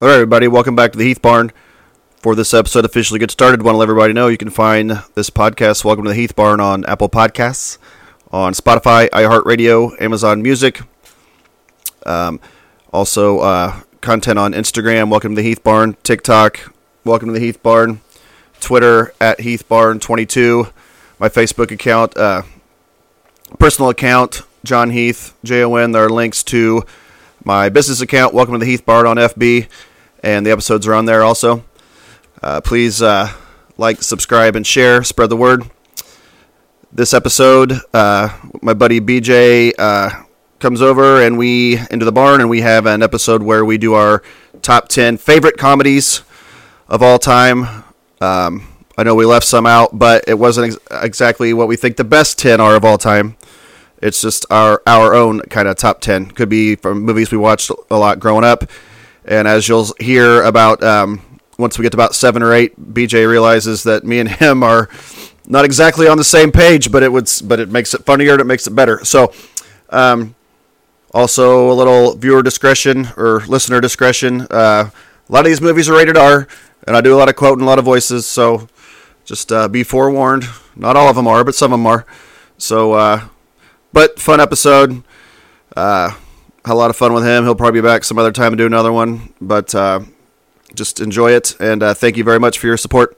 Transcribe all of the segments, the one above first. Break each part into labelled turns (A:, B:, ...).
A: All right, everybody, welcome back to the Heath Barn. For this episode officially get started, want to let everybody know you can find this podcast, Welcome to the Heath Barn, on Apple Podcasts, on Spotify, iHeartRadio, Amazon Music. Um, also, uh, content on Instagram, Welcome to the Heath Barn, TikTok, Welcome to the Heath Barn, Twitter, at Heath Barn22, my Facebook account, uh, personal account, John Heath, J O N. There are links to my business account, Welcome to the Heath Barn on FB, and the episodes are on there also. Uh, please uh, like, subscribe, and share. Spread the word. This episode, uh, my buddy BJ uh, comes over and we into the barn, and we have an episode where we do our top 10 favorite comedies of all time. Um, I know we left some out, but it wasn't ex- exactly what we think the best 10 are of all time. It's just our our own kind of top ten. Could be from movies we watched a lot growing up, and as you'll hear about, um, once we get to about seven or eight, BJ realizes that me and him are not exactly on the same page, but it would s- but it makes it funnier and it makes it better. So, um, also a little viewer discretion or listener discretion. Uh, a lot of these movies are rated R, and I do a lot of quote and a lot of voices, so just uh, be forewarned. Not all of them are, but some of them are. So. Uh, but fun episode. Uh, had a lot of fun with him. He'll probably be back some other time to do another one. But uh, just enjoy it, and uh, thank you very much for your support.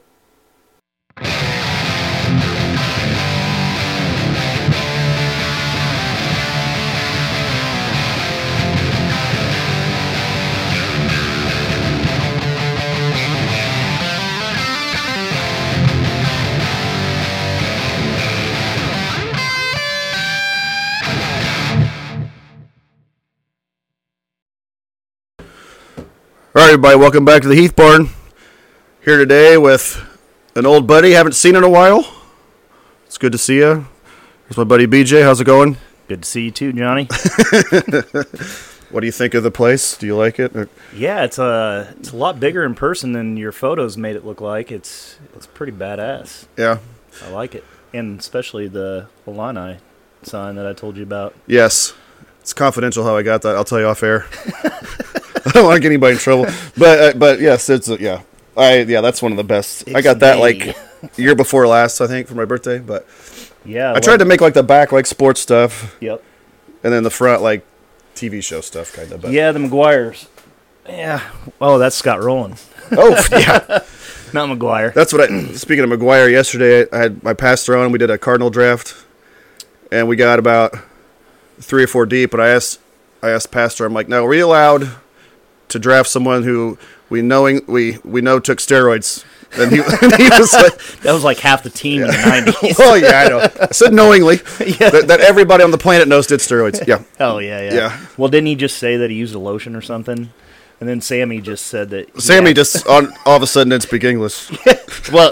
A: All right, everybody, welcome back to the Heath Barn. Here today with an old buddy. Haven't seen in a while. It's good to see you. Here's my buddy BJ. How's it going?
B: Good to see you too, Johnny.
A: What do you think of the place? Do you like it? Uh, Or-
B: yeah, it's a it's a lot bigger in person than your photos made it look like. It's it's pretty badass.
A: Yeah.
B: I like it, and especially the Illini sign that I told you about.
A: Yes. It's confidential how I got that. I'll tell you off air. I don't want to get anybody in trouble. But uh, but yes, it's uh, yeah. I yeah, that's one of the best. I
B: It's
A: got that
B: me.
A: like year before last, I think, for my birthday, but
B: Yeah,
A: I tried to make like the back like sports stuff
B: Yep.
A: and then the front like TV show stuff kind of. But
B: Yeah, the McGuire's. Yeah. Oh, that's Scott Rowland,
A: Oh, yeah.
B: not McGuire.
A: That's what I speaking of McGuire yesterday, I had my pastor on, we did a cardinal draft and we got about 3 or 4 deep and I asked I asked pastor, I'm like, "Now, are we allowed to draft someone who we knowing we we know took steroids?" And he, and he was like,
B: That was like half the team in the nineties.
A: "Oh yeah, I know." I said knowingly that, that everybody on the planet knows did steroids. Yeah,
B: Oh yeah, yeah,
A: Yeah.
B: Well, didn't he just say that he used a lotion or something? And then Sammy just said that. he
A: Sammy
B: had-
A: just on all of a sudden didn't speak English.
B: well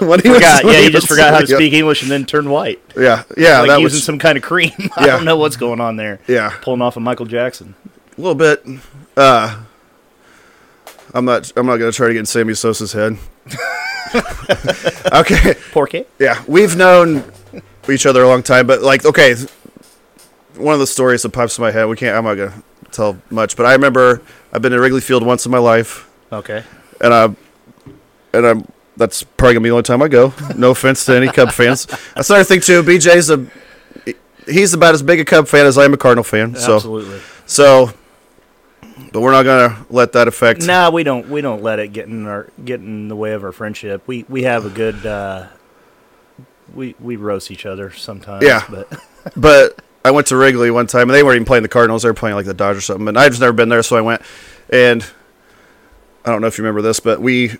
A: when he was-
B: forgot.
A: when
B: yeah,
A: he
B: he just
A: was-
B: forgot how to
A: yeah.
B: speak English and then turned white.
A: Yeah, yeah,
B: like
A: that
B: using
A: was
B: some kind of cream. I
A: Yeah.
B: don't know what's going on there.
A: Yeah.
B: pulling off a Michael Jackson.
A: a little bit. Uh, I'm not. I'm not gonna try to get in Sammy Sosa's head. okay.
B: Porky.
A: Yeah, we've known each other a long time, but like, okay, one of the stories that pops in my head. We can't. I'm not gonna tell much, but I remember I've been to Wrigley Field once in my life.
B: Okay.
A: and I and I'm that's probably gonna be the only time I go. No offense to any Cub fans. I started to think too. BJ's a he's about as big a Cub fan as I am a Cardinal fan. So
B: Absolutely.
A: so, but we're not gonna let that affect.
B: Nah, we don't we don't let it get in our get in the way of our friendship. We we have a good uh we we roast each other sometimes.
A: Yeah.
B: But
A: But I went to Wrigley one time and they weren't even playing the Cardinals. They were playing like the Dodgers or something. And I've just never been there, so I went. And I don't know if you remember this, but we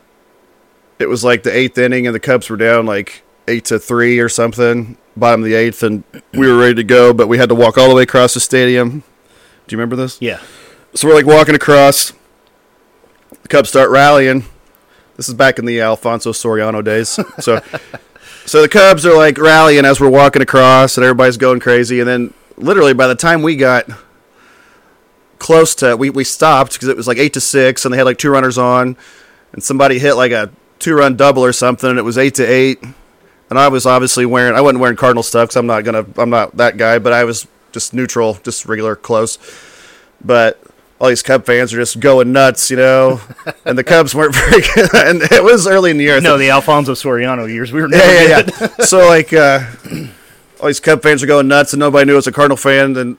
A: it was like the eighth inning and the Cubs were down like eight to three or something, bottom of the eighth, and we were ready to go, but we had to walk all the way across the stadium. Do you remember this?
B: yeah.
A: So we're like walking across. The Cubs start rallying. This is back in the Alfonso Soriano days. So, so the Cubs are like rallying as we're walking across, and everybody's going crazy. And then, literally, by the time we got close to, we we stopped because it was like eight to six, and they had like two runners on, and somebody hit like a two-run double or something, and it was eight to eight. And I was obviously wearing, I wasn't wearing Cardinal stuff because I'm not gonna, I'm not that guy, but I was just neutral, just regular clothes. But all these Cub fans are just going nuts, you know. and the Cubs weren't very good. And it was early in the year. I
B: No, the Alfonso Soriano years. We were never
A: yeah, yeah,
B: good.
A: yeah. so like, uh, all these Cub fans are going nuts, and nobody knew I was a Cardinal fan, and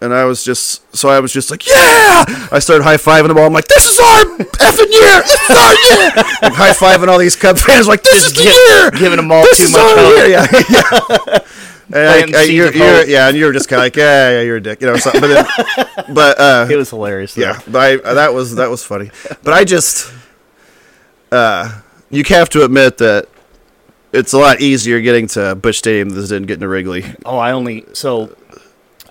A: and I was just, so I was just like, yeah! I started high fiving them all. I'm like, this is our effing year. This is our year. like, high fiving all these Cub fans, like, this
B: Just
A: is the
B: give-
A: year.
B: giving 'em all
A: this
B: too
A: is
B: much
A: our
B: hope.
A: year. Yeah, yeah. And
B: Planting
A: I, I,
B: seeds
A: you're,
B: of
A: you're,
B: hope.
A: yeah, and you were just kind of like, yeah, yeah, you're a dick, you know, or something. But, then, but uh,
B: It was hilarious. though.
A: yeah, but I, uh, that was that was funny. But I just, uh, you have to admit that it's a lot easier getting to Bush Stadium than getting to Wrigley.
B: Oh, I only so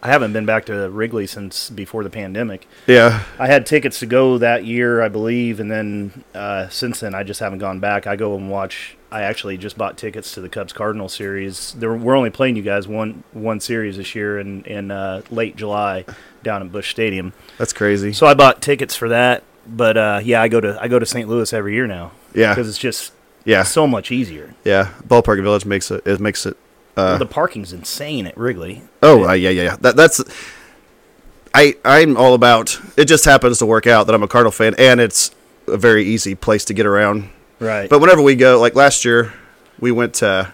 B: I haven't been back to Wrigley since before the pandemic.
A: Yeah,
B: I had tickets to go that year, I believe, and then uh, since then I just haven't gone back. I go and watch. I actually just bought tickets to the Cubs Cardinal series. There, we're only playing you guys one one series this year in in uh, late July down at Bush Stadium.
A: that's crazy.
B: So I bought tickets for that. But uh, yeah, I go to I go to St. Louis every year now.
A: Yeah.
B: because it's just
A: Yeah,
B: so much easier.
A: yeah. Ballpark Village makes it. It makes it.
B: the parking's insane at Wrigley.
A: Oh, uh, yeah, yeah, yeah. That, that's. I I'm all about. It just happens to work out that I'm a Cardinal fan, and it's a very easy place to get around.
B: Right.
A: But whenever we go, like last year, we went to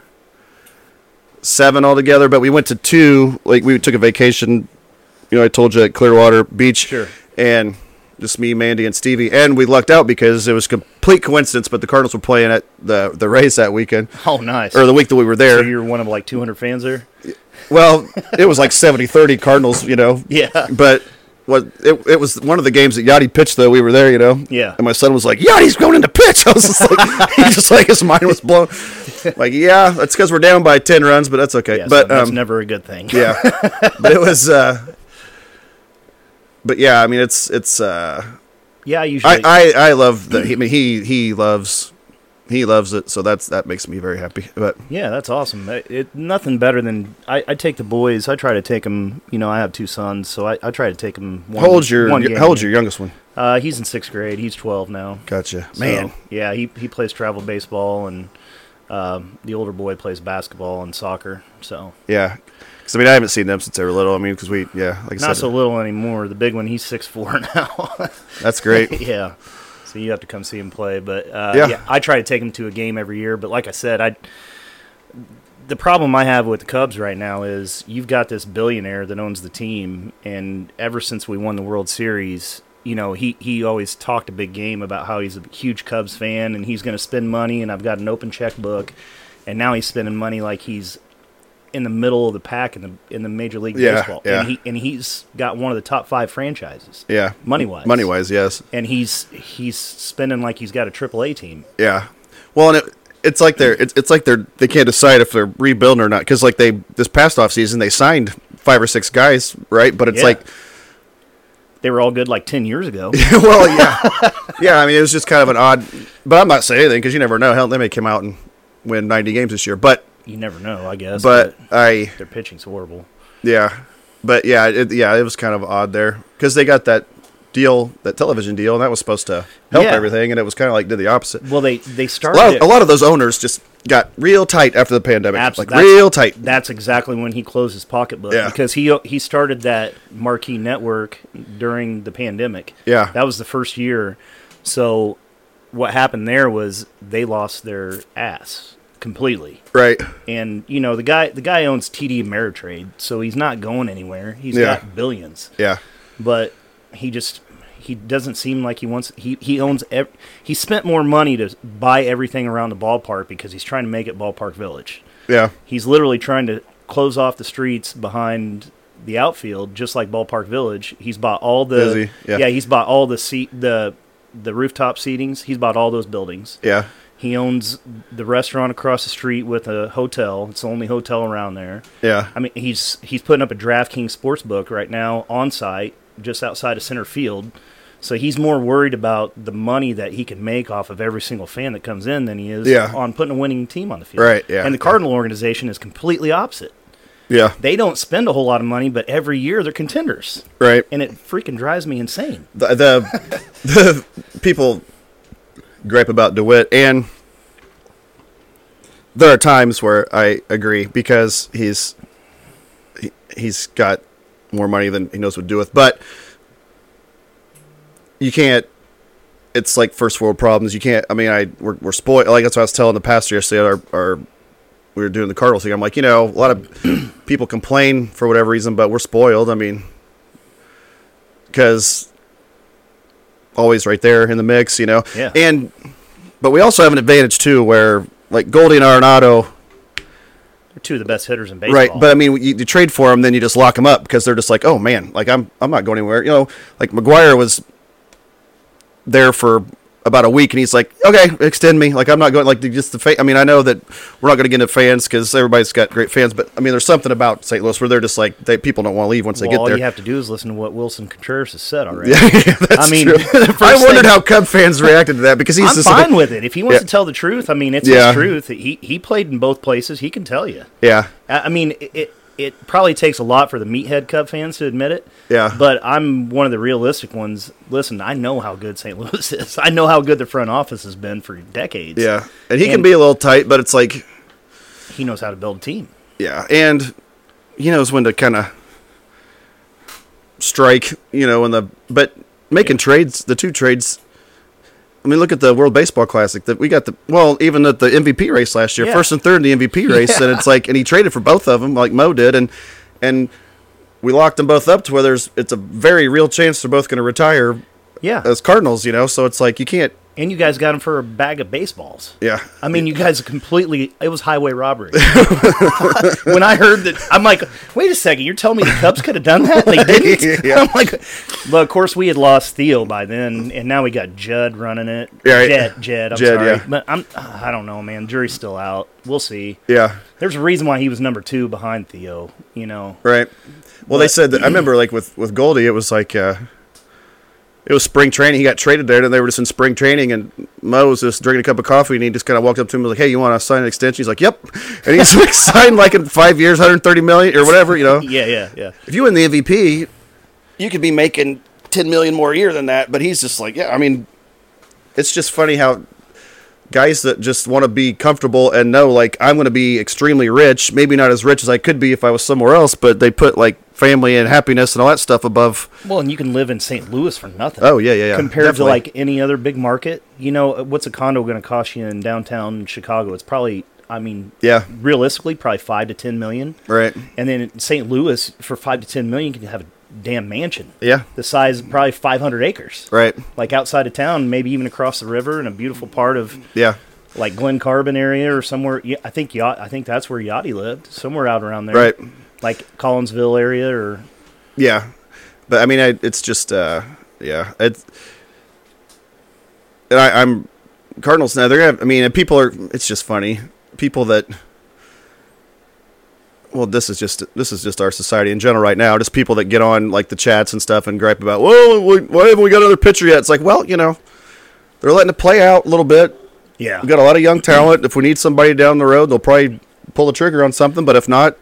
A: seven altogether, but we went to two. Like we took a vacation. You know, I told you at Clearwater Beach,
B: Sure.
A: and just me, Mandy, and Stevie, and we lucked out because it was complete coincidence. But the Cardinals were playing at the the Rays that weekend
B: oh, nice.
A: or the week that we were
B: so
A: there.
B: you're one of like 200 fans there.
A: Well, it was like 70-30 Cardinals, you know.
B: Yeah.
A: But what it, it was one of the games that Yachty pitched though. We were there, you know.
B: Yeah.
A: And my son was like, "Yachty's going into pitch." I was just like, he just like his mind was blown. Like, yeah, that's because we're down by ten runs, but that's okay.
B: Yeah, so
A: but
B: that's
A: um,
B: never a good thing.
A: yeah, but it was. uh But yeah, I mean, it's it's. uh
B: Yeah, I
A: I
B: usually.
A: I, I love that. I mean, he he loves. He loves it, so that's that makes me very happy. But
B: yeah, that's awesome. It, it- nothing better than I, I take the boys. I try to take them. You know, I have two sons, so I, I try to take them. One,
A: how old's your
B: one game.
A: how old's your youngest one?
B: Uh, he's in sixth grade. He's 12 now.
A: Gotcha,
B: So,
A: man.
B: yeah, he he plays travel baseball, and um, the older boy plays basketball and soccer. So
A: Yeah, because I mean, I haven't seen them since they were little. I mean, because we, yeah, like I said,
B: not so little anymore. The big one, he's six four now.
A: that's great.
B: yeah. So you have to come see him play, but uh,
A: Yeah.
B: yeah. I try to take him to a game every year. But like I said, I the problem I have with the Cubs right now is you've got this billionaire that owns the team, and ever since we won the World Series, you know he he always talked a big game about how he's a huge Cubs fan and he's going to spend money, and I've got an open checkbook, and now he's spending money like he's in the middle of the pack in the in the Major League
A: Yeah,
B: Baseball,
A: yeah.
B: and he and he's got one of the top five franchises
A: Yeah,
B: money wise.
A: money wise, yes,
B: and he's he's spending like he's got a triple A team.
A: yeah. Well, and it, it's like they're it's, it's like they're they can't decide if they're rebuilding or not because like they this past off season they signed five or six guys, right? But it's
B: Yeah.
A: like,
B: They were all good like ten years ago.
A: well, yeah, yeah. I mean, it was just kind of an odd. But I'm not saying anything because you never know. Hell, they may come out and win 90 games this year. But
B: you never know, I guess.
A: but I
B: their pitching's horrible.
A: Yeah, but yeah, it, yeah, it was kind of odd there because they got that deal, that television deal, and that was supposed to help
B: Yeah.
A: everything, and it was kind of like did the opposite.
B: Well, they they
A: A
B: started
A: lot,
B: it-
A: of, a lot of those owners just got real tight after the pandemic,
B: Abs-
A: like
B: that's-
A: real tight.
B: That's exactly when he closed his pocketbook
A: Yeah.
B: because he he started that marquee network during the pandemic.
A: Yeah.
B: that was the first year. So what happened there was they lost their ass completely.
A: Right?
B: and you know the guy the guy owns TD Ameritrade, so he's not going anywhere. He's
A: Yeah.
B: got billions,
A: Yeah,
B: but he just he doesn't seem like he wants he he owns ev- he spent more money to buy everything around the ballpark because he's trying to make it ballpark village.
A: yeah,
B: He's literally trying to close off the streets behind the outfield just like ballpark village. He's bought all the
A: Is he? Yeah.
B: he's bought all the seat the the rooftop seatings. He's bought all those buildings.
A: yeah,
B: He owns the restaurant across the street with a hotel. It's the only hotel around there.
A: yeah,
B: I mean, he's he's putting up a DraftKings sports book right now on site, just outside of center field. So he's more worried about the money that he can make off of every single fan that comes in than he is
A: Yeah.
B: on putting a winning team on the field.
A: Right, yeah,
B: And the
A: yeah.
B: Cardinal organization is completely opposite.
A: yeah.
B: They don't spend a whole lot of money, but every year they're contenders,
A: Right.
B: and it freaking drives me insane.
A: the the, the people gripe about DeWitt, and there are times where I agree because he's he, he's got more money than he knows what to do with. But you can't. It's like first world problems. You can't. I mean, I we're, we're spoiled. Like that's what I was telling the pastor yesterday. At our, our we were doing the Cardinals thing. I'm like, you know, a lot of people complain for whatever reason, but we're spoiled. I mean, because always right there in the mix, you know.
B: Yeah.
A: And but we also have an advantage too, where like Goldie and Arenado,
B: They're two of the best hitters in baseball.
A: right? But I mean, you, you trade for them, then you just lock them up because they're just like, oh man, like I'm I'm not going anywhere. You know, like McGuire was there for about a week, and he's like, okay, extend me. Like I'm not going. Like just the fa- I mean, I know that we're not going to get into fans because everybody's got great fans, but I mean, there's something about St. Louis where they're just like they people don't want to leave once
B: well,
A: they get
B: all
A: there.
B: you have to do is listen to what Wilson Contreras has said already.
A: That's
B: I mean,
A: true.
B: the first
A: I wondered
B: thing-
A: how Cub fans reacted to that because he's
B: I'm
A: just
B: fine
A: like,
B: with it. If he wants
A: Yeah.
B: to tell the truth, I mean, it's
A: Yeah.
B: his truth. He he played in both places. He can tell you.
A: yeah,
B: I I mean, it, it it probably takes a lot for the meathead Cub fans to admit it.
A: Yeah.
B: But I'm one of the realistic ones. Listen, I know how good St. Louis is. I know how good the front office has been for decades.
A: yeah, and he can
B: And-
A: be a little tight, but it's like
B: He knows how to build a team.
A: yeah, and he knows when to kind of strike, you know, in the but making trades, the two trades. I mean, look at the World Baseball Classic that we got the well, even at the MVP race last year,
B: Yeah.
A: first and third in the MVP race, and it's like, and he traded for both of them, like Mo did, and and we locked them both up to where there's it's a very real chance they're both going to retire
B: Yeah.
A: as Cardinals, you know. So it's like you can't,
B: and you guys got him for a bag of baseballs.
A: yeah,
B: I mean, you guys completely, it was highway robbery. when I heard that, I'm like, wait a second, you're telling me the Cubs could have done that? They didn't?
A: Yeah.
B: I'm like, well, of course, we had lost Thiel by then, and now we got Judd running it.
A: Yeah, right.
B: Jed, Jed, I'm
A: Jed,
B: sorry.
A: yeah.
B: But I'm, uh, I don't know, man. Jury's still out. We'll see.
A: yeah,
B: There's a reason why he was number two behind Theo, you know.
A: right. Well, they
B: But-
A: said that I remember like with with Goldie, it was like uh it was spring training. He got traded there, and they were just in spring training, and Mo was just drinking a cup of coffee, and he just kind of walked up to him and was like, "Hey, you want to sign an extension?" He's like, "Yep," and he's like signed like in five years, 130 million or whatever, you know.
B: Yeah, yeah, yeah.
A: If you win the MVP, you could be making 10 million more a year than that, but he's just like, yeah, I mean, it's just funny how guys that just want to be comfortable and know like I'm going to be extremely rich, maybe not as rich as I could be if I was somewhere else, but they put like family and happiness and all that stuff above.
B: Well, and you can live in St. Louis for nothing.
A: Oh, yeah, yeah, yeah.
B: Compared
A: Definitely.
B: to like any other big market, you know, uh, what's a condo going to cost you in downtown Chicago? It's probably, I mean,
A: Yeah.
B: realistically, probably five to ten million.
A: Right.
B: And then in St. Louis, for five to ten million, you can have a damn mansion.
A: Yeah.
B: The size of probably five hundred acres.
A: Right.
B: Like outside of town, maybe even across the river in a beautiful part of
A: Yeah.
B: like Glen Carbon area or somewhere. yeah, I think yacht. I think that's where Yachty lived, somewhere out around there.
A: Right.
B: Like Collinsville area or
A: Yeah, but I mean, I, it's just uh, yeah, it's. And I, I'm Cardinals now. They're gonna. I mean, and people are. It's just funny. People that. Well, this is just this is just our society in general right now. Just people that get on like the chats and stuff and gripe about, "Whoa, we- why haven't we got another pitcher yet?" It's like, well, you know, they're letting it play out a little bit.
B: yeah.
A: We've got a lot of young talent. If we need somebody down the road, they'll probably pull the trigger on something. But if not,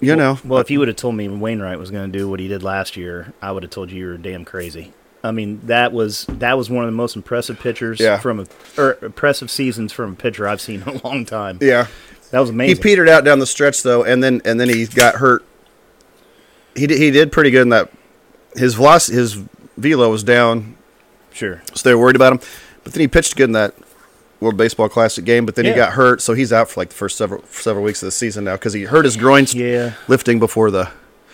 A: you know,
B: Well, if you would have told me Wainwright was going to do what he did last year, I would have told you you were damn crazy. I mean, that was that was one of the most impressive pitchers
A: Yeah.
B: from a or impressive seasons from a pitcher I've seen in a long time.
A: yeah.
B: That was
A: he
B: amazing.
A: petered out down the stretch though, and then and then he got hurt. He did, he did pretty good in that. His velocity, his velo was down,
B: sure.
A: so they were worried about him. But then he pitched good in that World Baseball Classic game. But then he
B: Yeah.
A: got hurt, so he's out for like the first several several weeks of the season now because he hurt his groin st-
B: Yeah.
A: lifting before the.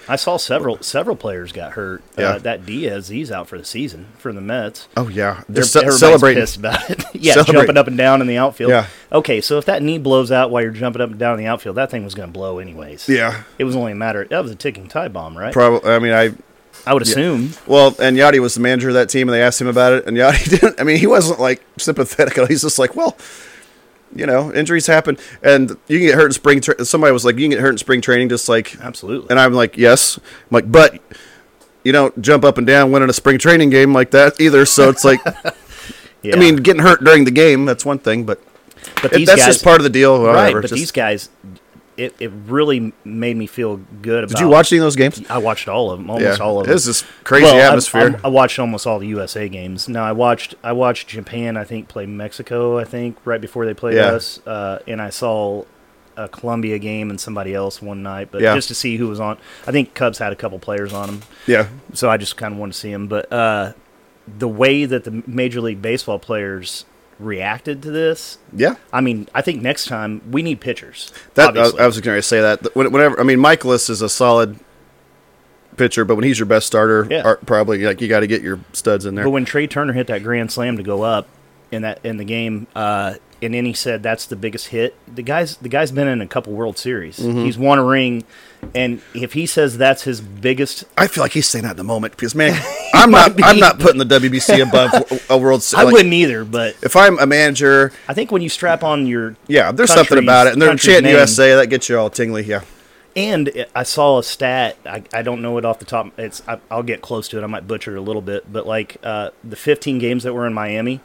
B: I saw several several players got hurt.
A: Yeah.
B: Uh, that Diaz, he's out for the season for the Mets.
A: Oh yeah, they're,
B: They're
A: ce-
B: everybody's
A: celebrating.
B: pissed about it. yeah,
A: Celebrating.
B: jumping up and down in the outfield.
A: Yeah.
B: Okay, so if that knee blows out while you're jumping up and down in the outfield, that thing was going to blow anyways.
A: Yeah,
B: It was only a matter. That was a ticking tie bomb, right?
A: probably. I mean, I
B: I would assume.
A: Well, and Yachty was the manager of that team, and they asked him about it, and Yachty didn't. I mean, he wasn't like sympathetic. He's just like, well, you know, injuries happen, and you can get hurt in spring. Tra- somebody was like, you can get hurt in spring training, just like.
B: Absolutely.
A: And I'm like, yes. I'm like, but you don't jump up and down winning a spring training game like that either. So it's like,
B: Yeah.
A: I mean, getting hurt during the game that's one thing, but
B: but
A: it,
B: these
A: that's
B: guys,
A: just part of the deal. Whatever.
B: right. But
A: Just-
B: these guys, it, it really made me feel good about.
A: did you watch any of those games?
B: I watched all of them, almost all of them.
A: This is crazy
B: Well, I-
A: atmosphere.
B: I, I watched almost all the USA games. Now I watched I watched Japan. I think play Mexico. I think right before they played
A: Yeah.
B: us, uh, and I saw a Columbia game and somebody else one night, but
A: Yeah.
B: just to see who was on. I think Cubs had a couple players on them,
A: Yeah.
B: so I just kind of wanted to see them. But uh, the way that the Major League Baseball players reacted to this,
A: Yeah.
B: I mean, I think next time we need pitchers.
A: That uh, I,
B: obviously.
A: I was going to say that. Th- when- Whenever I mean, Michaelis is a solid pitcher, but when he's your best starter,
B: Yeah.
A: are, probably like you got to get your studs in there.
B: But when Trey Turner hit that grand slam to go up in that in the game, uh, and then he said that's the biggest hit. The guy's the guy's been in a couple World Series. He's won a ring, and if he says that's his biggest,
A: I feel like he's saying that in the moment because man, I'm not. I'm not putting the WBC above a World Series.
B: I wouldn't either. But
A: If I'm a manager,
B: I think when you strap on your
A: yeah, there's something
B: country's-
A: about it, and they're
B: country's
A: chanting
B: name-
A: USA that gets you all tingly. Yeah,
B: And I saw a stat. I, I don't know it off the top. It's I, I'll get close to it. I might butcher it a little bit, but like uh, the 15 games that were in Miami,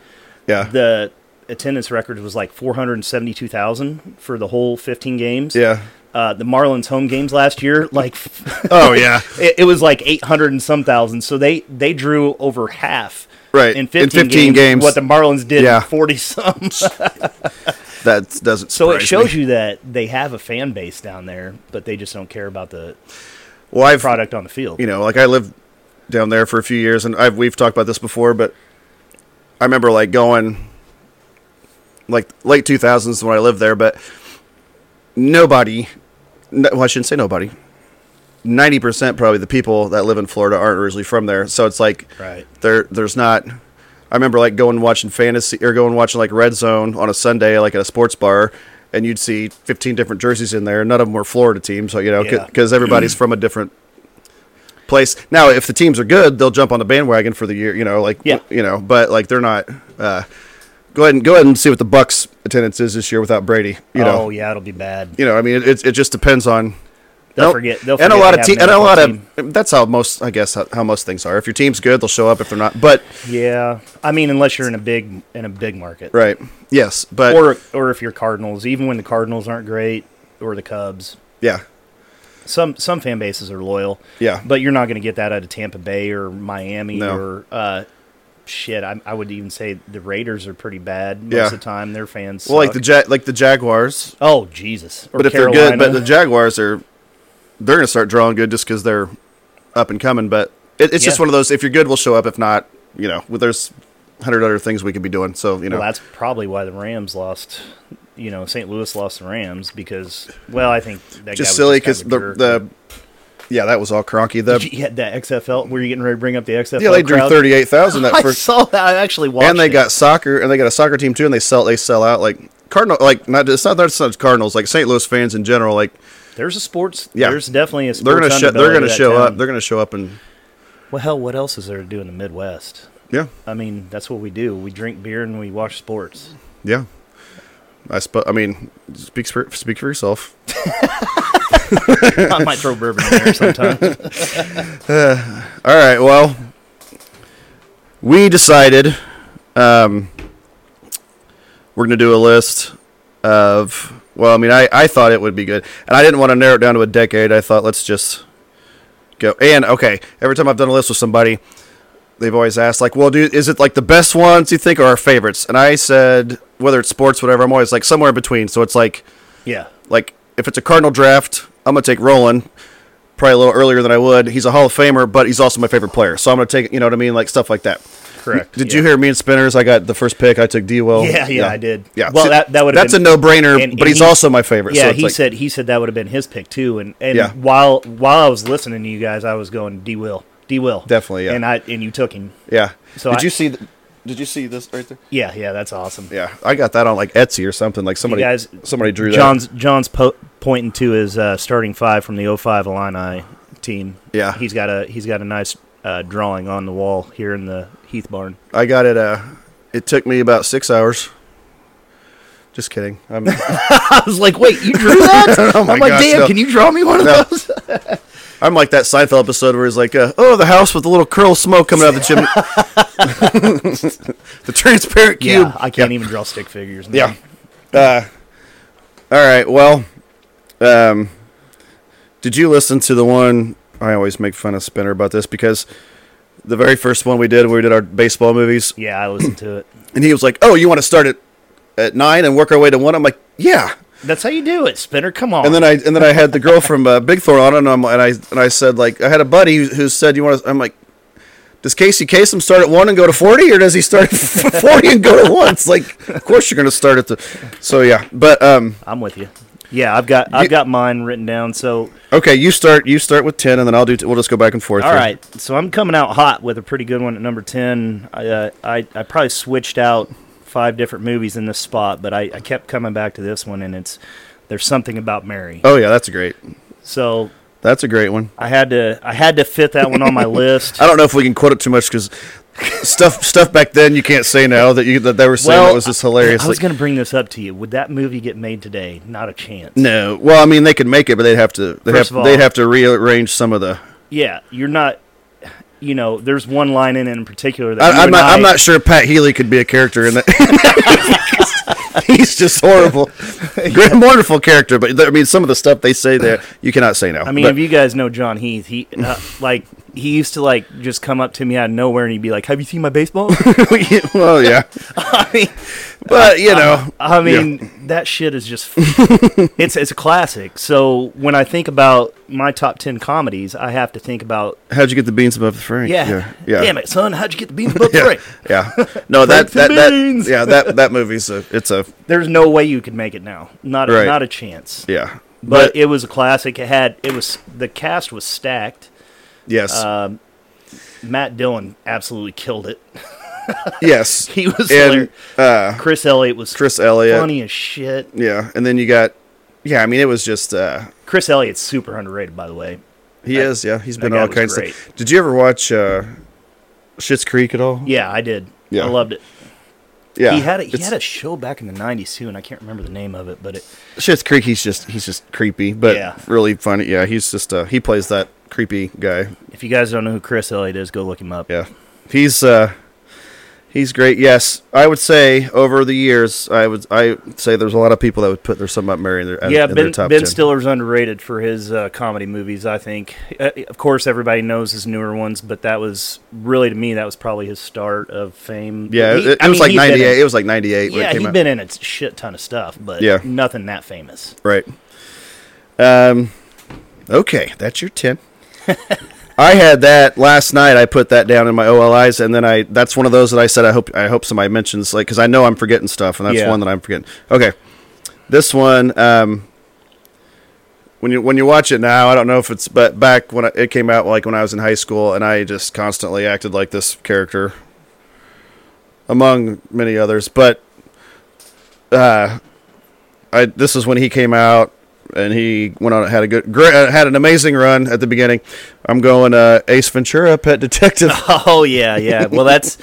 A: yeah,
B: the attendance record was like 472,000 for the whole 15 games.
A: yeah.
B: Uh, the Marlins home games last year, like
A: Oh yeah,
B: it, it was like 800 and some thousand. So they they drew over half.
A: Right.
B: In
A: In
B: 15,
A: 15
B: games,
A: games.
B: what the Marlins did
A: Yeah.
B: in 40 some.
A: that doesn't.
B: so it
A: surprise
B: shows
A: me.
B: you that they have a fan base down there, but they just don't care about the
A: Well, I've
B: product on the field.
A: you know, like I lived down there for a few years, and I've we've talked about this before, but I remember like going like late two thousands when I lived there, but nobody, no, well, I shouldn't say nobody. Ninety percent probably the people that live in Florida aren't originally from there, so it's like
B: Right.
A: there there's not. I remember like going and watching fantasy or going and watching like Red Zone on a Sunday, like at a sports bar. And you'd see 15 different jerseys in there. None of them were Florida teams, so you know,
B: Yeah.
A: because everybody's from a different place. Now, if the teams are good, they'll jump on the bandwagon for the year. You know, like
B: Yeah.
A: you know, but like they're not. Uh, go ahead and go ahead and see what the Bucks attendance is this year without Brady. You know,
B: oh yeah, it'll be bad.
A: you know. I mean, it, it, it just depends on.
B: They'll
A: Nope.
B: forget. They'll
A: and a
B: forget
A: lot
B: they
A: of
B: have
A: te-
B: an
A: and a
B: NFL
A: lot
B: team.
A: of that's how most I guess how, how most things are. If your team's good, they'll show up. If they're not, but
B: Yeah, I mean, unless you're in a big in a big market,
A: right, yes, but
B: Or or if you're Cardinals, even when the Cardinals aren't great, or the Cubs,
A: yeah,
B: some some fan bases are loyal.
A: Yeah.
B: but you're not going to get that out of Tampa Bay or Miami
A: No.
B: or uh, shit. I, I would even say the Raiders are pretty bad most
A: Yeah.
B: of the time. Their fans,
A: well, like
B: suck.
A: the ja- like the Jaguars.
B: oh Jesus, or
A: But if they're good, but
B: Carolina.
A: the Jaguars are they're going to start drawing good just because they're up and coming. But it, it's just
B: Yeah.
A: one of those. If you're good, we'll show up. If not, you know, well, there's hundred other things we could be doing. So you know,
B: Well, that's probably why the Rams lost. You know, St. Louis lost the Rams because, well, I think that guy
A: just
B: was
A: silly
B: kind of
A: because
B: a
A: the
B: jerk.
A: the yeah, that was all cronky. The
B: Did you- yeah, that XFL. Were you getting ready to bring up the XFL?
A: yeah, they drew
B: crowd?
A: thirty eight thousand that
B: I
A: first,
B: saw that. I actually watched.
A: and they
B: it.
A: got soccer, and they got a soccer team too, and they sell they sell out like Cardinal, like not it's not that's not Cardinals, like St. Louis fans in general, like
B: There's a sports.
A: Yeah.
B: There's definitely a. Sports
A: they're gonna show they're
B: underbelly
A: gonna
B: to that
A: show up,
B: town.
A: they're gonna show up, and
B: well, hell, what else is there to do in the Midwest?
A: yeah,
B: I mean, that's what we do. We drink beer and we watch sports.
A: yeah. I suppose I mean speak for, speak for yourself.
B: I might throw bourbon in there sometimes.
A: All right. Well, we decided um, we're going to do a list of. Well, I mean, I, I thought it would be good, and I didn't want to narrow it down to a decade. I thought let's just go. And okay, every time I've done a list with somebody, they've always asked like, "Well, dude, is it like the best ones you think or our favorites?" And I said whether it's sports, whatever. I'm always like somewhere in between. So it's like
B: yeah.
A: like if it's a Cardinal draft, I'm gonna take Roland. Probably a little earlier than I would. He's a Hall of Famer, but he's also my favorite player. So I'm gonna take, you know what I mean, like stuff like that.
B: Correct.
A: Did
B: yeah.
A: you hear me and Spinners? I got the first pick. I took Dwell.
B: Yeah, yeah, I did.
A: Yeah.
B: Well,
A: See,
B: that that would
A: that's a no-brainer.
B: and-
A: but
B: and
A: he's
B: he-
A: also my favorite. so
B: Yeah,
A: it's
B: he
A: like-
B: said he said that would have been his pick too. And and
A: Yeah.
B: while while I was listening to you guys, I was going D will D will
A: Definitely, yeah.
B: And I and you took him.
A: Yeah.
B: So
A: did
B: I-
A: you see? The, did you see this right there?
B: Yeah, yeah, that's awesome.
A: Yeah, I got that on like Etsy or something. Like somebody,
B: guys-
A: somebody drew
B: John's John's po- pointing to his uh, starting five from the 05 Illini team.
A: Yeah.
B: he's got a he's got a nice uh, drawing on the wall here in the Heath barn.
A: that. I got it. Uh, it took me about six hours. Just kidding. I'm,
B: I was like, wait, you drew that?
A: Oh my
B: I'm like,
A: gosh,
B: damn,
A: no.
B: can you draw me one of
A: No.
B: those?
A: I'm like that Seinfeld episode where he's like, uh, "Oh, the house with the little curl of smoke coming out of the chimney, the transparent cube."
B: Yeah, I can't even draw stick figures. Man.
A: Yeah. Uh, all right. Well, um, did you listen to the one? I always make fun of Spinner about this because the very first one we did, we did our baseball movies,
B: yeah, I listened to it.
A: and he was like, "Oh, you want to start at at nine and work our way to one?" I'm like, "Yeah."
B: That's how you do it, Spinner. Come on.
A: And then I and then I had the girl from uh, Big Thorn on, and, I'm, and I and I said like I had a buddy who, who said you want to. I'm like, does Casey Kasem start at one and go to forty, or does he start at forty and go to one? It's like, of course you're going to start at the. So yeah, but um,
B: I'm with you. Yeah, I've got I've got mine written down. So
A: okay, you start you start with ten, and then I'll do. T- we'll just go back and forth.
B: all
A: here.
B: right, so I'm coming out hot with a pretty good one at number ten. I uh, I, I probably switched out five different movies in this spot, but I, I kept coming back to this one, and it's there's something about Mary.
A: Oh yeah, that's great.
B: So
A: That's a great one.
B: I had to I had to fit that one on my list.
A: I don't know if we can quote it too much because stuff stuff back then you can't say now that you that they were saying that was just hilarious.
B: I was
A: like-
B: going to bring this up to you. Would that movie get made today? Not a chance.
A: no, well, I mean they could make it, but they'd have to they'd
B: First
A: have,
B: of all-
A: they'd have to rearrange some of the.
B: Yeah, you're not. You know, there's one line in it in particular that
A: I,
B: you
A: I'm
B: and
A: not
B: I,
A: I'm not sure Pat Healy could be a character in that. He's just horrible, great, wonderful character. But I mean, some of the stuff they say there you cannot say now.
B: I mean,
A: But-
B: if you guys know John Heath, he uh, like he used to like just come up to me out of nowhere and he'd be like, "Have you seen my baseball?"
A: well, yeah,
B: I mean,
A: but you know,
B: Uh, I mean that shit is just it's it's a classic. So when I think about my top ten comedies, I have to think about
A: how'd you get the beans above the frame?
B: yeah,
A: yeah, yeah.
B: damn it, son, how'd you get the beans above
A: yeah,
B: three?
A: yeah. No, that
B: the
A: that, that
B: beans.
A: yeah that that movie's a it's a
B: There's no way you could make it now. Not a,
A: Right.
B: not a chance.
A: yeah.
B: But, it was a classic. It had it was the cast was stacked.
A: yes,
B: Um, Matt Dillon absolutely killed it.
A: yes,
B: He was
A: and
B: hilarious.
A: uh,
B: Chris Elliott was
A: Chris Elliott.
B: funny as shit.
A: Yeah, and then you got yeah. I mean, it was just uh,
B: Chris Elliott's super underrated, by the way.
A: he
B: That-
A: is yeah. He's been
B: that
A: all
B: guy
A: kinds
B: was
A: of stuff. Did you ever watch uh, Shit's Creek at all?
B: Yeah, I did.
A: Yeah.
B: I loved it.
A: Yeah,
B: he had a, he
A: it's-
B: had a show back in the '90s too, and I can't remember the name of it, but it,
A: Shit's Creek. He's just he's just creepy, but
B: Yeah.
A: really funny. Yeah, he's just uh, he plays that creepy guy.
B: if you guys don't know who Chris Elliott is, go look him up.
A: Yeah, he's uh, he's great. Yes, I would say over the years, I would I would say there's a lot of people that would put their something about Mary in their
B: Yeah,
A: in their
B: Ben,
A: top
B: ben
A: 10.
B: Stiller's underrated for his uh, comedy movies. I think, uh, of course, everybody knows his newer ones, but that was really to me that was probably his start of fame.
A: Yeah,
B: He-
A: it, it
B: I
A: was
B: mean,
A: like
B: he'd been in-
A: ninety eight. It was like ninety eight when
B: yeah,
A: it came
B: he'd
A: out.
B: been in a shit ton of stuff, but
A: Yeah.
B: nothing that famous.
A: Right. Um, okay, that's your ten. I had that last night. I put that down in my OLIs, and then I that's one of those that I said I hope I hope somebody mentions like because I know I'm forgetting stuff, and that's
B: Yeah.
A: one that I'm forgetting. Okay, this one. Um, when you when you watch it now, I don't know if it's but back when I, it came out, like when I was in high school, and I just constantly acted like this character, among many others. But uh, I this is when he came out, and he went on had a good great, had an amazing run at the beginning. I'm going uh, Ace Ventura, Pet Detective.
B: Oh yeah, yeah. Well, that's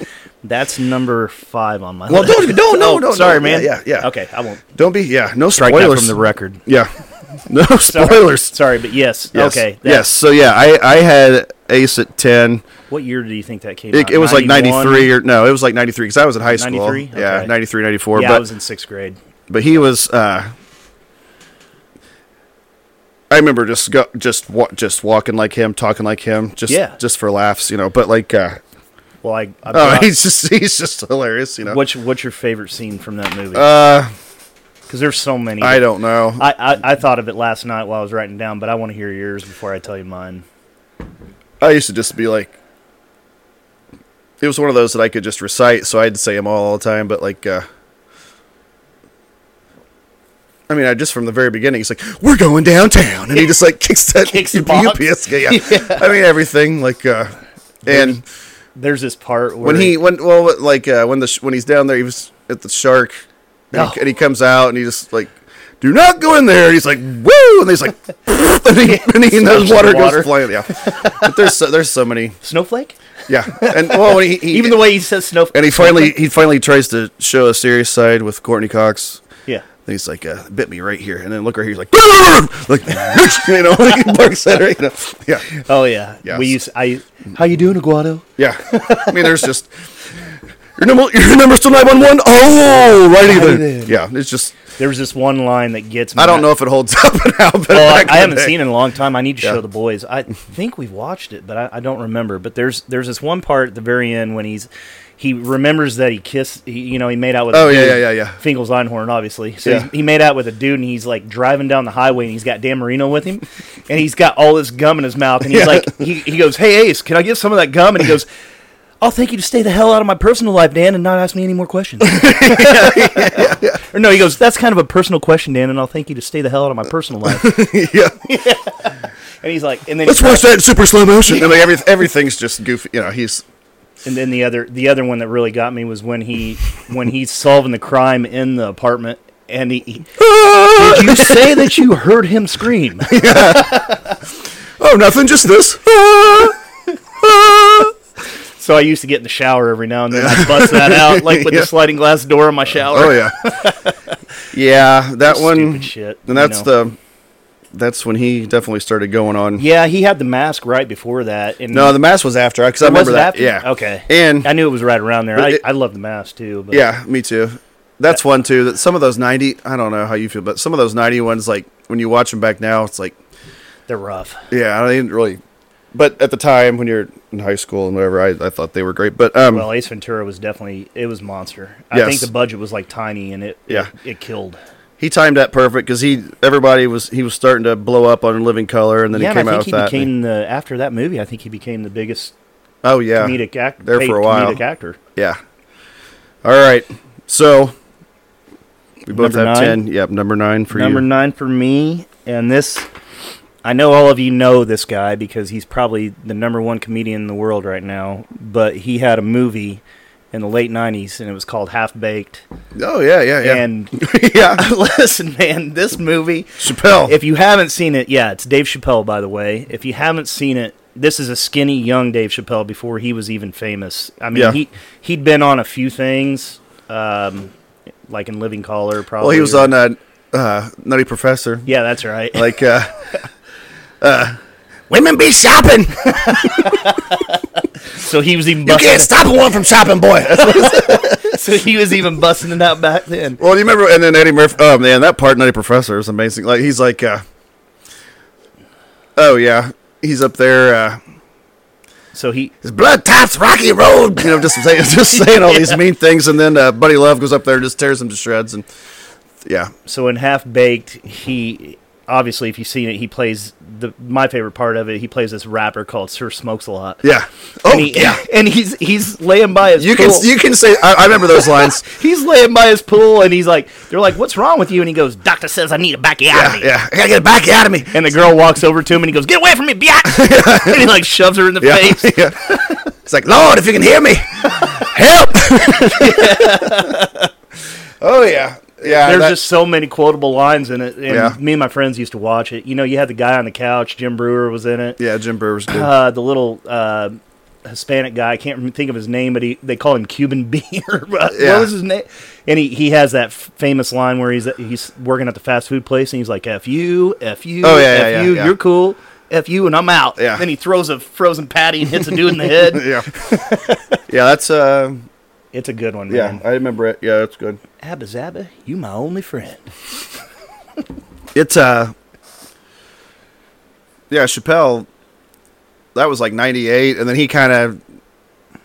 B: that's number five on my
A: Well,
B: list.
A: don't- no, no,
B: Oh,
A: no, no.
B: Sorry,
A: Yeah,
B: man.
A: yeah, yeah.
B: Okay, I won't
A: Don't be yeah, no
B: strike that
A: spoilers
B: from the record.
A: yeah, no
B: Sorry.
A: spoilers.
B: Sorry, but yes.
A: Yes.
B: Okay. that-
A: yes. So yeah, I I had Ace at ten.
B: What year do you think that came
A: It,
B: out?
A: it was like
B: 91?
A: 93 or no, it was like 93 because I was in high school.
B: 93?
A: Yeah,
B: Okay.
A: 93, 94.
B: Yeah,
A: but
B: I was in sixth grade.
A: but he was. Uh, I remember just go, just wa- just walking like him, talking like him, just
B: Yeah.
A: just for laughs, you know. But like, uh,
B: Well, I. I
A: oh,
B: brought-
A: he's just he's just hilarious, you know.
B: what's what's your favorite scene from that movie?
A: uh,
B: Because there's so many.
A: I don't know.
B: I, I, I thought of it last night while I was writing down, but I want to hear yours before I tell you mine.
A: I used to just be like, it was one of those that I could just recite, so I'd say them all, all the time. But like, uh, I mean, I just from the very beginning, he's like, "We're going downtown," and he just like kicks that
B: Kicks the box.
A: UPS guy. Yeah. I mean everything. Like, uh, and
B: There's this part where
A: when he when well like uh, when the sh- when he's down there, he was at the shark, and,
B: Oh.
A: he, and he comes out and he just like. Do not go in there. And he's like, woo, and he's like, and he, and he and
B: Splashes
A: those
B: the
A: water,
B: water.
A: goes flying. Yeah, but there's so, there's so many.
B: snowflake,
A: Yeah, and well, when he, he
B: even the way he says snowflake,
A: and he finally he finally tries to show a serious side with Courtney Cox.
B: yeah,
A: And he's like, uh, bit me right here, and then look right here. He's like, like bitch, you know, like he barks at her. You know? Yeah,
B: oh yeah,
A: Yeah,
B: we
A: s-
B: use I. How you doing, Aguado?
A: yeah. I mean, there's just your number, your number still nine one one. Oh, righty there.
B: then.
A: Yeah, it's just
B: There was this one line that gets me.
A: I don't know if it holds up now, but
B: Oh, I,
A: back
B: I
A: in
B: haven't
A: the day-
B: seen it in a long time. I need to
A: Yeah.
B: show the boys. I think we've watched it, but I, I don't remember. But there's there's this one part at the very end when he's he remembers that he kissed. He, you know, he made out with.
A: Oh
B: a
A: yeah,
B: dude.
A: yeah, yeah, yeah.
B: Finkel's Einhorn, obviously. So
A: Yeah.
B: he's, he made out with a dude, and he's like driving down the highway, and he's got Dan Marino with him, and he's got all this gum in his mouth, and he's
A: Yeah.
B: like, he, he goes, "Hey Ace, can I get some of that gum?" And he goes, "I'll thank you to stay the hell out of my personal life, Dan, and not ask me any more questions." Or no, he goes, "That's kind of a personal question, Dan, and I'll thank you to stay the hell out of my personal life."
A: yeah.
B: and he's like, and then
A: Let's
B: he-
A: watch that in super slow motion. I mean, every, everything's just goofy. You know, he's
B: And then the other the other one that really got me was when he when he's solving the crime in the apartment and he, he-
A: Ah,
B: Did you say that you heard him scream?
A: oh nothing, just this. Ah,
B: so I used to get in the shower every now and then. I bust that out like with
A: Yeah.
B: the sliding glass door in my shower.
A: Oh yeah, yeah. That one.
B: Stupid shit.
A: And that's the. That's when he definitely started going on.
B: Yeah, he had the mask right before that. And
A: No, the mask was after because I
B: Or was
A: remember
B: it
A: that.
B: after?
A: Yeah.
B: Okay.
A: And
B: I knew it was right around there.
A: But
B: I,
A: it-
B: I love the mask too. But
A: yeah, me too. That's one too. That some of those ninety. I don't know how you feel, but some of those ninety ones, like when you watch them back now, it's like
B: they're rough.
A: yeah, I didn't really. But at the time when you're in high school and whatever, I, I thought they were great. But um,
B: Well, Ace Ventura was definitely it was monster. I
A: Yes.
B: think the budget was like tiny and it
A: Yeah.
B: it, it killed.
A: he timed that perfect because he everybody was he was starting to blow up on Living Color, and then
B: yeah,
A: he came
B: and I
A: out with
B: think he
A: that. and he-
B: became the after that movie. I think he became the biggest
A: oh yeah,
B: comedic actor
A: there for a while.
B: Comedic actor.
A: Yeah. All right. So we both
B: Number
A: have
B: nine?
A: ten. Yep, number nine for
B: Number
A: you.
B: nine for me, and this, I know all of you know this guy because he's probably the number one comedian in the world right now. But he had a movie in the late '90s, and it was called Half Baked.
A: oh yeah, yeah, yeah.
B: And
A: yeah.
B: listen, man, this movie.
A: Chappelle.
B: If you haven't seen it, yeah, it's Dave Chappelle, by the way. If you haven't seen it, this is a skinny young Dave Chappelle before he was even famous. I mean,
A: Yeah.
B: he he'd been on a few things, um, like in Living Color, probably.
A: well, he was
B: or-
A: on uh, uh, Nutty Professor.
B: Yeah, that's right.
A: Like uh, uh, women be shopping.
B: so he was even busting.
A: stop one from shopping, boy.
B: so he was even busting it out back then.
A: well, do you remember? And then Eddie Murphy. Oh man, that part Nutty Professor is amazing. Like he's like, uh, oh yeah, he's up there. Uh,
B: So he
A: His blood taps Rocky Road. You know, just saying, just saying all these mean things, and then uh, Buddy Love goes up there and just tears him to shreds. And yeah,
B: so in half baked he obviously if you've seen it he plays the my favorite part of it he plays this rapper called Sir Smokes a lot.
A: yeah. Oh
B: and he,
A: yeah.
B: and he's he's laying by his
A: You
B: pool.
A: can you can say I, I remember those lines.
B: he's laying by his pool and he's like they're like what's wrong with you and he goes doctor says I need a back
A: yeah, yeah. I gotta get it back out of me.
B: and the girl walks over to him and he goes get away from me biatch and he like shoves her in the
A: Yeah,
B: face
A: yeah. It's like Lord, if you can hear me, help. oh yeah, yeah.
B: there's
A: that-
B: just so many quotable lines in it and
A: Yeah.
B: me and my friends used to watch it you know you had the guy on the couch Jim Brewer was in it
A: yeah. Jim Brewer's good.
B: uh, the little uh, Hispanic guy. I can't rem- think of his name, but he they call him Cuban B. or what
A: Yeah.
B: what was his name? And he, he has that f- famous line where he's he's working at the fast food place and he's like, "F you, f you,
A: Oh, yeah,
B: f
A: yeah,
B: you,
A: yeah, yeah.
B: you're cool." F you and I'm out.
A: Yeah.
B: Then he throws a frozen patty and hits a dude in the head.
A: yeah, yeah. That's uh,
B: It's a good one,
A: yeah.
B: man.
A: I remember it. Yeah, that's good.
B: Abba Zabba, you my only friend.
A: It's uh Yeah, Chappelle that was like 98 and then he kind of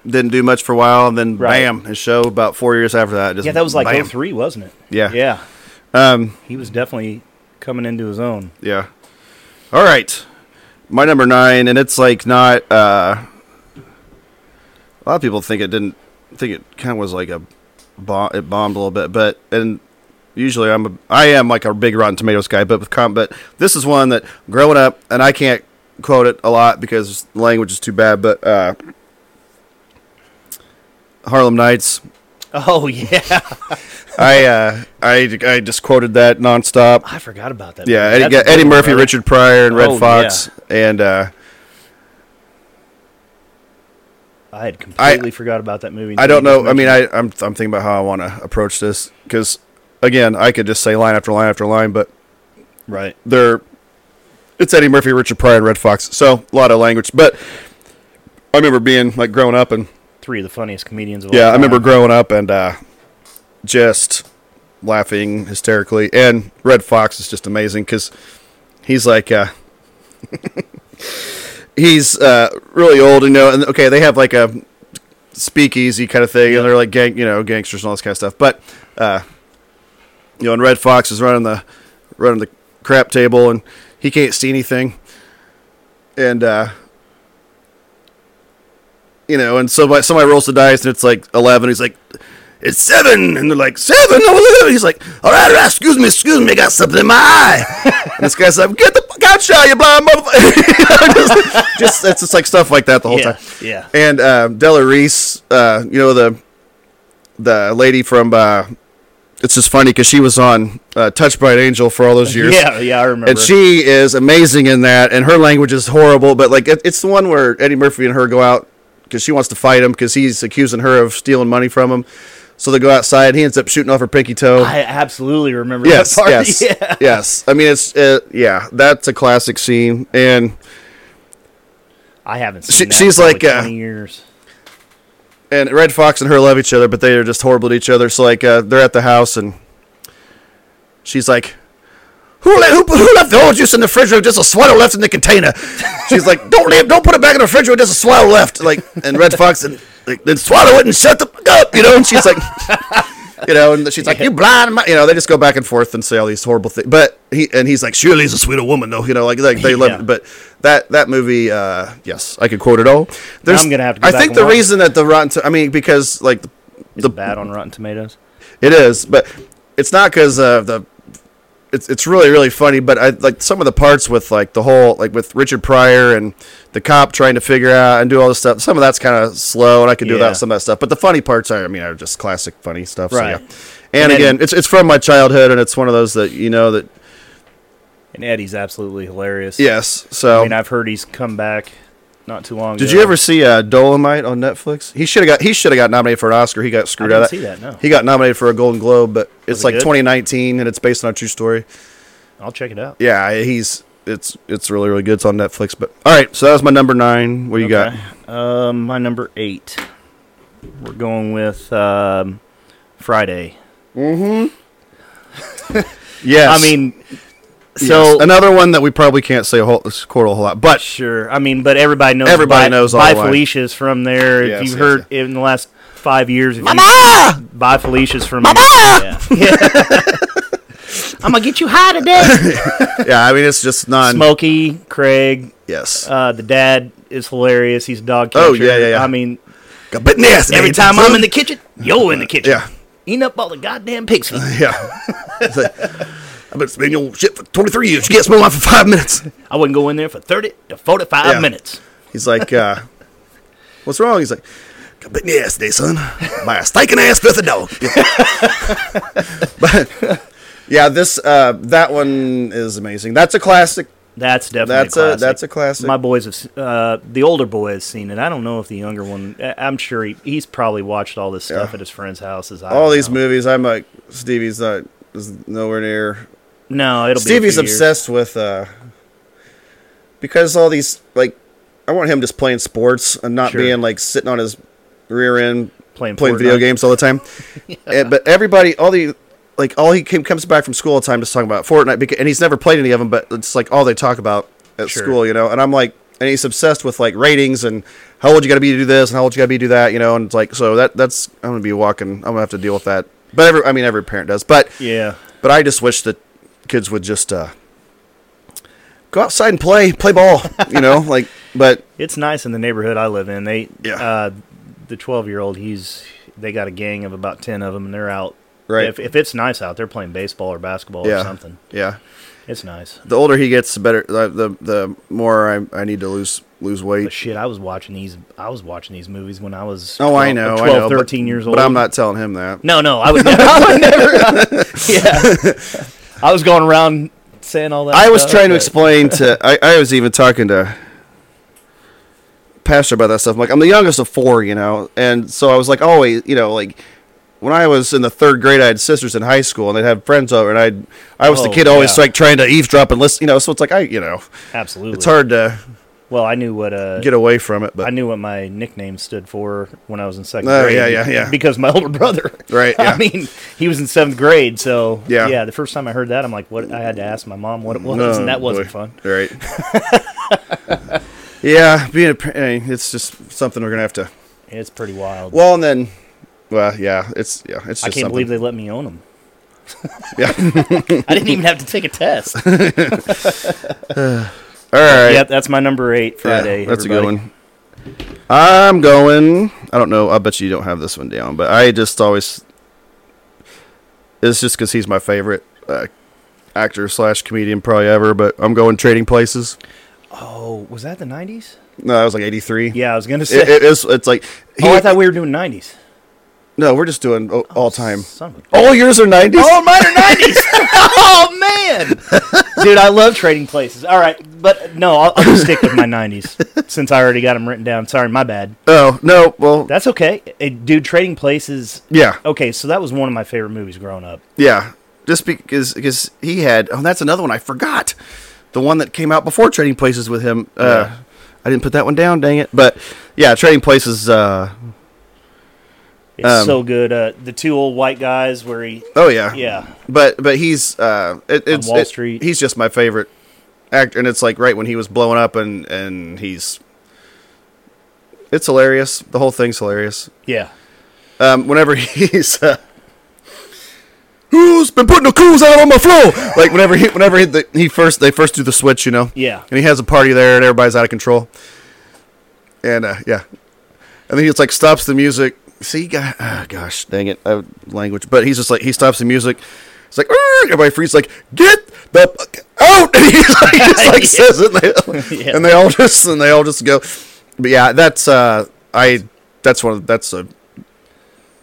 A: didn't do much for a while and then
B: Right.
A: bam, his show about 4 years after that just
B: Yeah, that was like
A: bam.
B: 03, wasn't it?
A: Yeah.
B: Yeah.
A: Um
B: He was definitely coming into his own.
A: yeah. All right. My number 9 and it's like not uh a lot of people think it didn't think it kind of was like a bomb it bombed a little bit but and usually I'm a, I am like a big Rotten Tomatoes guy, but with com but this is one that growing up and I can't quote it a lot because the language is too bad, but uh Harlem Nights.
B: Oh, yeah.
A: I uh I I just quoted that nonstop.
B: I forgot about that.
A: Yeah,
B: movie.
A: Eddie,
B: That's a
A: Eddie
B: good one,
A: Murphy,
B: brother.
A: Richard Pryor, and
B: Oh,
A: Red Fox, and uh,
B: I had completely forgot about that movie.
A: I don't know. I mean, I I'm I'm thinking about how I want to approach this because again, I could just say line after line after line, but
B: right.
A: they're it's Eddie Murphy, Richard Pryor, and Red Fox. So a lot of language, but I remember being like growing up and
B: Three of the funniest comedians of all
A: yeah, I
B: time.
A: remember growing up and uh, just laughing hysterically. And Red Fox is just amazing because he's like uh, he's uh, really old, you know. And okay, they have like a speakeasy kind of thing, and they're like gang, you know, gangsters and all this kind of stuff. But uh, you know, and Red Fox is running the running the crap table, and he can't see anything, and uh, you know, and somebody somebody rolls the dice, and it's like eleven. He's like. It's seven, and they're like seven. Oh, look." He's like, all right, all right, excuse me, excuse me, I got something in my eye. and this guy's like, get the fuck out, y'all, you blind motherfucker. just, just it's just like stuff like that the whole
B: yeah,
A: time.
B: yeah.
A: And um, Della Reese, uh, you know the the lady from. Uh, it's just funny because she was on uh, Touched by an Angel for all those years.
B: Yeah, yeah, I remember.
A: And she is amazing in that, and her language is horrible. But like, it, it's the one where Eddie Murphy and her go out because she wants to fight him because he's accusing her of stealing money from him. So they go outside. He ends up shooting off her pinky toe.
B: I absolutely remember
A: yes,
B: that part.
A: yes,
B: Yeah.
A: yes. I mean, it's uh, yeah, that's a classic scene, and
B: I haven't
A: She-
B: seen that
A: she's
B: in probably
A: like, uh,
B: 20 years.
A: and Red Fox and her love each other, but they are just horrible to each other. So like uh, they're at the house, and she's like, "Who left, who, who left the orange juice in the refrigerator? Just a swallow left in the container." She's like, "Don't leave, don't put it back in the refrigerator. Just a swallow left." Like, and Red Fox and like, then swallow it and shut the fuck up, you know. And she's like, you know, and she's like, "You blind," mi-" you know. They just go back and forth and say all these horrible things. But he and he's like, "Surely he's a sweeter woman, though," you know. Like, like they love,
B: Yeah.
A: it. but that that movie, uh, yes, I could quote it all.
B: I'm gonna have to go
A: I
B: back
A: think
B: and
A: the
B: watch it.
A: reason reason that the Rotten, to- I mean, because like the,
B: Is
A: the-
B: it bad on Rotten Tomatoes?
A: it is, but it's not because uh, the it's it's really really funny. But I like some of the parts with like the whole like with Richard Pryor and the cop trying to figure out and do all this stuff. Some of that's kind of slow, and I can do
B: Yeah.
A: without some of that stuff. But the funny parts are, I mean, are just classic funny stuff.
B: Right.
A: So, yeah. And,
B: And then-
A: again, it's it's from my childhood, and it's one of those that you know that
B: And Eddie's absolutely hilarious.
A: yes. So
B: I mean, I've heard he's come back not too long.
A: um, Did
B: ago.
A: you ever see uh, Dolomite on Netflix? He should have got he should have got nominated for an Oscar. He got screwed
B: I
A: out. of
B: didn't see that, no.
A: he got nominated for a Golden Globe, but it's
B: it
A: like
B: good?
A: 2019 and it's based on a true story.
B: I'll check it out.
A: Yeah, he's it's it's really really good. It's on Netflix. But all right, so that was my number nine. What you got?
B: got? Um, my number eight. We're going with um, Friday.
A: Yes,
B: I mean,
A: yes.
B: so
A: another one that we probably can't say a whole quote a whole lot, but
B: sure. I mean, but everybody knows.
A: Everybody
B: Bi-
A: knows all
B: By
A: the line.
B: Felicia's from there.
A: Yes,
B: if
A: yes,
B: you've heard in the last five years, if you,
A: Mama!
B: By Felicia's from. Yeah. I'm gonna get you high today.
A: yeah, I mean it's just non.
B: Smokey, Craig,
A: Yes,
B: uh, the dad is hilarious. He's a dog catcher.
A: Oh, yeah, yeah, yeah.
B: I mean,
A: Got bit in the ass today,
B: every time I'm
A: son.
B: in the kitchen, you're in the kitchen.
A: Yeah.
B: Eating up all the goddamn pig feet.
A: yeah. It's like, I've been spinning your shit for 23 years. You can't smell mine for five minutes.
B: I wouldn't go in there for 30 to 45
A: Yeah.
B: minutes.
A: He's like, uh, what's wrong? He's like, got bitten in the ass today, son. By a stinking ass filthy dog. but yeah, this uh, that one is amazing. That's a classic.
B: That's definitely
A: That's
B: a
A: a-
B: classic.
A: that's a classic.
B: My boys have, s- uh, the older boy has seen it. I don't know if the younger one, I- I'm sure he, he's probably watched all this stuff at his friend's house. As I
A: All
B: don't
A: these
B: know.
A: movies, I'm like, Stevie's not is nowhere near.
B: No, it'll be. a
A: Stevie's
B: few years.
A: obsessed with uh, because all these like, I want him just playing sports and not
B: Sure.
A: being like sitting on his rear end
B: Playing Fortnite.
A: video games all the time. And- but everybody, all the like, all he came, comes back from school all the time just talking about Fortnite, because, and he's never played any of them. But it's like all they talk about at
B: Sure.
A: school, you know. And I'm like, and he's obsessed with like ratings and how old you got to be to do this and how old you got to be to do that, you know. And it's like, so that that's I'm gonna be walking. I'm gonna have to deal with that. But every, I mean, every parent does. But
B: Yeah.
A: but I just wish that kids would just uh, go outside and play, play ball, you know. Like, but
B: It's nice in the neighborhood I live in. They,
A: Yeah.
B: uh, the 12 year old, he's, they got a gang of about 10 of them and they're out.
A: Right.
B: If, if it's nice out, they're playing baseball or basketball or
A: yeah,
B: something.
A: yeah.
B: It's nice.
A: the older he gets, the better. The the, the more I, I need to lose lose
B: But
A: weight.
B: shit, I was watching these. I was watching these movies when I was.
A: Oh, I
B: 12
A: know,
B: 12,
A: I know.
B: 13
A: but,
B: years old.
A: but I'm not telling him that.
B: No, no, I would never. I would never.
A: uh,
B: yeah, I was going around saying all that.
A: I was
B: stuff,
A: trying to
B: but-
A: explain to. I, I was even talking to pastor about that stuff. I'm like, I'm the youngest of four, you know, and so I was like, always, you know, like when I was in the third grade, I had sisters in high school, and they'd have friends over, and I'd I was the
B: Oh,
A: kid always
B: yeah.
A: like trying to eavesdrop and listen, you know. So it's like I, you know,
B: Absolutely,
A: it's hard to
B: Well, I knew what uh,
A: get away from it, but
B: I knew what my nickname stood for when I was in second
A: Oh,
B: grade.
A: yeah, yeah, yeah.
B: Because my older brother.
A: Right, yeah.
B: I mean, he was in seventh grade, so
A: Yeah.
B: The first time I heard that, I'm like, what? I had to ask my mom what it was,
A: No,
B: and that wasn't
A: Oh, boy.
B: fun.
A: Right. yeah, being a parent, it's just something we're gonna have to
B: It's pretty wild.
A: Well, and then, well, yeah, it's yeah, it's. Just
B: I can't
A: something.
B: believe they let me own them.
A: Yeah.
B: I didn't even have to take a test.
A: All right.
B: Yeah, that's my number eight Friday.
A: Yeah, that's
B: everybody.
A: a good one. I'm going. I don't know. I bet you don't have this one down, but I just always. It's just because he's my favorite uh, actor slash comedian probably ever, but I'm going Trading Places.
B: Oh, was that the '90s?
A: No, that was like '83.
B: Yeah, I was gonna say.
A: It, it is. It's like. He,
B: oh, I thought we were doing '90s.
A: no, we're just doing all, all time.
B: Son of a-
A: All yours are '90s.
B: Oh, mine are nineties. oh man, dude, I love trading places. All right, but no, I'll, I'll just stick with my nineties since I already got them written down. Sorry, my bad.
A: Oh, no. Well,
B: That's okay, Eh, dude. Trading places.
A: yeah,
B: Okay, so that was one of my favorite movies growing up.
A: yeah. Just because because he had. Oh, that's another one I forgot. The one that came out before Trading Places with him. Uh,
B: Yeah.
A: I didn't put that one down. Dang it. But yeah, Trading Places. Uh,
B: It's
A: Um,
B: so good. Uh, the two old white guys where he,
A: Oh yeah,
B: yeah,
A: But but he's uh, it, it's
B: Wall
A: it-
B: Street.
A: He's just my favorite actor, and it's like right when he was blowing up, and and he's it's hilarious. The whole thing's hilarious.
B: yeah.
A: Um, whenever he's uh, who's been putting the coos out on my floor, like whenever he whenever he, the, he first they first do the switch, you know,
B: Yeah.
A: and he has a party there, and everybody's out of control, and uh, yeah, and then he just like stops the music. See, guy, ah, gosh, dang it, I, language, but he's just like he stops the music. It's like "Arr!" everybody freezes, like get the fuck out, and he's like, just, like
B: Yeah.
A: says it, and they,
B: Yeah.
A: and they all just and they all just go. But yeah, that's uh, I that's one of, that's a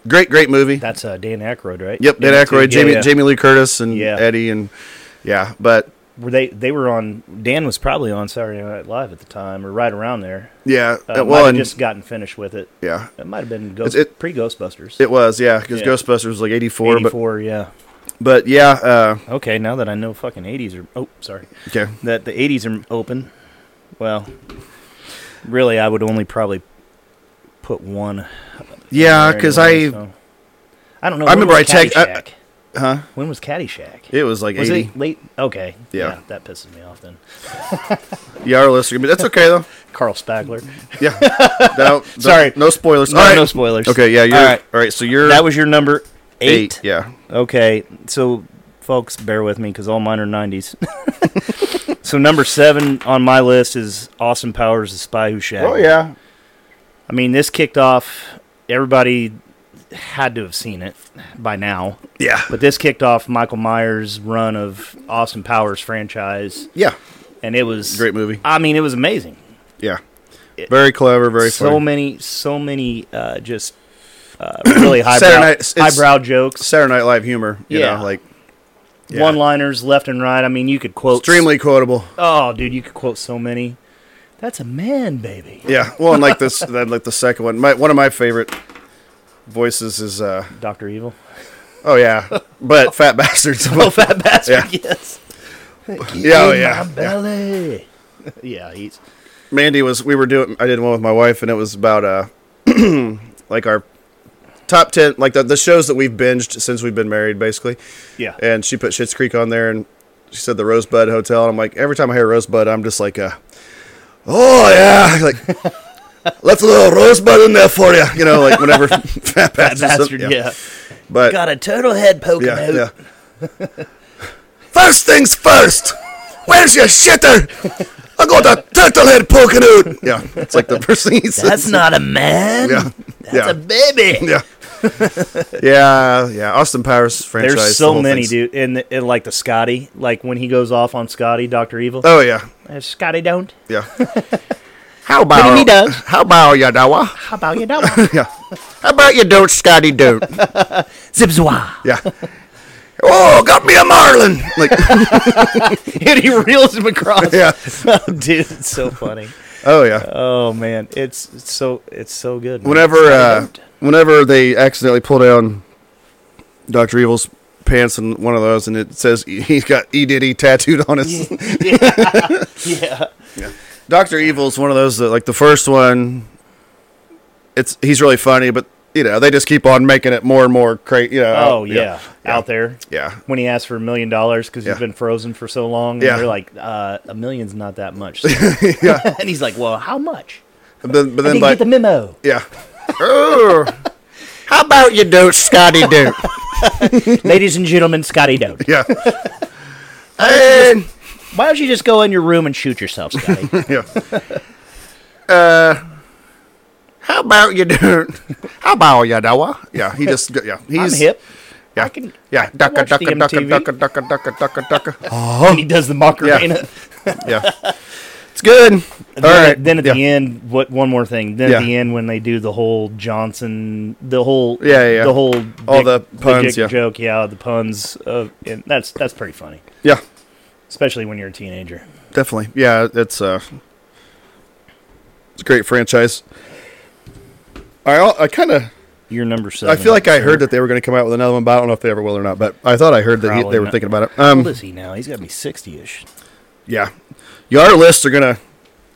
A: great great movie.
B: That's uh, Dan Aykroyd, right?
A: Yep, Dan
B: Yeah,
A: Aykroyd,
B: yeah,
A: Jamie
B: yeah.
A: Jamie Lee Curtis, and
B: Yeah.
A: Eddie, and yeah, but
B: Were they? They were on. Dan was probably on Saturday Night Live at the time, or right around there.
A: yeah,
B: Uh, might
A: well,
B: have
A: and
B: just gotten finished with it.
A: yeah,
B: It might have been ghost,
A: It's- it-
B: pre Ghostbusters.
A: it was yeah because
B: Yeah.
A: Ghostbusters was like eighty four, but
B: 84, yeah.
A: but yeah, uh,
B: Okay, now that I know fucking 80s are. Oh, sorry.
A: okay,
B: That the 80s are open. Well, really, I would only probably put one.
A: yeah,
B: there
A: because
B: anyway,
A: Uh, I
B: so. I don't know.
A: I
B: when
A: remember
B: was
A: I checked- I-
B: Caddyshack?
A: huh
B: when was Caddyshack?
A: it was like
B: was
A: eighty.
B: it late? Okay.
A: Yeah.
B: That pisses me off then.
A: Yeah, our listener, but that's okay though.
B: Carl Spackler.
A: Yeah, no, no-
B: Sorry.
A: no spoilers.
B: No,
A: All right.
B: no spoilers.
A: Okay, yeah, you're all
B: All
A: right.
B: right.
A: so you're
B: That was your number
A: eight.
B: eight.
A: Yeah,
B: Okay, so folks, bear with me because all mine are 90s. so number seven on my list is Austin Powers, The Spy Who Shagged.
A: oh yeah,
B: I mean, this kicked off. Everybody had to have seen it by now,
A: yeah,
B: but this kicked off Michael Myers' run of Austin Powers franchise,
A: yeah,
B: and it was
A: great movie.
B: I mean, it was amazing.
A: Yeah, very clever, very
B: so
A: funny.
B: many, so many, uh, just uh, really highbrow,
A: Saturday Night- it's-
B: highbrow jokes.
A: Saturday Night Live humor, you
B: Yeah.
A: know, like yeah.
B: one-liners left and right. I mean, you could quote
A: extremely quotable.
B: Oh, dude, you could quote so many. That's a man, baby.
A: Yeah, well, and like this, then like the second one. My one of my favorite voices is uh
B: Doctor Evil.
A: oh yeah, but fat bastards.
B: Oh, fat bastard.
A: Yeah.
B: Yes.
A: Yeah, oh, yeah,
B: In My
A: yeah.
B: belly. Yeah, he's
A: Mandy was we were doing. I did one with my wife, and it was about uh like our top ten, like the the shows that we've binged since we've been married, basically.
B: yeah.
A: And she put Schitt's Creek on there, and she said the Rosebud Hotel, and I'm like, every time I hear Rosebud, I'm just like, uh, oh yeah, like. Let's a little rosebud in there for you, you know, like whenever fat
B: Fat
A: bastards.
B: bastard. Yeah.
A: but
B: Got a turtle head poking
A: Yeah,
B: out.
A: yeah. first things first. Where's your shitter? I got a turtle head poking out. Yeah, it's like the first thing he says.
B: That's not a man.
A: Yeah,
B: That's
A: yeah.
B: a baby.
A: yeah, yeah, yeah. Austin Powers franchise.
B: There's
A: the
B: so
A: whole
B: many,
A: thing's-
B: dude. And, the- and like the Scotty, like when he goes off on Scotty, Doctor Evil.
A: Oh yeah,
B: Uh, Scotty, don't.
A: yeah. How about
B: he does.
A: How about you, Dawa?
B: How about you don't?
A: Yeah. How about you don't, Scotty? Don't.
B: Zibzwa.
A: Yeah. Oh, got me a marlin. Like,
B: and he reels him across. Oh,
A: yeah.
B: dude, it's so funny.
A: Oh yeah.
B: Oh man, it's, it's so it's so good. man.
A: whenever uh, whenever they accidentally pull down Doctor Evil's pants in one of those, and it says he's got E Diddy tattooed on his.
B: yeah,
A: Doctor Evil's one of those that, like the first one, it's he's really funny, but you know they just keep on making it more and more crazy. You know,
B: oh
A: you
B: yeah.
A: know,
B: out there
A: yeah,
B: when he asked for a million dollars because
A: Yeah.
B: he's been frozen for so long. And
A: Yeah.
B: they're like, uh, a million's not that much. sir."
A: yeah.
B: and he's like, well, how much?
A: But then, but
B: I
A: then
B: didn't
A: by
B: get the memo.
A: yeah,
C: How about you do, Scotty do?
D: Ladies and gentlemen, Scotty Dote.
A: yeah,
C: and
D: Why don't you just go in your room and shoot yourself, Scotty?
A: yeah. Uh,
C: how about you do? How about you do?
A: Yeah, he just go- yeah he's
D: I'm hip.
A: Yeah,
D: I can- I
A: yeah,
D: can
A: ducka
D: watch the
A: ducka ducka
D: MTV.
A: ducka ducka ducka ducka ducka.
D: And he does the Macarena.
A: Yeah. Yeah, it's good. All right.
B: All right. Then at
A: yeah.
B: the end, what? One more thing. Then
A: Yeah.
B: at the end, when they do the whole Johnson, the whole
A: Yeah, yeah, yeah.
B: the whole
A: All the puns,
B: dick
A: yeah.
B: joke, yeah, the puns. Of, and that's that's pretty funny,
A: Yeah,
B: especially when you're a teenager.
A: definitely. Yeah, it's uh, it's a great franchise. I al- I kind of
B: You're number seven.
A: I feel like I heard that they were going to come out with another one, but I don't know if they ever will or not. But I thought I heard that he,
B: Probably
A: they were
B: not.
A: thinking about it.
B: How old
A: Um,
B: is he now? He's got to be sixty-ish.
A: yeah, your lists are going to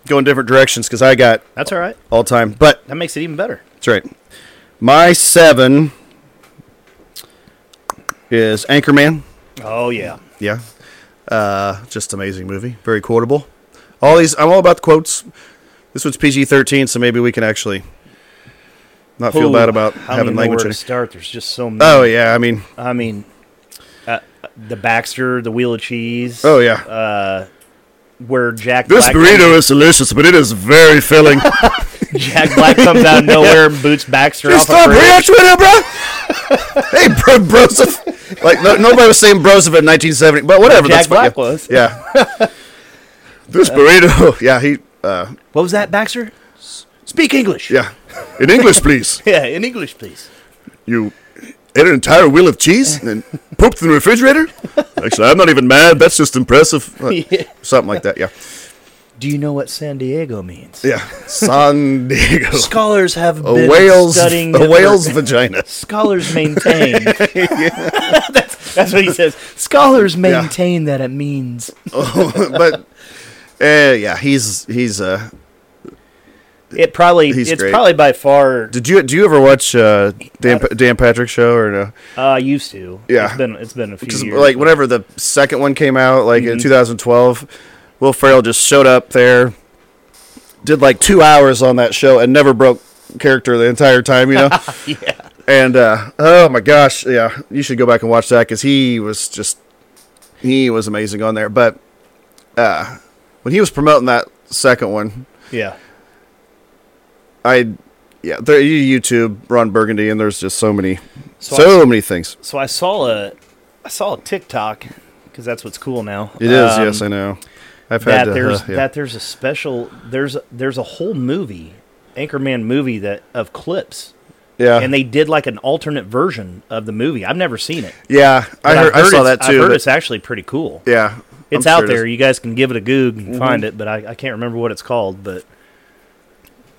A: go in different directions because I got
B: That's all right.
A: all time, but
B: That makes it even better.
A: That's right. My seven is Anchorman.
B: Oh yeah.
A: Yeah. Uh, just amazing movie. Very quotable. All these, I'm all about the quotes. This one's PG 13, so maybe we can actually not feel
B: Ooh,
A: bad about
B: how
A: having
B: many
A: language
B: Know
A: in
B: where to
A: it.
B: start? There's just so many.
A: Oh, yeah. I mean,
B: I mean, uh, the Baxter, the Wheel of Cheese.
A: oh, yeah.
B: Uh, where Jack
A: this
B: Black
A: burrito is delicious, but it is very filling.
B: Jack Black comes out of nowhere and boots Baxter
A: Just
B: off
A: stop
B: a bridge.
A: reacting to bro. hey, bro, Broseph. Like, no, nobody was saying Broseph in 1970, but whatever.
B: Jack
A: that's fine,
B: Black was.
A: yeah. was. Yeah. this burrito. Yeah, he. Uh,
B: What was that, Baxter? Speak English.
A: yeah. In English, please.
B: Yeah, in English, please.
A: You ate an entire wheel of cheese and pooped in the refrigerator? Actually, I'm not even mad. That's just impressive. Like, Something like that, yeah.
B: Do you know what San Diego means?
A: Yeah. San Diego.
B: Scholars have
A: A
B: been
A: whale's,
B: studying
A: a
B: the-
A: whale's vagina.
B: Scholars maintain. that's, that's what he says. Scholars maintain that it means.
A: but, uh, yeah, he's, he's, uh,
B: It probably.
A: He's
B: it's
A: great.
B: probably by far.
A: Did you do you ever watch uh, Dan pa- Dan Patrick show or no?
B: Uh, used to.
A: Yeah.
B: It's been it's been a few
A: Because
B: years. Mm-hmm.
A: like whenever the second one came out, like in 2012, Will Ferrell just showed up there, did like two hours on that show and never broke character the entire time, you know. yeah. And uh, oh my gosh, yeah, you should go back and watch that because he was just he was amazing on there. But uh, when he was promoting that second one,
B: yeah.
A: I yeah, there you YouTube Ron Burgundy and there's just so many
B: So
A: so many things.
B: So I saw a I saw a TikTok because that's what's cool now.
A: It is,
B: Um,
A: yes, I know. I've had
B: that
A: to,
B: there's
A: huh, yeah.
B: that there's a special there's there's a whole movie Anchorman movie that of clips
A: yeah,
B: and they did like an alternate version of the movie. I've never seen it.
A: yeah. I
B: but
A: heard, I saw
B: it's-
A: that too.
B: I've heard
A: but-
B: it's actually pretty cool.
A: yeah,
B: It's
A: I'm
B: out
A: sure it is. Mm-hmm.
B: there. You guys can give it a goog and find it, but I, I can't remember what it's called. But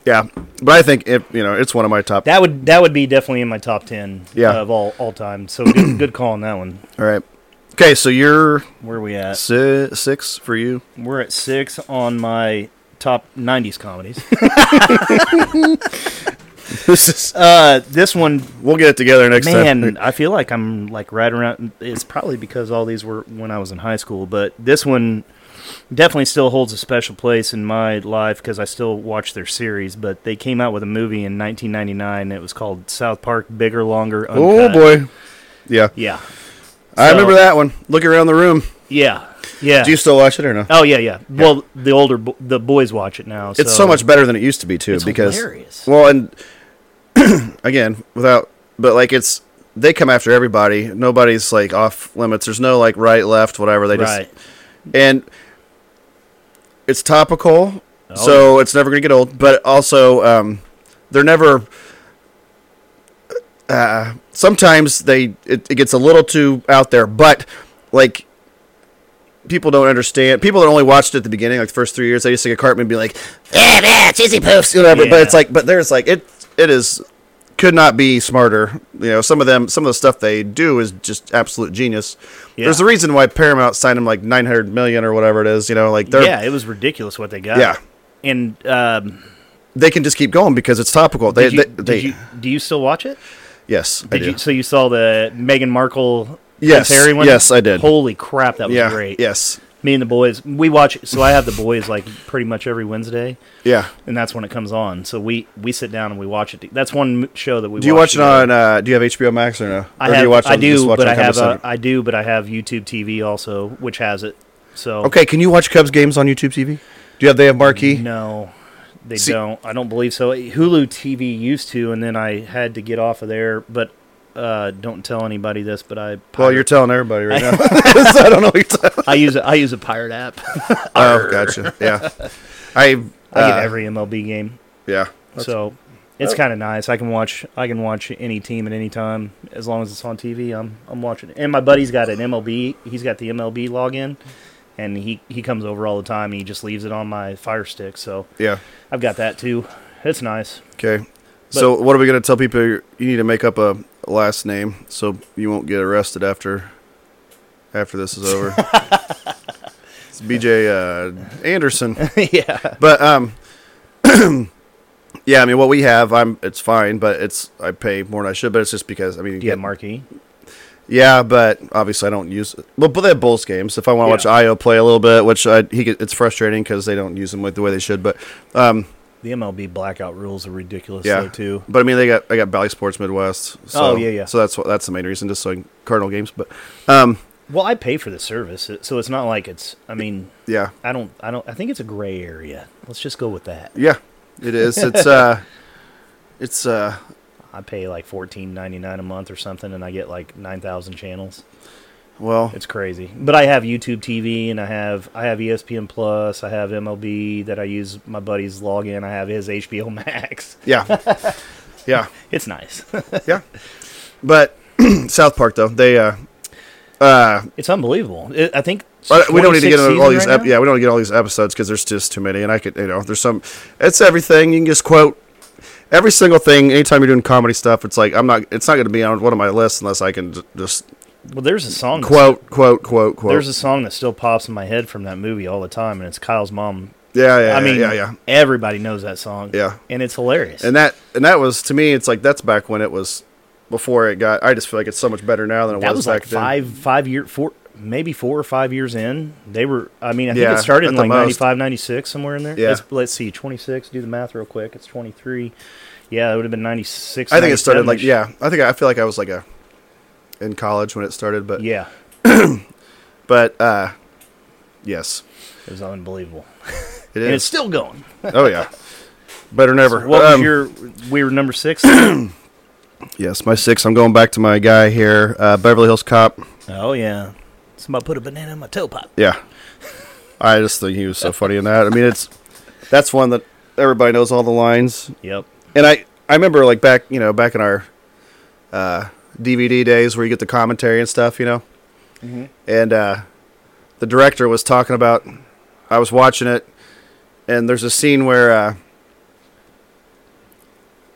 A: Yeah, but I think it, you know it's one of my top.
B: that would that would be definitely in my top ten
A: Yeah.
B: of all all time. So good, good call on that one.
A: All right. Okay, so you're
B: Where are we at?
A: si- six for you.
B: We're at six on my top 90s comedies.
A: This is.
B: uh, this one,
A: We'll get it together next
B: man,
A: time.
B: I feel like I'm like right around. It's probably because all these were when I was in high school, but this one definitely still holds a special place in my life because I still watch their series. But they came out with a movie in 1999. It was called South Park Bigger, Longer. Uncut.
A: Oh boy. Yeah,
B: Yeah.
A: I remember
B: So-
A: that one. Look around the room.
B: Yeah. Yeah.
A: Do you still watch it or no?
B: Oh yeah, yeah. Well, the older bo- the boys watch it now.
A: It's so much better than it used to be too.
B: It's
A: because
B: hilarious.
A: well, and again, without but like it's they come after everybody. Nobody's like off limits. There's no like right, left, whatever. They just
B: right.
A: and it's topical,
B: Oh,
A: so it's never going to get old. But also, um, they're never. Uh, sometimes they it, it gets a little too out there, but like people don't understand. People that only watched it at the beginning, like the first three years, they used to get Cartman and be like, "Yeah, yeah, cheesy poofs," whatever. But
B: Yeah.
A: it's like, but there's like it. It is could not be smarter. You know, some of them, some of the stuff they do is just absolute genius.
B: Yeah.
A: There's a reason why Paramount signed him like 900 million or whatever it is. You know, like they're
B: yeah, it was ridiculous what they got.
A: Yeah.
B: And um,
A: they can just keep going because it's topical. They,
B: did you,
A: they,
B: did
A: they-
B: you, do you still watch it?
A: yes, I
B: Did
A: do.
B: you? So you saw the Meghan Markle,
A: Yes,
B: Harry one?
A: yes, I did.
B: Holy crap, that was
A: yeah,
B: great.
A: yes,
B: me and the boys, we watch. So I have the boys like pretty much every Wednesday,
A: Yeah.
B: and that's when it comes on. So we we sit down and we watch it. That's one m- show that we
A: Do you watch it
B: together.
A: on? Uh, do you have HBO Max or no? Or
B: I
A: do
B: have.
A: you watch
B: I
A: on- just
B: do,
A: watch
B: but
A: on
B: I have.
A: Comedy
B: A,
A: Central?
B: I do, but I have YouTube TV also, which has it. So
A: okay, can you watch Cubs games on YouTube TV? Do you have they have marquee?
B: No, they
A: See-
B: don't. I don't believe so. Hulu TV used to, and then I had to get off of there. But uh, don't tell anybody this. But I
A: Well, you're
B: pirate-
A: telling everybody right now. So I don't know. What you're talking.
B: I use a, I use a pirate app.
A: Oh, gotcha. Yeah, I. Uh,
B: I get every MLB game,
A: Yeah.
B: so it's kind of nice. I can watch I can watch any team at any time as long as it's on TV. I'm I'm watching it. And my buddy's got an MLB. He's got the MLB login. And he, he comes over all the time. He just leaves it on my Fire Stick, so
A: Yeah.
B: I've got that too. It's nice.
A: Okay. So what are we gonna tell people? You need to make up a last name so you won't get arrested after after this is over. it's BJ uh, Anderson.
B: yeah.
A: But um, yeah. I mean, what we have, I'm it's fine, but it's I pay more than I should. But it's just because I mean,
B: Do you have marquee?
A: yeah, but obviously I don't use it. Well, but they have Bulls games. If I want to
B: Yeah.
A: watch Io play a little bit, which I he get- it's frustrating because they don't use them like the way they should. But um,
B: The MLB blackout rules are ridiculous
A: yeah,
B: though too.
A: But I mean, they got I got Valley Sports Midwest. So,
B: Oh, yeah, yeah.
A: So that's what that's the main reason, just so I can- Cardinal games. But um,
B: Well, I pay for the service, it- so it's not like it's. I mean,
A: yeah,
B: I don't. I don't. I think it's a gray area. Let's just go with that.
A: yeah, it is. It's uh, it's uh,
B: I pay like fourteen ninety nine a month or something, and I get like nine thousand channels.
A: well,
B: It's crazy. But I have YouTube TV, and I have I have E ESPN Plus. I have MLB that I use my buddy's login. I have his HBO Max.
A: yeah, yeah.
B: It's nice.
A: yeah. But South Park though they uh
B: it's unbelievable. It, I think
A: but uh, we don't need to get
B: 26th
A: into all
B: season
A: these
B: right
A: ep-
B: now?
A: yeah we don't get all these episodes because there's just too many and I could you know there's some it's everything you can just quote every single thing anytime you're doing comedy stuff it's like I'm not it's not going to be on one of my lists unless I can j- just
B: Well, there's a song. that's
A: quote quote quote quote
B: There's a song that still pops in my head from that movie all the time, and it's Kyle's mom.
A: yeah yeah
B: I mean,
A: yeah yeah
B: everybody knows that song.
A: Yeah.
B: and it's hilarious.
A: and that and that was to me it's like that's back when it was before it got I just feel like it's so much better now than it
B: that
A: was
B: was
A: back
B: like five, five year, four, maybe four or five years in. They were. I mean, I think
A: Yeah,
B: it started
A: at
B: in
A: the
B: like
A: most.
B: 95, 96, somewhere in there.
A: Yeah.
B: Let's, let's see, twenty six. Do the math real quick. It's twenty three. Yeah, it would have been ninety six.
A: then I think it started like yeah I think I feel like I was like a in college when it started but
B: yeah.
A: but uh yes
B: It was unbelievable,
A: it
B: and it's
A: is
B: still going.
A: oh yeah better never
B: What was
A: Um,
B: your? We were number six.
A: yes my six i'm going back to my guy here uh beverly hills cop
B: oh yeah, somebody put a banana in my toe pop.
A: yeah i just think he was so funny in that i mean it's that's one that everybody knows all the lines
B: Yep.
A: and i i remember like back you know back in our uh dvd days where you get the commentary and stuff you know
B: Mm-hmm.
A: and uh the director was talking about i was watching it and there's a scene where uh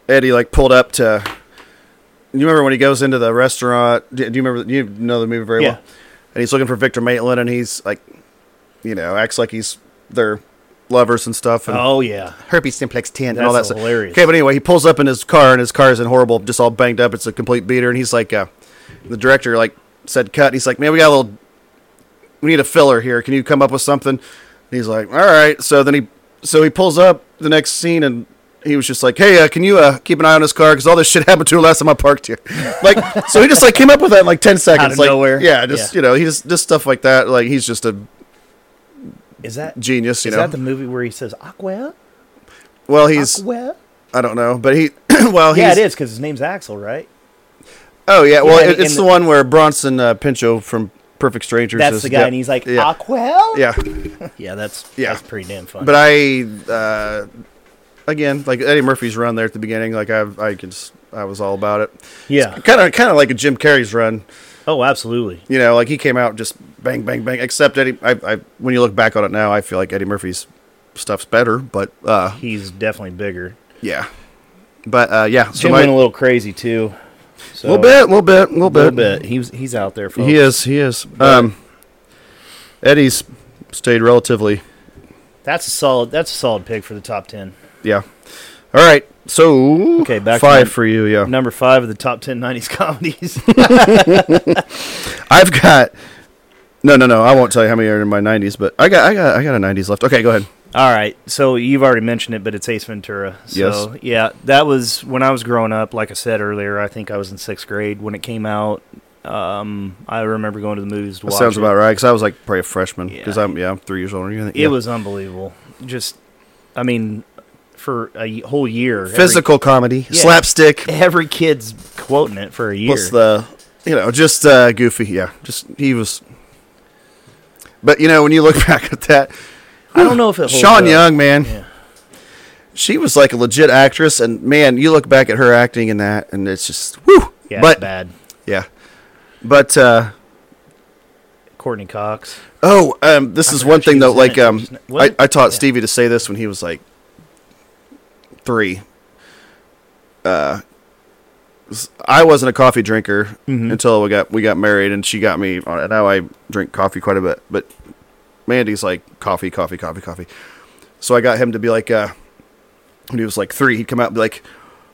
A: eddie like pulled up to you remember when he goes into the restaurant do do you remember you know the movie very
B: Yeah.
A: well and he's looking for victor maitland and he's like you know acts like he's their lovers and stuff and
B: Oh yeah.
A: herpes simplex 10 and
B: That's
A: all that stuff.
B: hilarious.
A: Okay, but anyway, he pulls up in his car and his car's in horrible, just all banged up. It's a complete beater. And he's like, uh, the director like said cut. He's like, man, we got a little, we need a filler here. Can you come up with something? And he's like, all right. So then he, so he pulls up the next scene and he was just like, hey, uh, can you uh, keep an eye on this car? Because all this shit happened to her last time I parked here. like, so he just like came up with that in like 10 seconds.
B: of
A: like,
B: nowhere.
A: Yeah, just,
B: Yeah.
A: you know, he just, just stuff like that. Like, he's just a
B: Is that
A: genius, you
B: Is
A: know?
B: that the movie where he says Aqua?
A: well, he's,
B: Aqua?
A: I don't know, but he, well, he's,
B: Yeah, it is because his name's Axel, right?
A: Oh yeah, well,
B: Yeah,
A: it,
B: in
A: it's the,
B: the-
A: one where Bronson uh, Pinchot from Perfect Strangers.
D: That's
A: is-
D: the guy,
A: yeah,
D: and he's like,
A: yeah,
B: "Ah."
D: Aquel?
A: yeah.
B: Yeah, that's
A: Yeah.
B: that's pretty damn funny.
A: But I, uh, again, like Eddie Murphy's run there at the beginning, like I, I could, s- I was all about it.
B: yeah.
A: Kind of, kind of like a Jim Carrey's run.
B: Oh, absolutely.
A: You know, like he came out just bang, bang, bang. Except Eddie, I, I, when you look back on it now, I feel like Eddie Murphy's stuff's better. But uh,
B: He's definitely bigger.
A: yeah, but uh, yeah. So
B: Jim
A: my,
B: went a little crazy too. So,
A: little bit, little bit, little
B: a
A: bit,
B: little bit. He was he's out there, folks.
A: He is, he is. Um, Eddie's stayed relatively.
B: That's a solid. That's a solid pick for the top ten.
A: Yeah. All right. So
B: Okay, back to
A: five
B: my-
A: for you. Yeah,
B: Number five of the top ten '90s comedies.
A: I've got No, no, no. I won't tell you how many are in my 90s, but I got, I got, I got a 90s left. Okay, go ahead.
B: All right, so you've already mentioned it, but it's Ace Ventura. So,
A: Yes.
B: Yeah, that was when I was growing up. Like I said earlier, I think I was in sixth grade when it came out. Um, I remember going to the movies to
A: That
B: watch
A: sounds
B: it.
A: about right because I was like probably a freshman
B: Yeah.
A: because I'm yeah I'm three years older. than you.
B: It
A: Yeah.
B: was unbelievable. Just, I mean, for a y- whole year, every-
A: physical comedy,
B: Yeah.
A: slapstick,
B: Every, kid's quoting it for a year.
A: plus the you know just uh, goofy. Yeah, just he was. But you know when you look back at that,
B: I don't know if it holds
A: Sean
B: up.
A: Young, man,
B: Yeah.
A: she was like a legit actress, and man, you look back at her acting in that, and it's just woo.
B: Yeah,
A: but
B: it's bad.
A: yeah, but uh,
B: Courtney Cox.
A: Oh, um, this
B: I
A: is
B: forgot
A: one
B: she
A: thing
B: was
A: though.
B: in
A: Like,
B: it.
A: um,
B: She's not-
A: I,
B: wasn't-
A: I taught
B: yeah.
A: Stevie to say this when he was like three. Uh, s- I wasn't a coffee drinker
B: Mhm.
A: until we got we got married, and she got me on it. Now I drink coffee quite a bit, but Mandy's like coffee, coffee, coffee, coffee. So I got him to be like, uh, when he was like three, he'd come out and be like,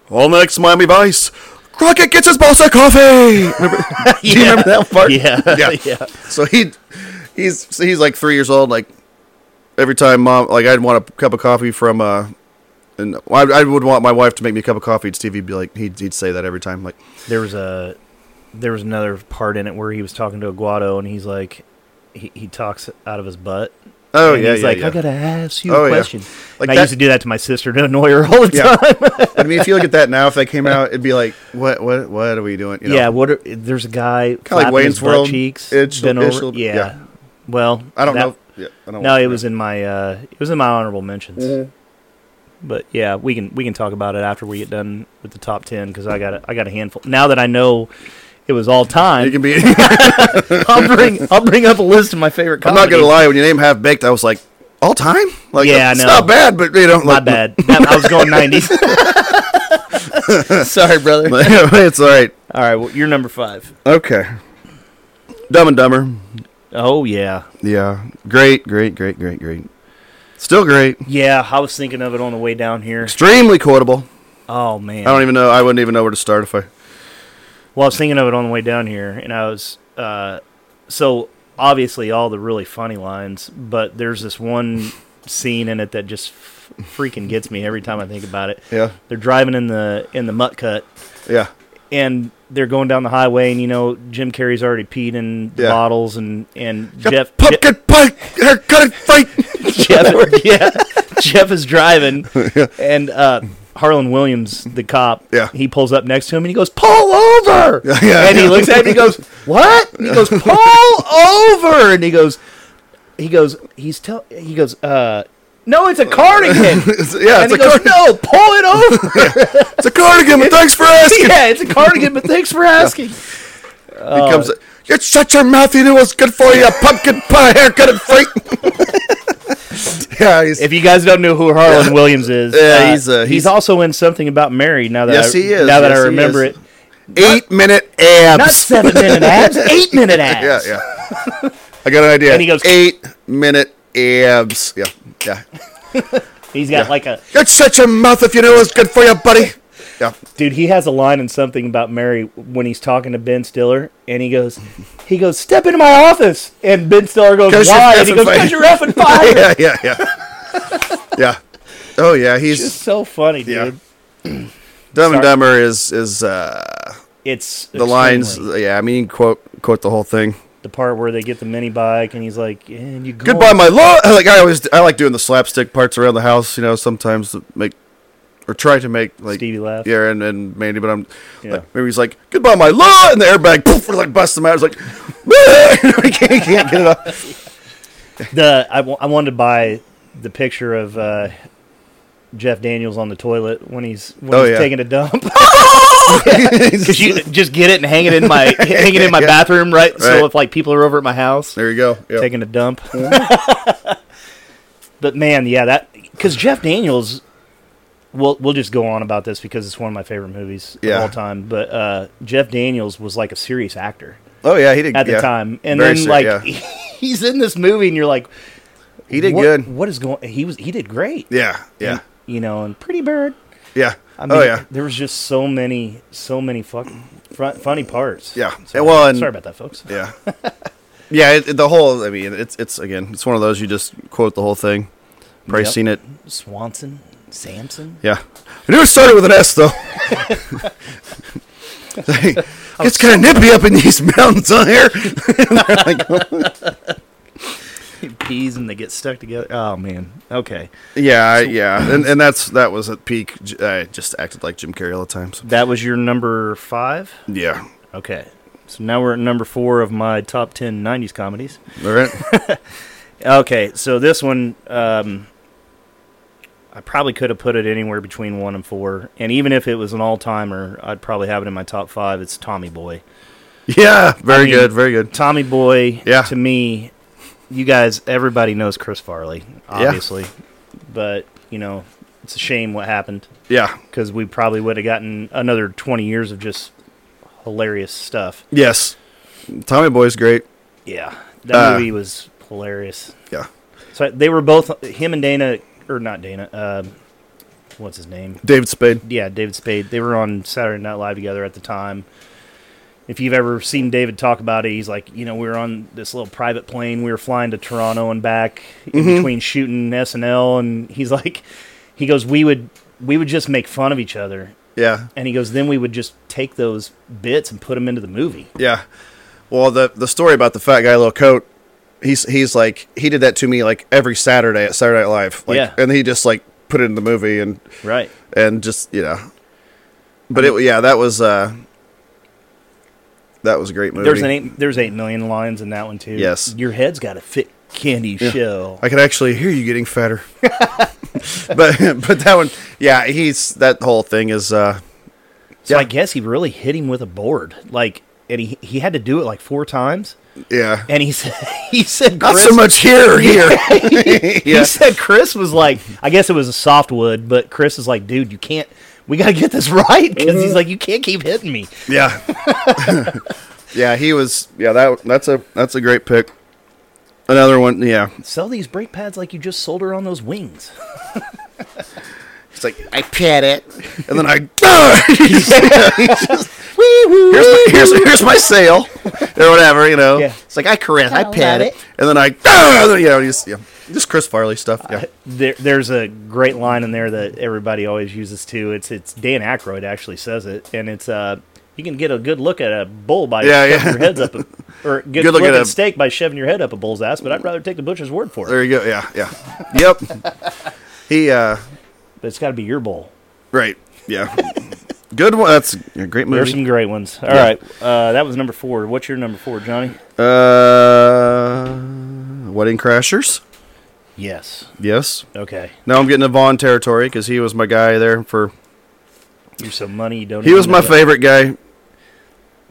A: "All next Miami Vice." Crockett gets his boss a coffee. Remember, Do you remember that part?
B: Yeah.
A: yeah. So he he's so he's like three years old. Like every time mom, like I'd want a cup of coffee from uh, and I, I would want my wife to make me a cup of coffee. And Stevie'd be like, he'd he'd say that every time. Like
B: There was a there was another part in it where he was talking to Aguado and he's like he, he talks out of his butt.
A: oh
B: and
A: yeah
B: he's
A: yeah
B: like,
A: yeah.
B: I gotta ask you
A: Oh,
B: a
A: yeah.
B: question.
A: Like
B: And I
A: that-
B: used to do that to my sister to annoy her all the
A: Yeah.
B: time.
A: I mean, if you look at that now, if that came out, it'd be like, what what what are we doing? You know?
B: Yeah, what? Are, there's a
A: Kinda
B: guy
A: like
B: flapping his
A: Wayne's
B: butt
A: World,
B: cheeks,
A: itch-
B: bent over.
A: itchel-
B: yeah.
A: yeah.
B: Well,
A: I don't
B: that-
A: know. Yeah, I don't
B: No, it was in my uh, it was in my honorable mentions.
A: Mm-hmm.
B: But yeah, we can we can talk about it after we get done with the top ten because I got a, I got a handful. Now that I know it was all
A: It
B: time,
A: can be.
B: I'll bring I'll bring up a list of my favorite.
A: I'm
B: Comedies.
A: not gonna lie. When you name half baked, I was like, all time. Like,
B: Yeah, I
A: it's
B: know.
A: not bad, but you know,
B: My
A: like,
B: bad. That- I was going nineties. Sorry, brother. All
A: it's all right.
B: right, well, you're number five.
A: Okay. Dumb and Dumber.
B: Oh yeah,
A: Yeah. Great, great, great, great, great. Still great.
B: yeah. I was thinking of it on the way down here.
A: Extremely quotable.
B: Oh man,
A: I don't even know. I wouldn't even know where to start if I.
B: Well, I was thinking of it on the way down here, and I was uh, so obviously all the really funny lines, but there's this one scene in it that just f- freaking gets me every time I think about it.
A: Yeah.
B: They're driving in the in the mutt cut,
A: Yeah.
B: and they're going down the highway, and you know Jim Carrey's already peed in the
A: Yeah.
B: bottles, and and Jeff
A: Pumpkin pie, haircut and fight.
B: Jeff, yeah, Jeff is driving, and uh, Harlan Williams, the cop,
A: Yeah.
B: he pulls up next to him and he goes, "Pull over!"
A: Yeah, yeah,
B: and he
A: yeah.
B: looks at him, and he goes, "What?" And he goes, "Pull over!" And he goes, he goes, he's tell, he goes, uh, "No, it's a cardigan."
A: yeah,
B: and
A: it's
B: he
A: a,
B: goes,
A: card-
B: "No, pull it over."
A: it's a cardigan, but thanks for asking.
B: yeah, it's a cardigan, but thanks for asking.
A: He comes.
B: Oh.
A: You shut your mouth. You knew what's good for you. Pumpkin pie, haircut and fight. yeah, he's,
B: If you guys don't know who Harlan Williams is,
A: Yeah, he's, uh,
B: he's,
A: he's-
B: also in something about Mary. Now that
A: Yes,
B: I,
A: he is.
B: Now that
A: Yes,
B: I
A: he
B: remember
A: is.
B: it,
A: eight minute abs.
D: Not seven minute abs, eight minute abs.
A: yeah, yeah. I got an idea.
B: And he goes-
A: eight minute abs. Yeah, yeah.
D: He's got like a
A: You shut your mouth if you knew what's good for you, buddy. Yeah.
B: Dude, he has a line in something about Mary when he's talking to Ben Stiller, and he goes, he goes, step into my office, and Ben Stiller goes,
A: Because you're
B: why? And he
A: effing
B: goes,
A: fired.
B: because you're effing fired.
A: yeah, yeah, yeah. yeah. Oh yeah, he's
B: It's so funny, dude.
A: Yeah. Dumb and
B: sorry.
A: Dumber is is uh
B: It's
A: the lines
B: extremely-
A: yeah, I mean quote quote the whole thing.
B: the part where they get the mini bike, and he's like, and you go
A: Goodbye my love like I always I like doing the slapstick parts around the house, you know, sometimes to make or try to make like
B: Stevie laugh.
A: Yeah, and, and Mandy, but I'm
B: Yeah.
A: like maybe he's like, Goodbye my love and the airbag poof like busts him out. It's like he can't, can't get it off.
B: The I, w- I wanted to buy the picture of uh, Jeff Daniels on the toilet when he's when
A: Oh,
B: he's
A: yeah.
B: taking a dump. Because you just get it and hang it in my hang it in my
A: Yeah.
B: bathroom, right?
A: Right.
B: So if like people are over at my house,
A: There you go. Yeah.
B: taking a dump. but man, yeah, that because Jeff Daniels. We'll we'll just go on about this because it's one of my favorite movies
A: Yeah.
B: of all time. But uh, Jeff Daniels was like a serious actor
A: oh yeah, he did
B: at the
A: yeah.
B: time, and
A: Very
B: then
A: ser-
B: like
A: yeah.
B: he's in this movie, and you're like,
A: He did
B: what-
A: good.
B: What is going? He was he did great.
A: Yeah, yeah.
B: And, you know, and Pretty Bird.
A: Yeah.
B: I mean,
A: oh yeah.
B: there was just so many, so many fuck, fun, funny parts.
A: Yeah.
B: So,
A: Well, and-
B: sorry about that, folks.
A: Yeah. yeah, it, it- the whole. I mean, it's it's again, it's one of those you just quote the whole thing. Probably
B: Yep.
A: seen it.
D: Swanson, Samson.
A: Yeah, I knew it started with an S though. Like, it's kind of nippy up in these mountains on here.
B: Peas and they get stuck together. Oh man. Okay.
A: yeah, I- yeah, and and that's that was at peak. J- I just acted like Jim Carrey all the time. So.
B: That was your number five.
A: Yeah,
B: Okay. So now we're at number four of my top ten '90s comedies.
A: all right.
B: Okay, so this one, um, I probably could have put it anywhere between one and four, and even if it was an all timer, I'd probably have it in my top five. It's Tommy Boy.
A: Yeah, very
B: mean-
A: good, very good.
B: Tommy Boy,
A: Yeah.
B: to me, you guys, everybody knows Chris Farley, obviously, but you know, it's a shame what happened
A: Yeah,
B: because we probably would have gotten another twenty years of just hilarious stuff.
A: yes, Tommy Boy's great.
B: Yeah, that
A: Uh,
B: movie was hilarious.
A: Yeah,
B: So they were both him and Dana, or not Dana. Uh, what's his name?
A: David Spade.
B: Yeah, David Spade. They were on Saturday Night Live together at the time. If you've ever seen David talk about it, he's like, you know, we were on this little private plane. We were flying to Toronto and back in
A: Mm-hmm.
B: between shooting SNL, and he's like, he goes, we would we would just make fun of each other,
A: Yeah,
B: and he goes, then we would just take those bits and put them into the movie.
A: Yeah. Well, the the story about the fat guy, little coat. He's he's like he did that to me like every Saturday at Saturday Night Live. Like,
B: Yeah.
A: And he just like put it in the movie and
B: Right.
A: and just you know. But it yeah that was uh. That was a great movie.
B: There's an eight. There's eight million lines in that one too.
A: Yes.
B: Your head's got a fit candy shell.
A: I could actually hear you getting fatter. but but that one yeah he's that whole thing is uh
B: So
A: Yeah.
B: I guess he really hit him with a board, like, and he he had to do it like four times.
A: yeah
B: And he said he said
A: not
B: Chris,
A: so much here here yeah
B: He said Chris was like, I guess it was a softwood, but Chris is like, dude, you can't. We gotta get this right because
C: Mm-hmm.
B: he's like, you can't keep hitting me.
A: Yeah. yeah, he was yeah, that that's a that's a great pick. Another one, yeah.
B: Sell these brake pads like you just solder on those wings.
A: It's like
C: I pet it.
A: and then I here's, my, here's, here's my sale or whatever, you know.
B: Yeah.
C: It's like I caress, I pet it.
A: And then I and then, you know, just yeah. Just Chris Farley stuff. Yeah.
B: There, there's a great line in there that everybody always uses too. It's it's Dan Aykroyd actually says it, and it's uh, you can get a good look at a bull by
A: Yeah,
B: shoving
A: yeah.
B: your heads up, a, or good,
A: Good
B: look, at a steak by shoving your head up a bull's ass. But I'd rather take the butcher's word for it.
A: There you go. Yeah, yeah. Yep. he uh
B: But it's got to be your bull.
A: right. Yeah. Good one. That's a great
B: There's
A: movie.
B: some great ones. All
A: Yeah.
B: right, uh, that was number four. What's your number four, Johnny?
A: uh Wedding Crashers.
B: Yes.
A: Yes.
B: Okay.
A: Now I'm getting a Vaughn territory because he was my guy there for
B: You're so money. You don't.
A: He
B: even
A: was
B: know
A: my
B: that.
A: favorite guy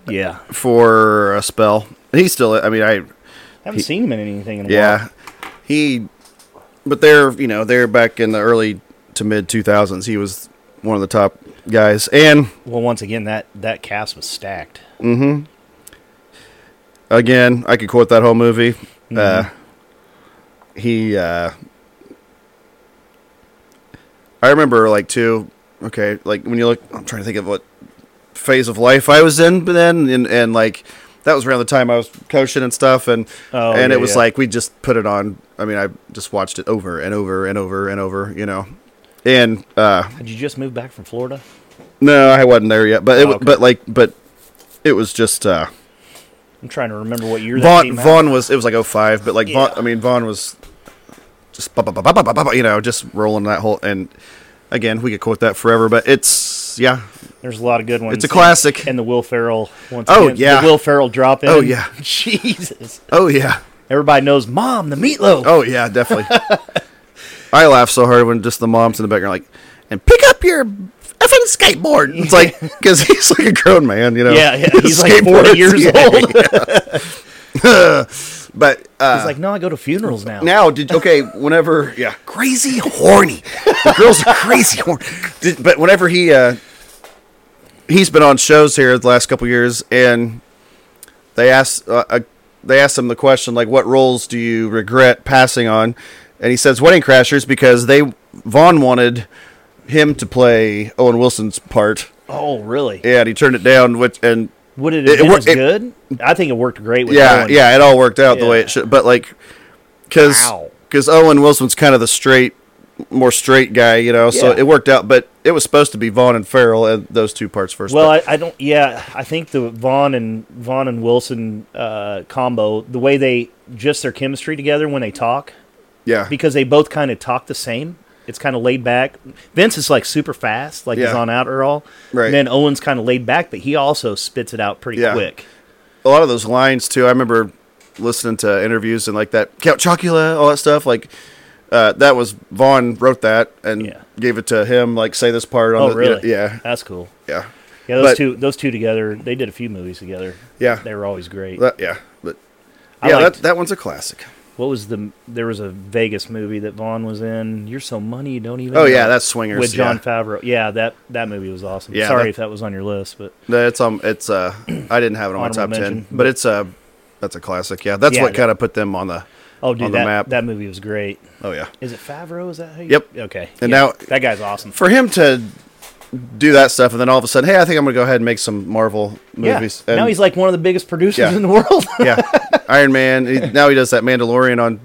B: Yeah.
A: for a spell. He still, I mean, I,
B: haven't seen him in anything in a while.
A: yeah, he, but they're, you know, they're back in the early to mid 2000s. He was one of the top guys. And
B: Well, once again, that that cast was stacked.
A: again, I could quote that whole movie.
B: Mm-hmm.
A: Uh, he, uh, I remember like too, okay, like when you look, I'm trying to think of what phase of life I was in then, and, and like that was around the time I was coaching and stuff, and
B: Oh,
A: and
B: yeah,
A: it was
B: yeah.
A: like we just put it on. I mean, I just watched it over and over and over and over, you know, and uh,
B: Had you just moved back from Florida?
A: no, I wasn't there yet, but it,
B: Oh,
A: wa-
B: okay.
A: but like, but it was just. uh
B: I'm trying to remember what year that
A: Vaughn
B: came out.
A: Vaughn was it was like 05, but like
B: Yeah.
A: Vaughn, I mean Vaughn was just ba- ba- ba- ba- ba- ba- ba- ba- you know just rolling that whole and again we could quote that forever, but it's yeah
B: There's a lot of good ones.
A: it's a classic.
B: And the Will Ferrell. Once
A: Oh,
B: again,
A: yeah.
B: The Will Ferrell drop in.
A: Oh, yeah.
B: Jesus.
A: Oh yeah,
B: Everybody knows Mom the meatloaf.
A: oh yeah, definitely. I laugh so hard when just the moms in the background like and pick up your effing skateboard. It's like because he's like a grown man, you know.
B: Yeah, yeah. He's like
A: Skateboards,
B: 40 years
A: yeah.
B: old.
A: But uh,
B: He's like, no, I go to funerals now.
A: now did okay whenever yeah
C: Crazy horny.
A: the girls are crazy. horny. Did- But whenever he uh, he's been on shows here the last couple years, and they asked uh, uh, they asked him the question like, "What roles do you regret passing on?" And he says Wedding Crashers because they Vaughn wanted him to play Owen Wilson's part,
B: oh, really?
A: and he turned it down. Which and
B: Would it
A: It- it
B: have been
A: wor-
B: as
A: it-
B: good? I think it worked great with
A: yeah,
B: Owen.
A: yeah, it all worked out the way
B: Yeah.
A: it should. But like, because
B: Wow.
A: because Owen Wilson's kind of the straight, more straight guy, you know. So
B: Yeah.
A: it worked out. But it was supposed to be Vaughn and Farrell, and those two parts first.
B: Well,
A: but-
B: I, I don't. Yeah, I think the Vaughn and Vaughn and Wilson uh, combo, the way they just their chemistry together when they talk,
A: yeah,
B: because they both kind of talk the same. It's kind of laid back. Vince is like super fast, like he's
A: Yeah.
B: on out or all.
A: Right.
B: And then Owen's kind of laid back, but he also spits it out pretty
A: Yeah.
B: quick.
A: a lot of those lines too. I remember listening to interviews and like that Count Chocula, all that stuff. Like uh, that was Vaughn wrote that and
B: Yeah.
A: gave it to him. Like say this part on
B: Oh,
A: the
B: really?
A: yeah
B: That's cool.
A: yeah
B: Yeah, those
A: But-
B: two, those two together, they did a few movies together.
A: Yeah.
B: they were always great.
A: That- yeah but
B: I
A: yeah that
B: liked-
A: that one's a classic.
B: what was the? There was a Vegas movie that Vaughn was in. You're so money, you don't even.
A: Oh
B: know.
A: yeah, that's Swingers
B: with John
A: yeah.
B: Favreau. Yeah, that that movie was awesome.
A: Yeah,
B: Sorry
A: that-
B: if that was on your list, but
A: No, it's um, it's uh, I didn't have it on my
B: Honorable
A: top ten,
B: mention.
A: but it's uh, that's a classic. Yeah, that's
B: Yeah,
A: what
B: that-
A: kind of put them on the.
B: oh, dude,
A: On the
B: that
A: map.
B: that movie was great.
A: Oh yeah,
B: Is it Favreau? Is that how you?
A: Yep.
B: Okay.
A: And
B: Yeah,
A: now-
B: that guy's awesome.
A: for him to do that stuff, and then all of a sudden, hey, I think I'm gonna go ahead and make some Marvel
B: Yeah.
A: movies. And
B: Now he's like one of the biggest producers
A: Yeah.
B: in the world.
A: yeah, Iron Man. He, now he does that Mandalorian on.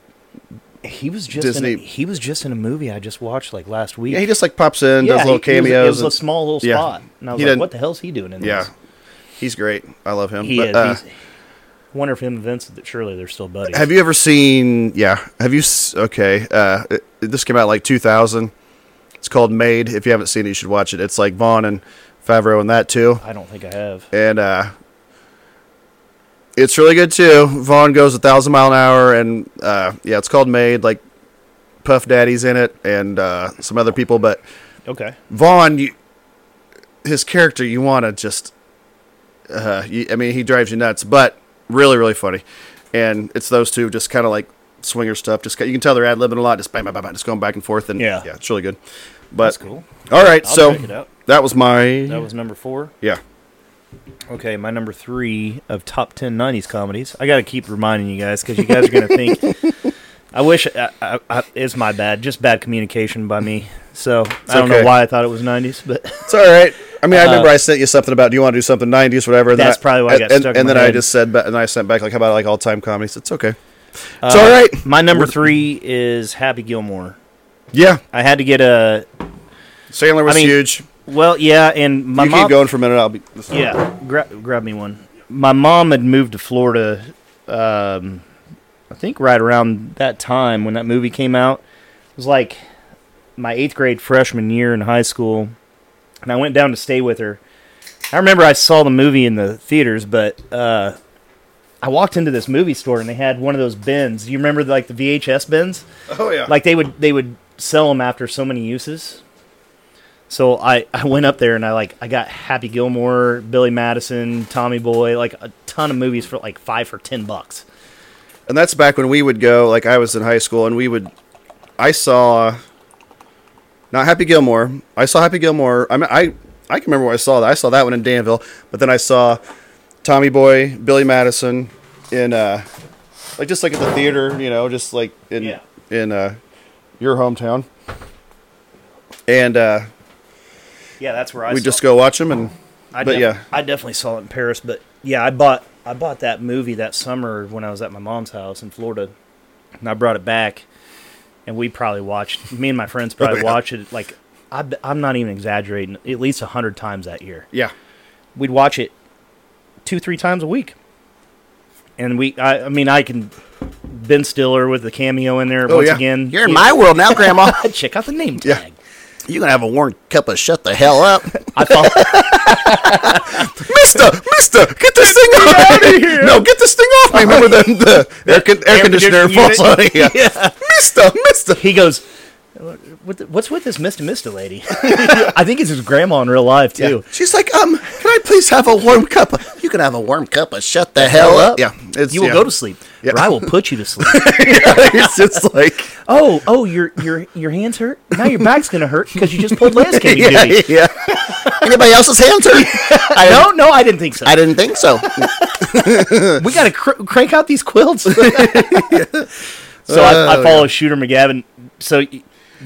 B: he was just
A: Disney.
B: In a, he was just in a movie I just watched like last week.
A: Yeah, he just like pops in,
B: Yeah,
A: does little
B: he- he was-
A: cameos.
B: It was,
A: and-
B: a small little
A: yeah.
B: spot, and I was
A: He
B: like,
A: didn't-
B: "What the hell's he doing in
A: yeah,
B: this?"
A: he's great. I love him.
B: He
A: But,
B: is.
A: uh,
B: he's, wonder if him and Vince surely they're still buddies.
A: Have you ever seen? Yeah. Have you? s- Okay. Uh, it- this came out like 2000. It's called Made. If you haven't seen it, you should watch it. It's like Vaughn and Favreau and that too,
B: I don't think I have.
A: and uh, it's really good too. Vaughn goes a thousand mile an hour, and uh, yeah, it's called Made. Like Puff Daddy's in it, and uh, some other people, but
B: Okay.
A: Vaughn, you, his character, you want to just. Uh, you, I mean, he drives you nuts, but really, really funny. And it's those two just kind of like swinger stuff. Just ca- you can tell they're ad libbing a lot, just bang, bang, bang, bang, just going back and forth. And
B: Yeah.
A: yeah, it's really good. But
B: That's cool.
A: All right,
B: I'll
A: so
B: check it out.
A: that was my
B: That was number four.
A: yeah.
B: Okay, my number three of top 10 90s comedies. I got to keep reminding you guys because you guys are going to think. I wish I, I, I, it's my bad, just bad communication by me. So I don't
A: okay.
B: know why I thought it was 90s, but
A: It's all right. I mean, I remember I sent you something about do you want to do something '90s, whatever. and then
B: Uh, That's probably why I
A: and-
B: got
A: and,
B: stuck in
A: And
B: my
A: then I
B: head.
A: just said, ba- and I sent back like, how about like all time comedies? It's okay. It's
B: Uh,
A: all right.
B: my number three is Happy Gilmore.
A: Yeah,
B: I had to get a
A: Sandler was
B: I mean,
A: huge.
B: well, yeah, and my
A: you
B: mom.
A: keep going for a minute. I'll be
B: Yeah, grab grab me one. My mom had moved to Florida. Um, I think right around that time when that movie came out. It was like my eighth grade freshman year in high school, and I went down to stay with her. I remember I saw the movie in the theaters, but uh, I walked into this movie store and they had one of those bins. Do you remember like the VHS bins?
A: Oh yeah.
B: like they would they would sell them after so many uses so i i went up there and i like i got happy gilmore billy madison tommy boy like a ton of movies for like five or ten bucks
A: And that's back when we would go, like I was in high school, and we would. I saw. Not Happy Gilmore. I saw Happy Gilmore. I mean, I I can remember where I saw that. I saw that one in Danville, but then I saw Tommy Boy, Billy Madison, in uh, like just like at the theater, you know, just like in
B: Yeah.
A: in uh, your hometown. And uh,
B: yeah that's where i
A: we
B: saw
A: just
B: it.
A: go watch them, and
B: I
A: but
B: def-
A: yeah.
B: i definitely saw it in paris but yeah i bought i bought that movie that summer when i was at my mom's house in florida and i brought it back and we probably watched me and my friends probably
A: Oh, yeah.
B: watched it like I, i'm not even exaggerating at least a hundred times that year
A: yeah,
B: we'd watch it two three times a week and we i, I mean i can ben stiller with the cameo in there
A: Oh,
B: once
A: yeah.
B: again
C: You're in my world now, Grandma.
B: check out the name
A: Yeah.
B: tag
C: You're gonna have a warm cup of shut the hell up.
B: i follow
A: Mister, Mister, get this thing off me! No, get this thing off me! Remember the, the, air, con- air
B: air
A: conditioner
B: conditioning
A: falls on
B: unit?
A: you. Mister, Mister.
B: he goes "What the- what's with this mr mr lady i think it's his grandma in real life too
C: She's like, um, can I please have a warm cup? Of, you can have a warm cup of shut the hell up.
A: Yeah, it's,
B: Uh, you will
A: yeah.
B: go to sleep
A: Yeah.
B: or i will put you to sleep
A: it's just like
B: oh oh your your your hands hurt now your back's gonna hurt because you just pulled last cake
A: yeah,
B: duty
A: yeah.
C: Anybody else's hands hurt?
B: i don't know i didn't think so
C: I didn't think so.
B: we gotta cr- crank out these quilts. so
A: Oh,
B: I, I follow Shooter McGavin. So y-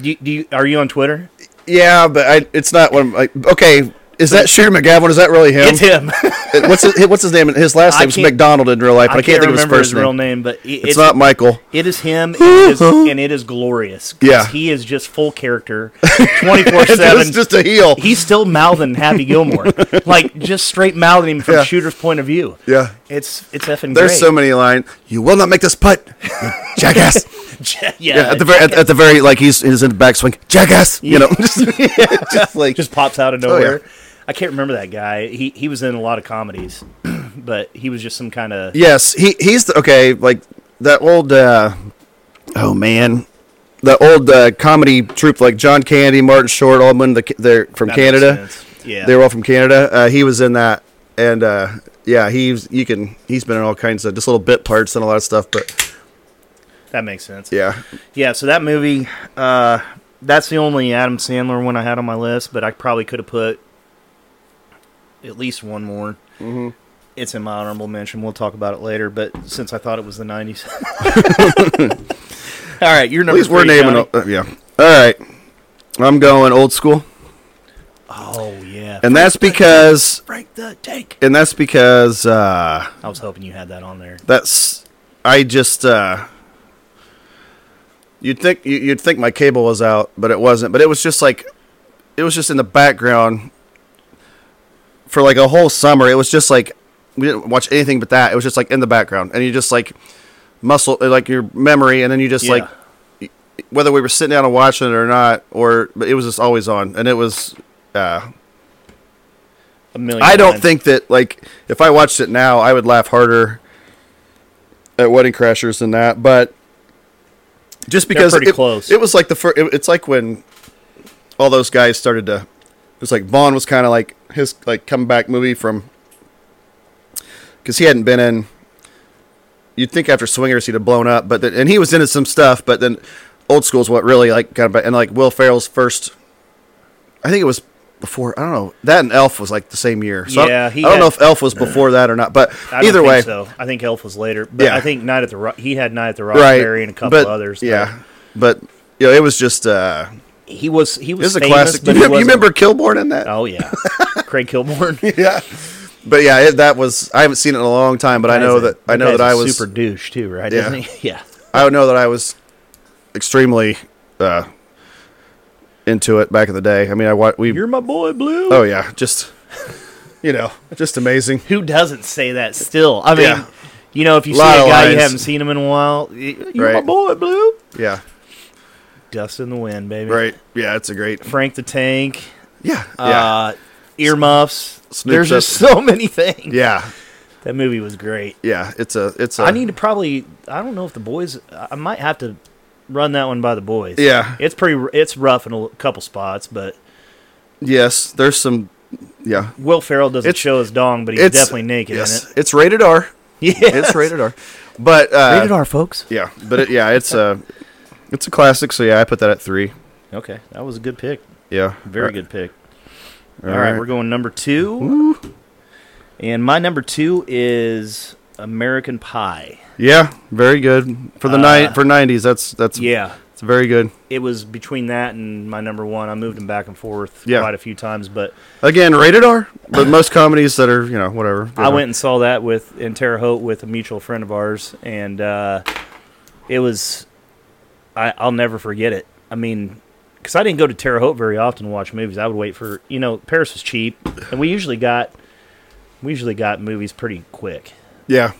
B: do you, do you, are you on Twitter?
A: Yeah, but I, it's not one. Like, okay, is that Sherry McGavin? Is that really him?
B: It's him.
A: It- What's his, what's his name? His last
B: I
A: name's
B: can't-
A: McDonald in real life, but I, can't, think of his
B: remember
A: first
B: his
A: name.
B: real name, but it,
A: It's not Michael.
B: It is him, and it is, and it is glorious. 'cause
A: Yeah.
B: he is just full character, twenty four seven.
A: It's just a heel.
B: He's still mouthing Happy Gilmore, like just straight mouthing him from Shooter's point of view.
A: Yeah.
B: it's it's effing.
A: There's
B: great.
A: so many lines. You will not make this putt, you jackass.
B: yeah,
A: Yeah, at the very, at, at the very, like he's he's in the backswing, jackass. You know, just, just like
B: just pops out of
A: Oh, yeah.
B: nowhere. I can't remember that guy. He he was in a lot of comedies, but he was just some kind of
A: yes, he he's the, okay. Like that old, uh, oh man, the old uh, comedy troupe like John Candy, Martin Short, all them the, they're from
B: That makes
A: Canada.
B: sense. Yeah.
A: they were all from Canada. Uh, he was in that, and uh, yeah, he's you can he's been in all kinds of just little bit parts and a lot of stuff. But
B: that makes sense.
A: yeah,
B: Yeah, so that movie, uh, that's the only Adam Sandler one I had on my list, but I probably could have put at least one more. Mm-hmm. It's in my honorable mention. We'll talk about it later, but since I thought it was the 90s. All right, you're
A: at
B: number
A: least we we're
B: three,
A: naming.
B: Johnny.
A: Uh, yeah. All right, I'm going old school,
B: Oh, yeah.
A: and that's because
B: Break the tank.
A: and that's because. Uh,
B: I was hoping you had that on there.
A: That's I just uh you'd think you- you'd think my cable was out, but it wasn't. But it was just like it was just in the background for like a whole summer. It was just like we didn't watch anything but that. It was just like in the background, and you just like muscle like your memory, and then you just
B: Yeah.
A: like whether we were sitting down and watching it or not, or but it was just always on, and it was. uh
B: A million.
A: I don't
B: times.
A: think that like if I watched it now, I would laugh harder at Wedding Crashers than that. But just because
B: pretty
A: it,
B: close.
A: it was like the first. It, it's like when all those guys started to. It's like Vaughn was kind of like his like comeback movie from because he hadn't been in. You'd think after Swingers he'd have blown up, but then, and he was into some stuff, but then Old School's what really like got about and like Will Ferrell's first. I think it was before I don't know that and Elf was like the same year. So I don't-
B: Yeah,
A: I,
B: he
A: don't know
B: had-
A: if Elf was before that or not, but
B: I don't
A: either
B: think
A: way,
B: so. I think Elf was later, but
A: Yeah.
B: I think Night at the Ro- he had Night at the
A: right?
B: Rockberry and a couple
A: but,
B: others. but
A: yeah, but you know it was just uh,
B: he was he was
A: it was a
B: famous,
A: classic.
B: But
A: Do you,
B: he
A: remember- you
B: wasn't-
A: remember Kilborn in that?
B: Oh yeah, Craig Kilborn.
A: yeah. But yeah, it, that was I haven't seen it in a long time, but I know that I know that I was
B: super douche too, right?
A: Yeah.
B: Yeah, yeah.
A: I know that I was extremely uh, into it back in the day. I mean, I wa- we
B: You're my boy, Blue.
A: oh yeah, just you know, just amazing.
B: Who doesn't say that still? I mean,
A: Yeah.
B: you know, if you see a
A: Lot of
B: guy you
A: lines.
B: haven't seen him in a while, y- you're my
A: Right.
B: boy, Blue.
A: Yeah,
B: Dust in the wind, baby.
A: right. Yeah, it's a great.
B: Frank the Tank.
A: Yeah, yeah,
B: Uh, earmuffs.
A: Snoop
B: There's
A: Dogg.
B: just so many things.
A: yeah,
B: That movie was great.
A: yeah. It's a it's a.
B: I need to probably. I don't know if the boys. I I might have to run that one by the boys.
A: Yeah.
B: it's pretty. r- It's rough in a l- couple spots, but
A: yes. There's some. Yeah,
B: Will Ferrell doesn't
A: It's-
B: show his dong, but he's
A: it's
B: definitely naked
A: Yes,
B: in it.
A: it's rated R.
B: Yeah,
A: It's rated R. But uh,
B: rated R, folks.
A: Yeah, but it, yeah, it's a it's a classic. So yeah, I put that at three.
B: Okay, that was a good pick.
A: Yeah,
B: Very
A: Uh,
B: good pick.
A: all
B: All right, we're going number two, and my number two is American Pie.
A: Yeah, very good for the night for nineties. That's that's
B: Uh, Yeah,
A: it's very good.
B: it was between that and my number one. I moved them back and forth
A: Yeah.
B: quite a few times, but
A: Again, rated R, but most comedies that are you know whatever.
B: I went and saw that with in Terre Haute with a mutual friend of ours, and uh, it was I, I'll never forget it. I mean, because I didn't go to Terre Haute very often to watch movies. I would wait for you know Paris was cheap, and we usually got we usually got movies pretty quick.
A: Yeah,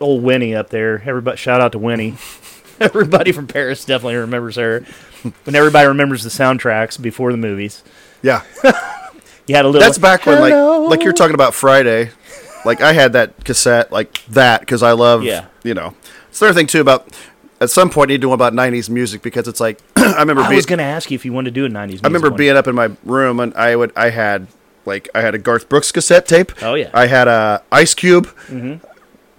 B: Old Winnie up there, everybody shout out to Winnie. Everybody from Paris definitely remembers her, and everybody remembers the soundtracks before the movies.
A: yeah.
B: You had a little
A: That's back when
B: "Hello."
A: like like you're talking about Friday. Like I had that cassette like that because I love
B: Yeah.
A: you know. It's the other thing too about at some point you need to do one about nineties music because it's like I remember
B: I
A: being
B: was gonna ask you if you wanted to do a '90s.
A: I remember being up in my room and I would I had like I had a Garth Brooks cassette tape.
B: Oh, yeah. Mm-hmm.
A: I had a Ice Cube,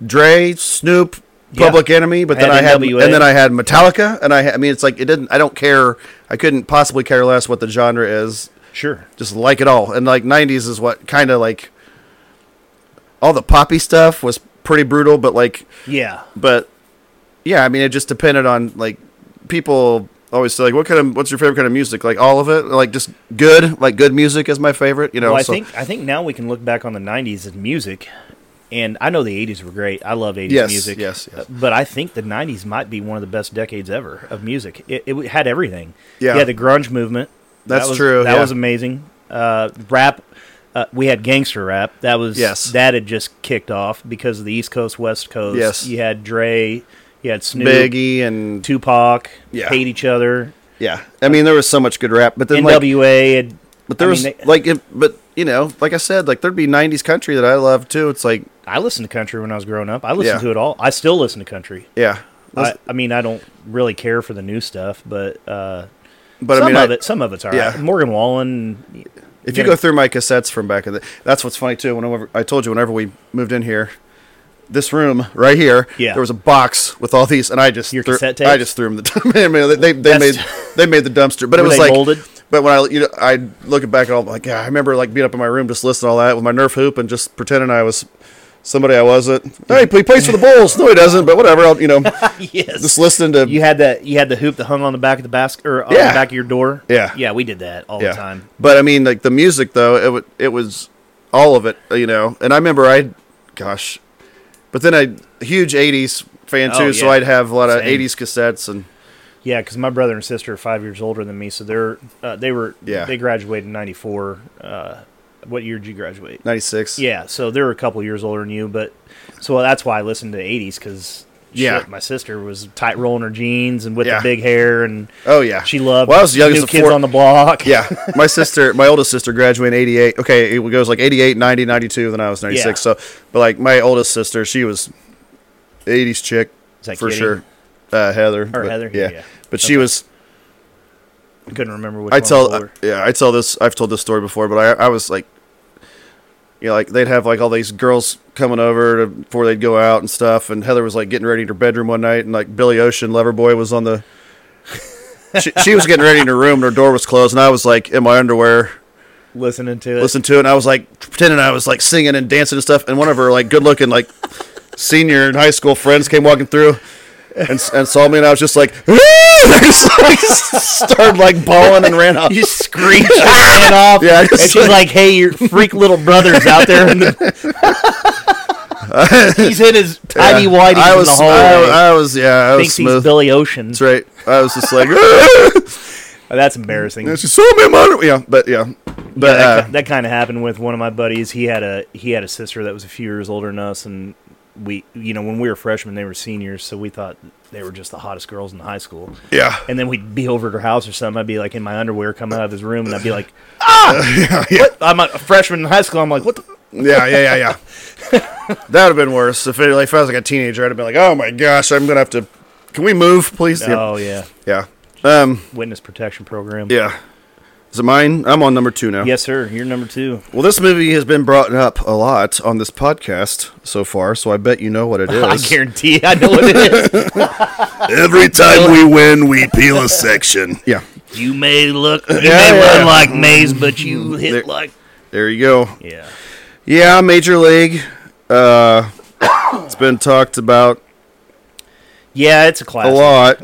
A: Dre, Snoop,
B: Yeah.
A: Public Enemy, but
B: I
A: then
B: had
A: I had
B: NWA.
A: and then I had Metallica and I had, I mean it's like it didn't I don't care I couldn't possibly care less what the genre is
B: sure.
A: just like it all. And like '90s is what kind of like all the poppy stuff was pretty brutal, but like,
B: Yeah,
A: but yeah, I mean, it just depended on like people. always say like, what kind of what's your favorite kind of music? Like all of it? Like just good? Like good music is my favorite. You know.
B: well, I
A: so-
B: think I think now we can look back on the '90s as music, and I know the '80s were great. I love '80s
A: Yes,
B: music.
A: yes, yes.
B: Uh, But I think the '90s might be one of the best decades ever of music. It, it had everything.
A: Yeah.
B: yeah. The grunge movement.
A: That's
B: that was,
A: true,
B: That
A: yeah.
B: was amazing. Uh, rap. Uh, we had gangster rap. That was
A: Yes.
B: That had just kicked off because of the East Coast, West Coast.
A: Yes.
B: You had Dre. You had Snoop.
A: Biggie and
B: Tupac.
A: Yeah.
B: Hate each other.
A: yeah. I mean, there was so much good rap, but then like,
B: NWA. and,
A: but there
B: I
A: was
B: mean, they-
A: like, it, but you know, like I said, like there'd be '90s country that I love too. It's like,
B: I listened to country when I was growing up. I listened
A: Yeah.
B: to it all. I still listen to country.
A: yeah.
B: I, I mean, I don't really care for the new stuff, but uh,
A: but
B: some
A: I mean,
B: of
A: I-
B: it, some of it's all right.
A: yeah.
B: Morgan Wallen,
A: If you
B: Yeah.
A: go through my cassettes from back in the, that's what's funny too. Whenever I told you, whenever we moved in here, this room right here,
B: Yeah.
A: there was a box with all these, and I just
B: Your
A: threw,
B: cassette tapes?
A: I just threw them. The, I mean, they they, they made
B: That's-
A: they made the dumpster, but it
B: Were
A: was
B: they
A: like.
B: molded?
A: But when I you know I look back at all like yeah, I remember like being up in my room just listening to all that with my Nerf hoop and just pretending I was somebody I wasn't. Hey, he plays for the Bulls. No, he doesn't. But whatever. I'll, you know,
B: yes,
A: just listening to
B: you had that. You had the hoop that hung on the back of the basket or on
A: Yeah.
B: the back of your door.
A: Yeah.
B: yeah, we did that all
A: yeah.
B: the time.
A: But I mean, like the music though, it wa- it was all of it, you know. And I remember I, gosh, but then I huge '80s fan too,
B: Oh,
A: so
B: yeah.
A: I'd have a lot of
B: Same.
A: '80s cassettes and
B: Yeah, because my brother and sister are five years older than me, so they're uh, they were
A: Yeah.
B: they graduated in '94. Uh, what year did you graduate?
A: '96.
B: Yeah, so they're a couple years older than you, but so that's why I listened to '80s because
A: Yeah.
B: my sister was tight rolling her jeans and with
A: Yeah.
B: the big hair, and
A: Oh yeah.
B: she loved.
A: Well, I was the youngest
B: new
A: of
B: kids
A: four-
B: on the block.
A: yeah, my sister, my oldest sister graduated in 88. Okay, it goes like 88, 90, 92, then I was 96.
B: Yeah.
A: So, but like my oldest sister, she was 80s chick
B: Is that
A: for
B: Kitty?
A: sure. Uh, Heather.
B: Or
A: but-
B: Heather,
A: Yeah.
B: yeah.
A: But she was
B: I couldn't remember which
A: I
B: one was
A: tell, uh,
B: older.
A: yeah, I tell this. I've told this story before, but I, I was like, you know, like they'd have like all these girls coming over to, before they'd go out and stuff, and Heather was like getting ready in her bedroom one night, and like Billy Ocean, Loverboy, was on the. she, she was getting ready in her room, and her door was closed, and I was like in my underwear,
B: listening to it.
A: listening to it, and I was like pretending I was like singing and dancing and stuff, and one of her like good-looking like senior and high school friends came walking through. And, and saw me, and I was just like, I just like started like bawling and ran off.
B: You screamed your man off,
A: Yeah, I
B: and
A: just
B: she's
A: like-
B: like, "Hey, your freak little brother's out there." In the- he's in his tidy
A: Yeah.
B: whitey
A: I
B: in
A: was,
B: the hallway.
A: I, I was, yeah, I was
B: thinks he's
A: smooth.
B: Billy Ocean.
A: That's right. I was just like,
B: Oh, that's embarrassing.
A: she saw me, in my under-" yeah, but yeah, but
B: that,
A: uh,
B: kind of happened with one of my buddies. He had a he had a sister that was a few years older than us, and we you know when we were freshmen, they were seniors, so we thought they were just the hottest girls in high school.
A: yeah,
B: And then we'd be over at her house or something. I'd be like in my underwear, coming out of his room, and I'd be like, "Ah, What? I'm a freshman in high school. I'm like, what? the
A: yeah, yeah, yeah, yeah. that would have been worse if, it, like, if I was like a teenager. I'd have been like, oh my gosh, I'm gonna have to. Can we move, please?
B: Oh yeah,
A: Yeah. yeah. Um.
B: witness protection program.
A: Yeah. Is it mine? I'm on number two now.
B: Yes, sir. You're number two.
A: Well, this movie has been brought up a lot on this podcast so far, so I bet you know what it is.
B: I guarantee. I know what it is.
C: Every time we win, we peel a section.
A: Yeah.
B: you may look, you
A: Yeah,
B: may
A: yeah.
B: run like Maze, but you hit
A: There-
B: like
A: There you go.
B: yeah.
A: Yeah, Major League. Uh, it's been talked about
B: Yeah, it's a
A: a
B: classic.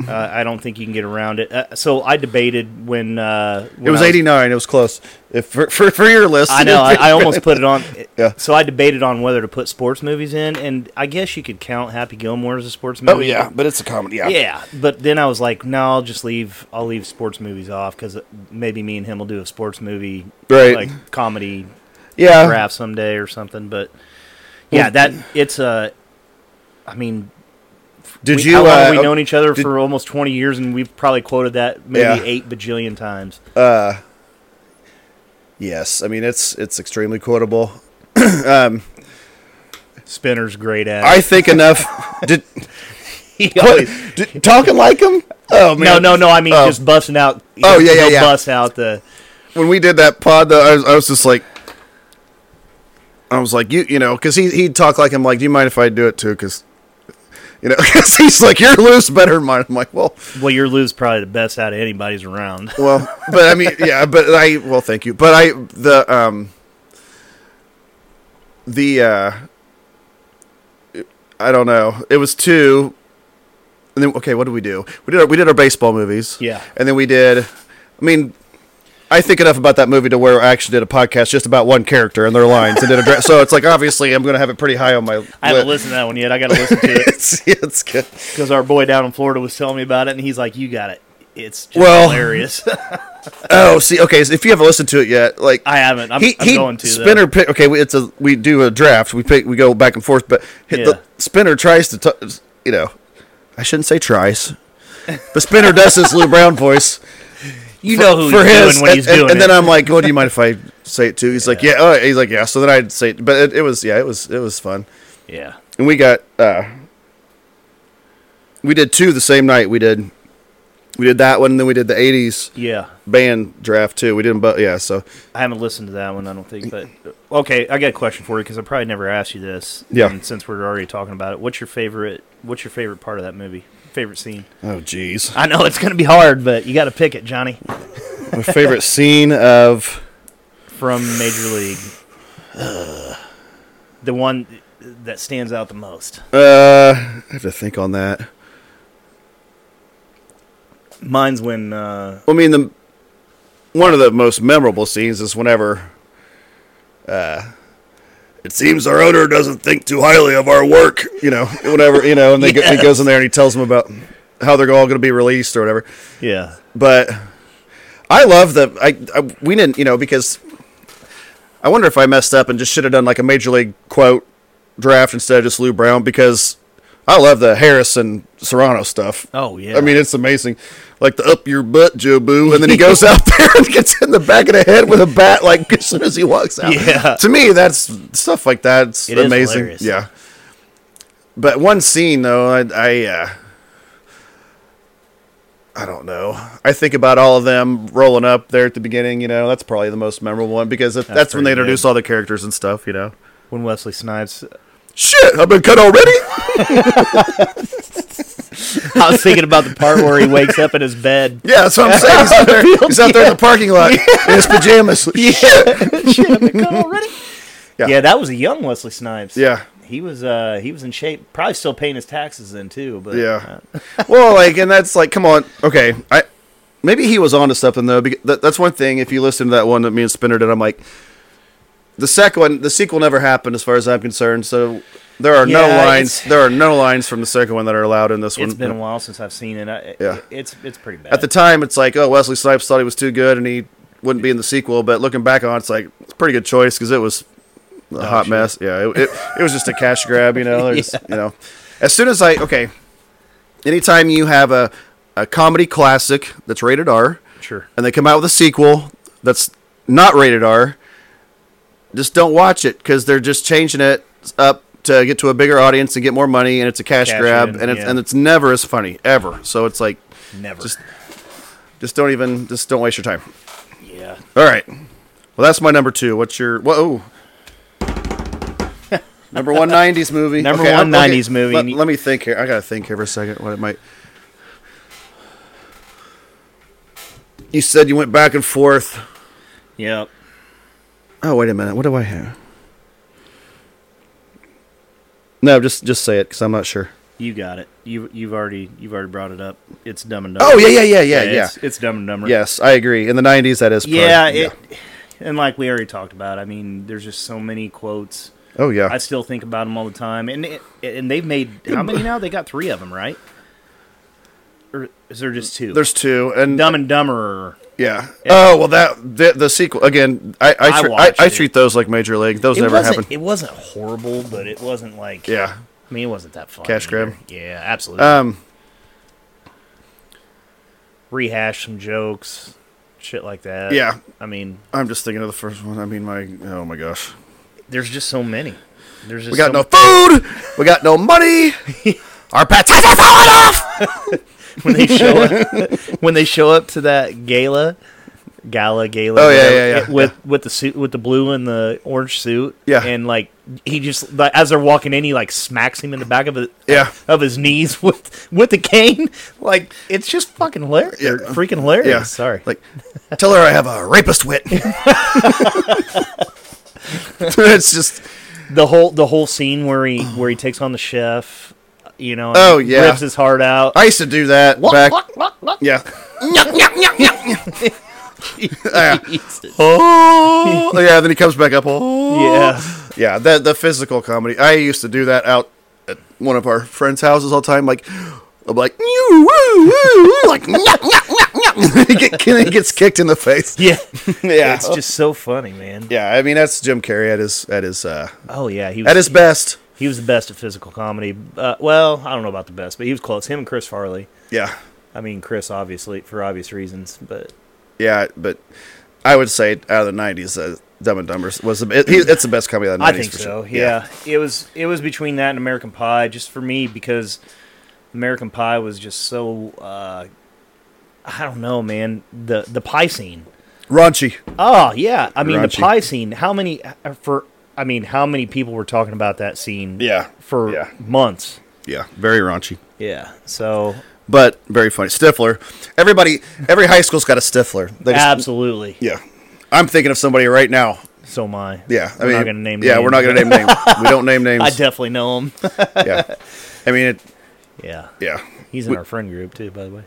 A: lot.
B: Uh, I don't think you can get around it. Uh, so I debated when, uh, when
A: It was
B: I
A: eighty nine. It was close. If for, for for your list,
B: I know. I, I almost put it on.
A: Yeah.
B: So I debated on whether to put sports movies in, and I guess you could count Happy Gilmore as a sports movie.
A: oh yeah, but it's a comedy. Yeah.
B: Yeah, but then I was like, no, I'll just leave. I'll leave sports movies off because maybe me and him will do a sports movie,
A: Right. Oh.
B: Like comedy
A: yeah.
B: graph someday or something. But yeah, that it's a. I mean,
A: Did
B: we,
A: you?
B: How long
A: uh,
B: have we known each other
A: did-
B: for almost twenty years, and we've probably quoted that maybe
A: Yeah.
B: eight bajillion times.
A: Yes, I mean it's it's extremely quotable.
B: Spinner's great at.
A: I think enough. did,
B: He always-
A: did talking like him? Oh man,
B: no, no, no. I mean,
A: Oh.
B: just busting out.
A: Oh, yeah, yeah,
B: he'll
A: yeah.
B: Bust out the.
A: when we did that pod, though, I was, I was just like, I was like, you, you know, because he he'd talk like him, like, do you mind if I do it too? Because, you know, 'cause he's like, you're loose, better than mine. I'm like, well,
B: Well, your Lou's probably the best out of anybody's around.
A: well, but I mean, yeah, but I, well, thank you, but I, the, um, the, uh, I don't know, it was two, and then okay, what did we do? We did our, we did our baseball movies.
B: Yeah.
A: and then we did. I mean, I think enough about that movie to where I actually did a podcast just about one character and their lines and did a dra- so it's like obviously I'm going to have it pretty high on my.
B: I haven't listened to that one yet. I got to listen to it
A: it's, it's good.
B: because our boy down in Florida was telling me about it, and he's like, "You got it. It's just
A: Well-
B: hilarious."
A: Oh, see, okay. So if you haven't listened to it yet, like
B: I haven't. I'm,
A: he,
B: I'm
A: he
B: going to. though.
A: Spinner pick. Okay, we- it's a we do a draft. We pick. We go back and forth. But hit
B: Yeah.
A: the Spinner tries to. T- you know, I shouldn't say tries. But Spinner does his Lou Brown voice
B: You know who he's doing when
A: and,
B: he's
A: and-
B: doing
A: and
B: it.
A: then I'm like, "Well, do you mind if I say it too?" He's like, "Yeah." all right." He's like, "Yeah." So then I'd say, it, but it, it was yeah, it was it was fun.
B: yeah.
A: And we got uh, we did two the same night. We did we did that one, and then we did the '80s
B: Yeah.
A: band draft too. We didn't, but yeah. So
B: I haven't listened to that one, I don't think. But okay, I got a question for you because I probably never asked you this.
A: Yeah.
B: And since we're already talking about it, what's your favorite? What's your favorite part of that movie? Favorite scene?
A: oh jeez.
B: I know it's gonna be hard, but you got to pick it, Johnny.
A: My favorite scene of
B: From Major League, the one that stands out the most.
A: uh, I have to think on that.
B: Mine's when uh,
A: I mean, the one of the most memorable scenes is whenever. Uh, it seems our owner doesn't think too highly of our work, you know. Whatever, you know, and they go, he goes in there and he tells them about how they're all going to be released or whatever.
B: yeah.
A: But I love the I, I we didn't, you know, because I wonder if I messed up and just should have done like a major league quote draft instead of just Lou Brown because I love the Harris and Serrano stuff.
B: Oh yeah.
A: I mean, it's amazing. Like the up your butt, Joe Boo, and then he goes out there and gets in the back of the head with a bat, like as soon as he walks out.
B: Yeah.
A: To me, that's stuff like that. It's
B: It is
A: amazing.
B: hilarious.
A: yeah. But one scene though, I, I, uh, I don't know. I think about all of them rolling up there at the beginning. You know, that's probably the most memorable one because that's, that's when they
B: pretty good.
A: introduce all the characters and stuff. You know.
B: when Wesley Snipes.
A: Shit, I've been cut already.
B: I was thinking about the part where he wakes up in his bed.
A: Yeah, that's what I'm saying. He's out there, he's out there in the parking lot in his pajamas.
B: already.
A: Yeah.
B: Yeah. that was a young Wesley Snipes.
A: Yeah.
B: he was uh he was in shape. Probably still paying his taxes then too. But
A: Yeah.
B: uh,
A: well, like, and that's like, come on, okay. I maybe he was onto something though. Because that, that's one thing. If you listen to that one that me and Spinner did, I'm like, the second one, the sequel never happened, as far as I'm concerned. So there are no
B: Yeah,
A: lines.
B: it's-
A: There are no lines from the second one that are allowed in this one.
B: it's been a while since I've seen it. I,
A: Mm-hmm. Yeah.
B: it's it's pretty bad.
A: At the time, it's like, oh, Wesley Snipes thought he was too good, and he wouldn't be in the sequel. But looking back on, it, it's like it's a pretty good choice because it was a hot
B: Oh, shit.
A: mess. Yeah, it, it, it was just a cash grab, you know. There's, You know, as soon as I okay, anytime you have a a comedy classic that's rated R,
B: sure,
A: and they come out with a sequel that's not rated R, just don't watch it because they're just changing it up to get to a bigger audience and get more money, and it's a cash,
B: Cash
A: grab,
B: in,
A: and it's
B: yeah.
A: and it's never as funny ever. So it's like
B: never.
A: just- just don't even just don't waste your time.
B: yeah,
A: All right. Well, that's my number two. What's your oh. whoa? number one nineties movie.
B: Number
A: one
B: one
A: nineties
B: 90s movie.
A: Let, let me think here. I gotta think here for a second. What it might. You said you went back and forth.
B: yep.
A: Oh wait a minute. What do I have? No, just just say it because I'm not sure.
B: You got it. You you've already you've already brought it up. It's Dumb and Dumber.
A: Oh yeah yeah yeah yeah yeah.
B: It's, it's Dumb and Dumber.
A: Yes, I agree. In the nineties, that is. probably-
B: yeah, it, And like we already talked about, I mean, there's just so many quotes.
A: Oh yeah.
B: I still think about them all the time, and it, and they've made how many now? They got three of them, right? Or is there just two?
A: There's two, and
B: Dumb and Dumber.
A: Yeah. Oh well, that the, the sequel again. I I,
B: I
A: tr- I,
B: watched
A: I
B: it.
A: treat those like major league. Those
D: It
A: never
D: wasn't.
A: happen.
D: It wasn't horrible, but it wasn't like.
A: Yeah.
B: I mean, it wasn't that fun.
A: Cash grab.
B: either. Yeah, absolutely.
A: Um.
B: Rehash some jokes, shit like that.
A: Yeah.
B: I mean,
A: I'm just thinking of the first one. I mean, my oh my gosh.
B: there's just so many. There's just
A: We got no
B: so
A: food. We got no money. Our pets are falling off.
B: when they show up when they show up to that gala gala gala
A: Oh, yeah,
B: whatever,
A: yeah, yeah,
B: it- with with the suit with the blue and the orange suit
A: Yeah.
B: and like he just like, as they're walking in he like smacks him in the back of the
A: Yeah.
B: of his knees with with the cane like it's just fucking hilarious
A: Yeah.
B: or freaking hilarious
A: Yeah.
B: sorry
A: Like, tell her I have a rapist wit. it's just
B: the whole the whole scene where he where he takes on the chef
E: you know.
A: Oh,
E: and
A: yeah.
E: rips his heart out.
A: I used to do that back. Yeah.
D: Nyuk, nyuk, nyuk, nyuk.
A: yeah. Oh, yeah. Then he comes back up. Oh,
E: Yeah,
A: yeah. That the physical comedy. I used to do that out at one of our friends' houses all the time. Like, I'm like, "Yoo, woo, woo, woo," like,
D: Nyuk, nyuk, nyuk, nyuk.
A: he, get, he gets kicked in the face.
E: yeah,
A: Yeah,
B: It's just so funny, man.
A: yeah. I mean, that's Jim Carrey at his at his uh,
B: Oh yeah, he was
A: at his best.
B: he was the best at physical comedy. Uh, well, I don't know about the best, but he was close. Him and Chris Farley.
A: Yeah,
B: I mean, Chris obviously for obvious reasons, but
A: yeah. But I would say out of the '90s, uh, Dumb and Dumber was the it, he, it's the best comedy of the '90s.
B: I think
A: for
B: so.
A: sure.
B: Yeah. it was it was between that and American Pie, just for me because American Pie was just so uh, I don't know, man. The the pie scene.
A: raunchy.
B: Oh yeah, I mean
A: Raunchy.
B: the pie scene. How many for? I mean, how many people were talking about that scene?
A: Yeah.
B: for
A: Yeah.
B: months.
A: Yeah, very raunchy.
B: Yeah, so
A: but very funny. Stifler. Everybody, every high school's got a Stifler. They just-
B: absolutely.
A: Yeah. I'm thinking of somebody right now.
B: So am I.
A: Yeah. I
B: we're
A: mean,
B: not gonna name.
A: Yeah,
B: names.
A: we're not gonna name names. we don't name names.
B: I definitely know him.
A: yeah. I mean, it,
B: yeah,
A: yeah.
B: he's in
A: We-
B: our friend group too, by the way.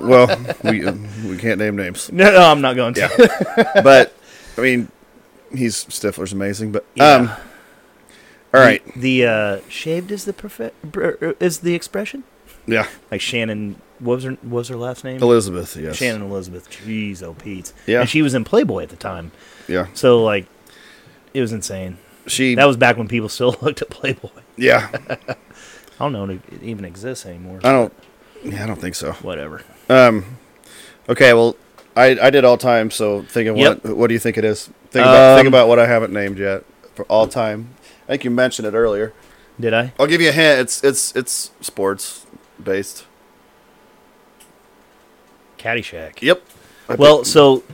A: Well, we we can't name names,
B: No, no, I'm not going to.
A: but I mean, he's Stifler's amazing. But um,
B: Yeah.
A: all right,
B: The uh, shaved is the perfect is the expression.
A: yeah,
B: Like Shannon, what was her what was her last name?
A: Elizabeth. Yes.
B: Shannon Elizabeth. Jeez, oh Pete.
A: Yeah.
B: and she was in Playboy at the time.
A: Yeah.
B: So like, it was insane.
A: She.
B: That was back when people still looked at Playboy.
A: yeah.
B: I don't know if it even exists anymore.
A: I don't. Yeah, I don't think so.
B: Whatever.
A: Okay. Well, I I did all time. So thinking
B: Yep. Um,
A: what what do you think it is? Think about think about what I haven't named yet for all time. I think you mentioned it earlier.
B: Did I?
A: I'll give you a hint. It's it's it's sports based.
B: Caddyshack.
A: Yep.
B: Well, so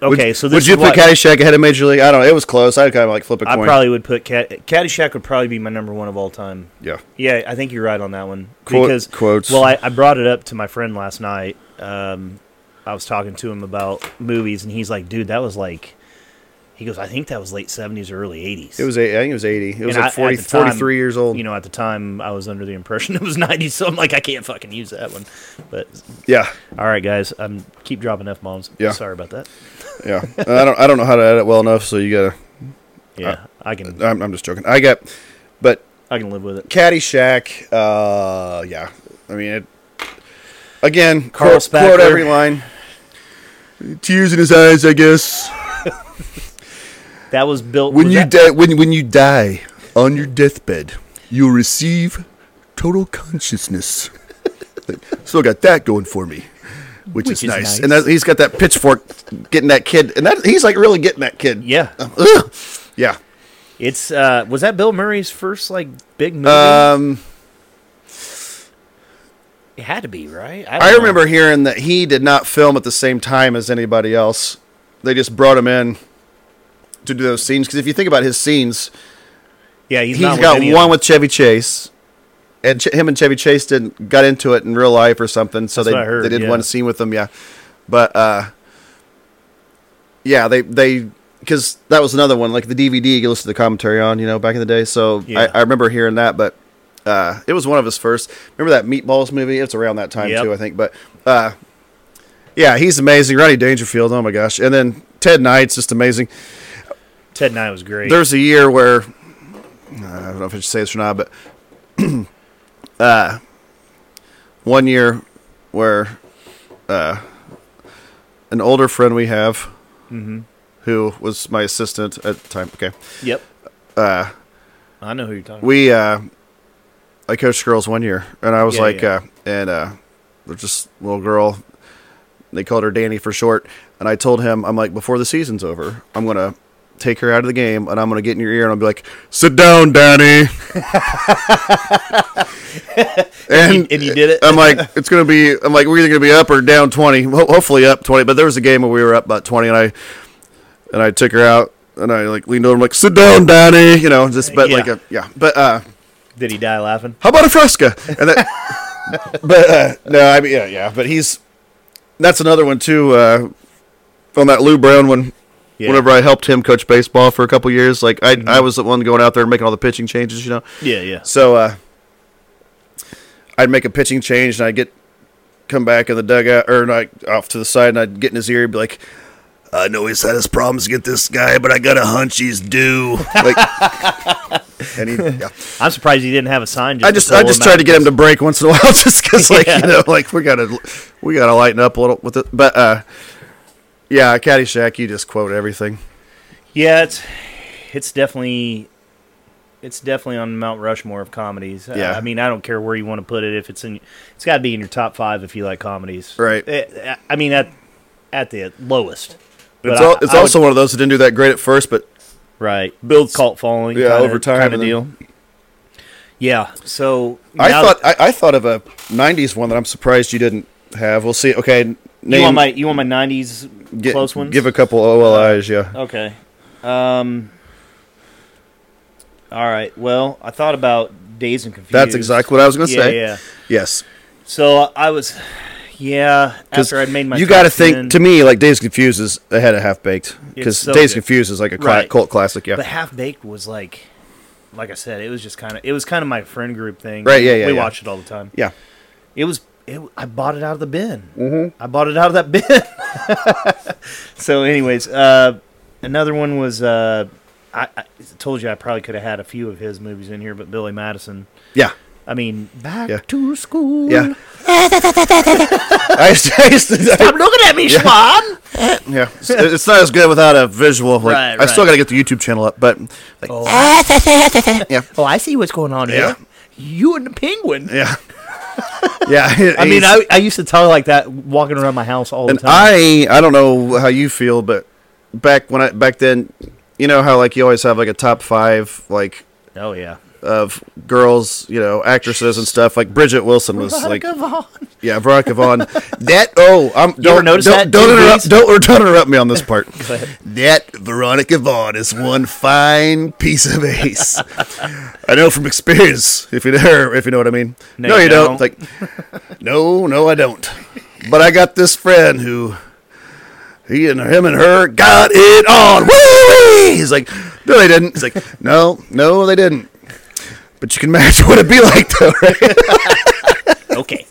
A: Would-
B: okay, so this
A: would you
B: is
A: put
B: what,
A: Caddyshack ahead of Major League? I don't know. It was close. I'd kind of like flip a
B: I
A: coin.
B: probably would put Cad- Caddyshack would probably be my number one of all time.
A: yeah.
B: Yeah, I think you're right on that one
A: Quo-
B: because
A: quotes.
B: Well, I, I brought it up to my friend last night. Um, I was talking to him about movies, and he's like, "Dude, that was like," he goes, "I think that was late '70s, or early '80s."
A: It was eight, I think it was eighty. It was
B: And I-
A: like
B: at
A: 40,
B: the time,
A: 43 years old.
B: You know, at the time, I was under the impression it was '90s, so I'm like, I can't fucking use that one. But
A: yeah,
B: all right, guys, I'm keep dropping f bombs.
A: Yeah. Uh,
B: sorry about that.
A: yeah. I don't I don't know how to edit well enough, so you gotta.
B: Yeah, I can
A: I'm, I'm just joking. I got, but
B: I can live with it.
A: Caddyshack. Uh, yeah. I mean, it, again,
B: Carl
A: quote, quote
B: Spackler.
A: every line. Tears in his eyes, I guess.
B: That was built
F: When
B: was
F: you
B: that-
F: die, when when you die on your deathbed, you'll receive total consciousness. Still got that going for me,
A: Which, is,
B: is
A: nice.
B: nice.
A: And that, he's got that pitchfork getting that kid. And that he's like really getting that kid.
B: Yeah,
A: Ugh. Yeah.
B: it's uh, was that Bill Murray's first like big movie?
A: Um,
B: it had to be right. don't
A: I
B: know.
A: remember hearing that he did not film at the same time as anybody else. They just brought him in to do those scenes. Because if you think about his scenes,
B: Yeah, he's,
A: he's
B: not
A: got
B: with any of
A: one
B: them.
A: with Chevy Chase, and Ch- him and Chevy Chase didn't got into it in real life or something. So
B: That's
A: they
B: what I heard,
A: they did
B: yeah.
A: one scene with them, yeah. But uh, yeah, they they because that was another one like the DVD you could listen to the commentary on, you know, back in the day. So
B: Yeah.
A: I, I remember hearing that, but uh, it was one of his first. Remember that Meatballs movie? It's around that time
B: Yep.
A: too, I think. But uh, yeah, he's amazing. Ronnie Dangerfield, oh my gosh, and then Ted Knight's just amazing.
B: Ted Knight was great.
A: There's a year where uh, I don't know if I should say this or not, but uh, one year where uh, an older friend we have, who was my assistant at the time. Okay,
B: Yep. Uh, I know who you're talking.
A: we uh, I coached girls one year, and I was
B: Yeah,
A: like,
B: yeah.
A: Uh, and uh, they're just a little girl. They called her Danny for short, and I told him, I'm like, before the season's over, I'm gonna take her out of the game, and I'm gonna get in your ear, and I'll be like, sit down, Danny. and,
B: and you did it?
A: I'm like, it's gonna be. I'm like, we're either gonna be up or down twenty. Ho- hopefully up twenty. But there was a game where we were up about twenty, and I and I took her out, and I like leaned over, I'm like, sit down, Danny. You know, just but like
B: Yeah.
A: a yeah, but uh.
B: about. Did he die laughing?
A: How about a Fresca? And that, but uh, no, I mean, yeah, yeah. But he's that's another one too. Uh, on that Lou Brown one,
B: Yeah.
A: whenever I helped him coach baseball for a couple Mm-hmm. years, like I, I was the one going out there and making all the pitching changes, you know.
B: Yeah, yeah.
A: So, uh, I'd make a pitching change and I'd get come back in the dugout or like off to the side and I'd get in his ear and be like, I know he's had his problems against this guy, but I got a hunch he's due. Like, and he, yeah.
B: I'm surprised he didn't have a sign. Just
A: I
B: to
A: just
B: pull
A: I just
B: him
A: try
B: out.
A: to get him to break once in a while, just because like you know like we gotta we gotta lighten up a little with it. But uh, yeah, Caddyshack, you just quote everything.
B: Yeah, it's it's definitely it's definitely on Mount Rushmore of comedies. I-
A: Yeah.
B: I, mean, I don't care where you want to put it. If it's in, it's got to be in your top five if you like comedies.
A: Right.
B: Eh, eh, I mean, at at the lowest. But
A: It's,
B: I-
A: al- it's
B: I would-
A: also one of those that didn't do that great at first, but
B: right build cult following.
A: Yeah,
B: kinda-
A: over time
B: kinda
A: and then-
B: deal. Yeah. So
A: I
B: now-
A: thought I, I thought of a '90s one that I'm surprised you didn't have. We'll see. Okay, name,
B: you want my you want my '90s
A: gi-
B: close ones. Uh,
A: Give a couple OLIs, yeah.
B: Okay. Um. All right. Well, I thought about Days and Confused.
A: That's exactly what I was going to
B: yeah,
A: say.
B: Yeah.
A: Yes,
B: So I was, yeah. After I made my,
A: you got to
B: top
A: think
B: 10,
A: to me like Days Confused is ahead of Half Baked because
B: It's so
A: Days
B: good.
A: Confused is like a cla-
B: Right.
A: cult classic. Yeah,
B: But half baked was like, like I said, it was just kind of, it was kind of my friend group thing.
A: Right, yeah, yeah,
B: We
A: yeah.
B: watched it all the time.
A: yeah.
B: It was. It, I bought it out of the bin. Mm-hmm. I bought it out of that bin. so, anyways, uh, another one was. Uh, I, I told you I probably could have had a few of his movies in here, but Billy Madison.
A: Yeah.
B: I mean, back
A: Yeah.
B: to school.
A: Yeah. I used to, I used to-
B: Stop looking at me, Schwan.
A: yeah. It's, it's not as good without a visual. Like,
B: Right,
A: I still
B: right.
A: got to get the YouTube channel up, but like,
B: Oh, I see what's going on
A: Yeah.
B: here. You and the penguin.
A: yeah, yeah.
B: I mean, I, I used to talk like that walking around my house all the
A: and
B: time.
A: I I don't know how you feel, but back when I back then, you know how like you always have like a top five like
B: oh yeah.
A: of girls, you know, actresses and stuff. Like Bridget Wilson was like,
B: Veronica Vaughn.
A: yeah, Veronica Vaughn. that oh, I'm don't
B: notice
A: don't,
B: that,
A: don't
B: too,
A: interrupt
B: please?
A: don't don't interrupt me on this part.
G: That Veronica Vaughn is one fine piece of ace.
A: I know from experience, if you if you know what I mean. No, you,
B: you
A: don't.
B: don't.
A: Like,
G: No, no, I don't.
A: but I got this friend who. He and him and her got it on. Woo! He's like, no, they didn't. He's like, no, no, they didn't. But you can imagine what it'd be like, though, right?
B: Okay.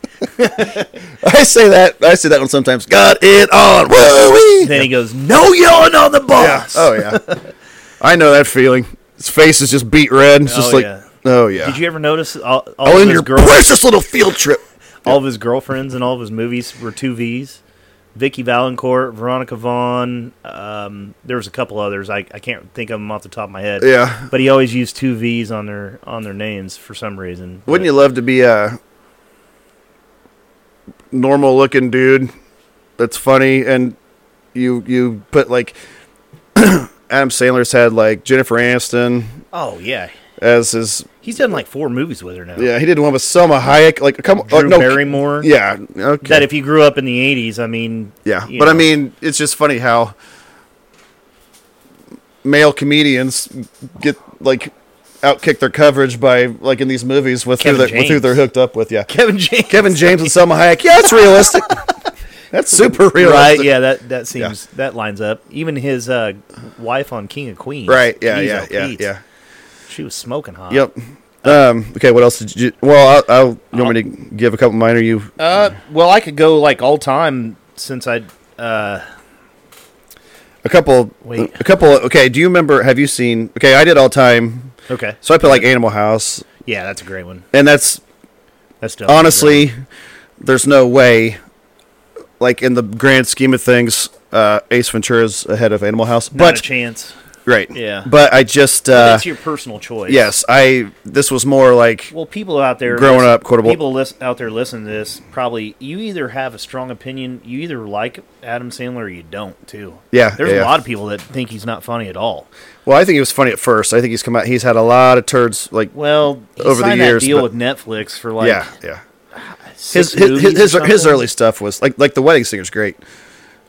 A: I say that. I say that one sometimes. Got it on. Woo-wee.
B: Then he goes, "No yelling on the
A: Yeah.
B: boss."
A: Oh yeah. I know that feeling. His face is just beat red. It's just
B: Oh,
A: like,
B: yeah.
A: oh yeah.
B: Did you ever notice all, all
A: oh,
B: of
A: in
B: his
A: your
B: girl,
A: precious little field trip.
B: all of his girlfriends and all of his movies were two V's? Vicky Valancourt, Veronica Vaughn. Um, there was a couple others. I, I can't think of them off the top of my head.
A: Yeah.
B: But he always used two V's on their on their names for some reason.
A: Wouldn't you love to be a normal looking dude that's funny and you you put like Adam Sandler's had like Jennifer Aniston
B: Oh yeah.
A: as his
B: He's done like four movies with her now.
A: yeah he did one with Selma Hayek like come on
B: Drew
A: like, no
B: Barrymore.
A: yeah okay
B: That if you grew up in the '80s, I mean,
A: Yeah,
B: you
A: but I
B: know.
A: mean, it's just funny how male comedians get like outkick their coverage by like in these movies with who
B: Kevin
A: they with who they're
B: James.
A: hooked up with. Yeah,
B: Kevin James.
A: Kevin James and Selma Hayek. Yeah, that's realistic. that's super realistic.
B: Right, yeah, that that seems that lines up. Even his uh, wife on King of Queens,
A: Right. Yeah. Yeah.
B: Lizzo
A: Yeah.
B: Pete,
A: Yeah.
B: she was smoking hot.
A: Yep. Um, okay. What else did you? Well, I'll, I'll you want me to give a couple minor. You
B: Uh, well, I could go like all time since I. Uh,
A: a couple.
B: Wait.
A: A couple. Okay. Do you remember? Have you seen? Okay, I did all time.
B: okay,
A: So I put like Animal House,
B: yeah, that's a great one.
A: and that's
B: That's definitely a great
A: honestly, there's no way, like in the grand scheme of things, uh, Ace Ventura's ahead of Animal House.
B: one. not
A: But
B: a chance.
A: right,
B: yeah.
A: But I just uh,
B: that's your personal choice.
A: yes, I this was more like
B: Well, people out there
A: Growing up, quotable-
B: People lis- out there listening to this probably you either have a strong opinion, you either like Adam Sandler or you don't too.
A: Yeah,
B: there's
A: yeah,
B: a
A: yeah.
B: lot of people that think he's not funny at all.
A: well, I think he was funny at first. I think he's come out. He's had a lot of turds like
B: Well, he
A: Over the
B: signed
A: years,
B: that deal
A: but-
B: with Netflix for like
A: yeah, yeah. His
B: six
A: his
B: movies or
A: his, his, his
B: something.
A: early stuff was like like the Wedding Singer's great.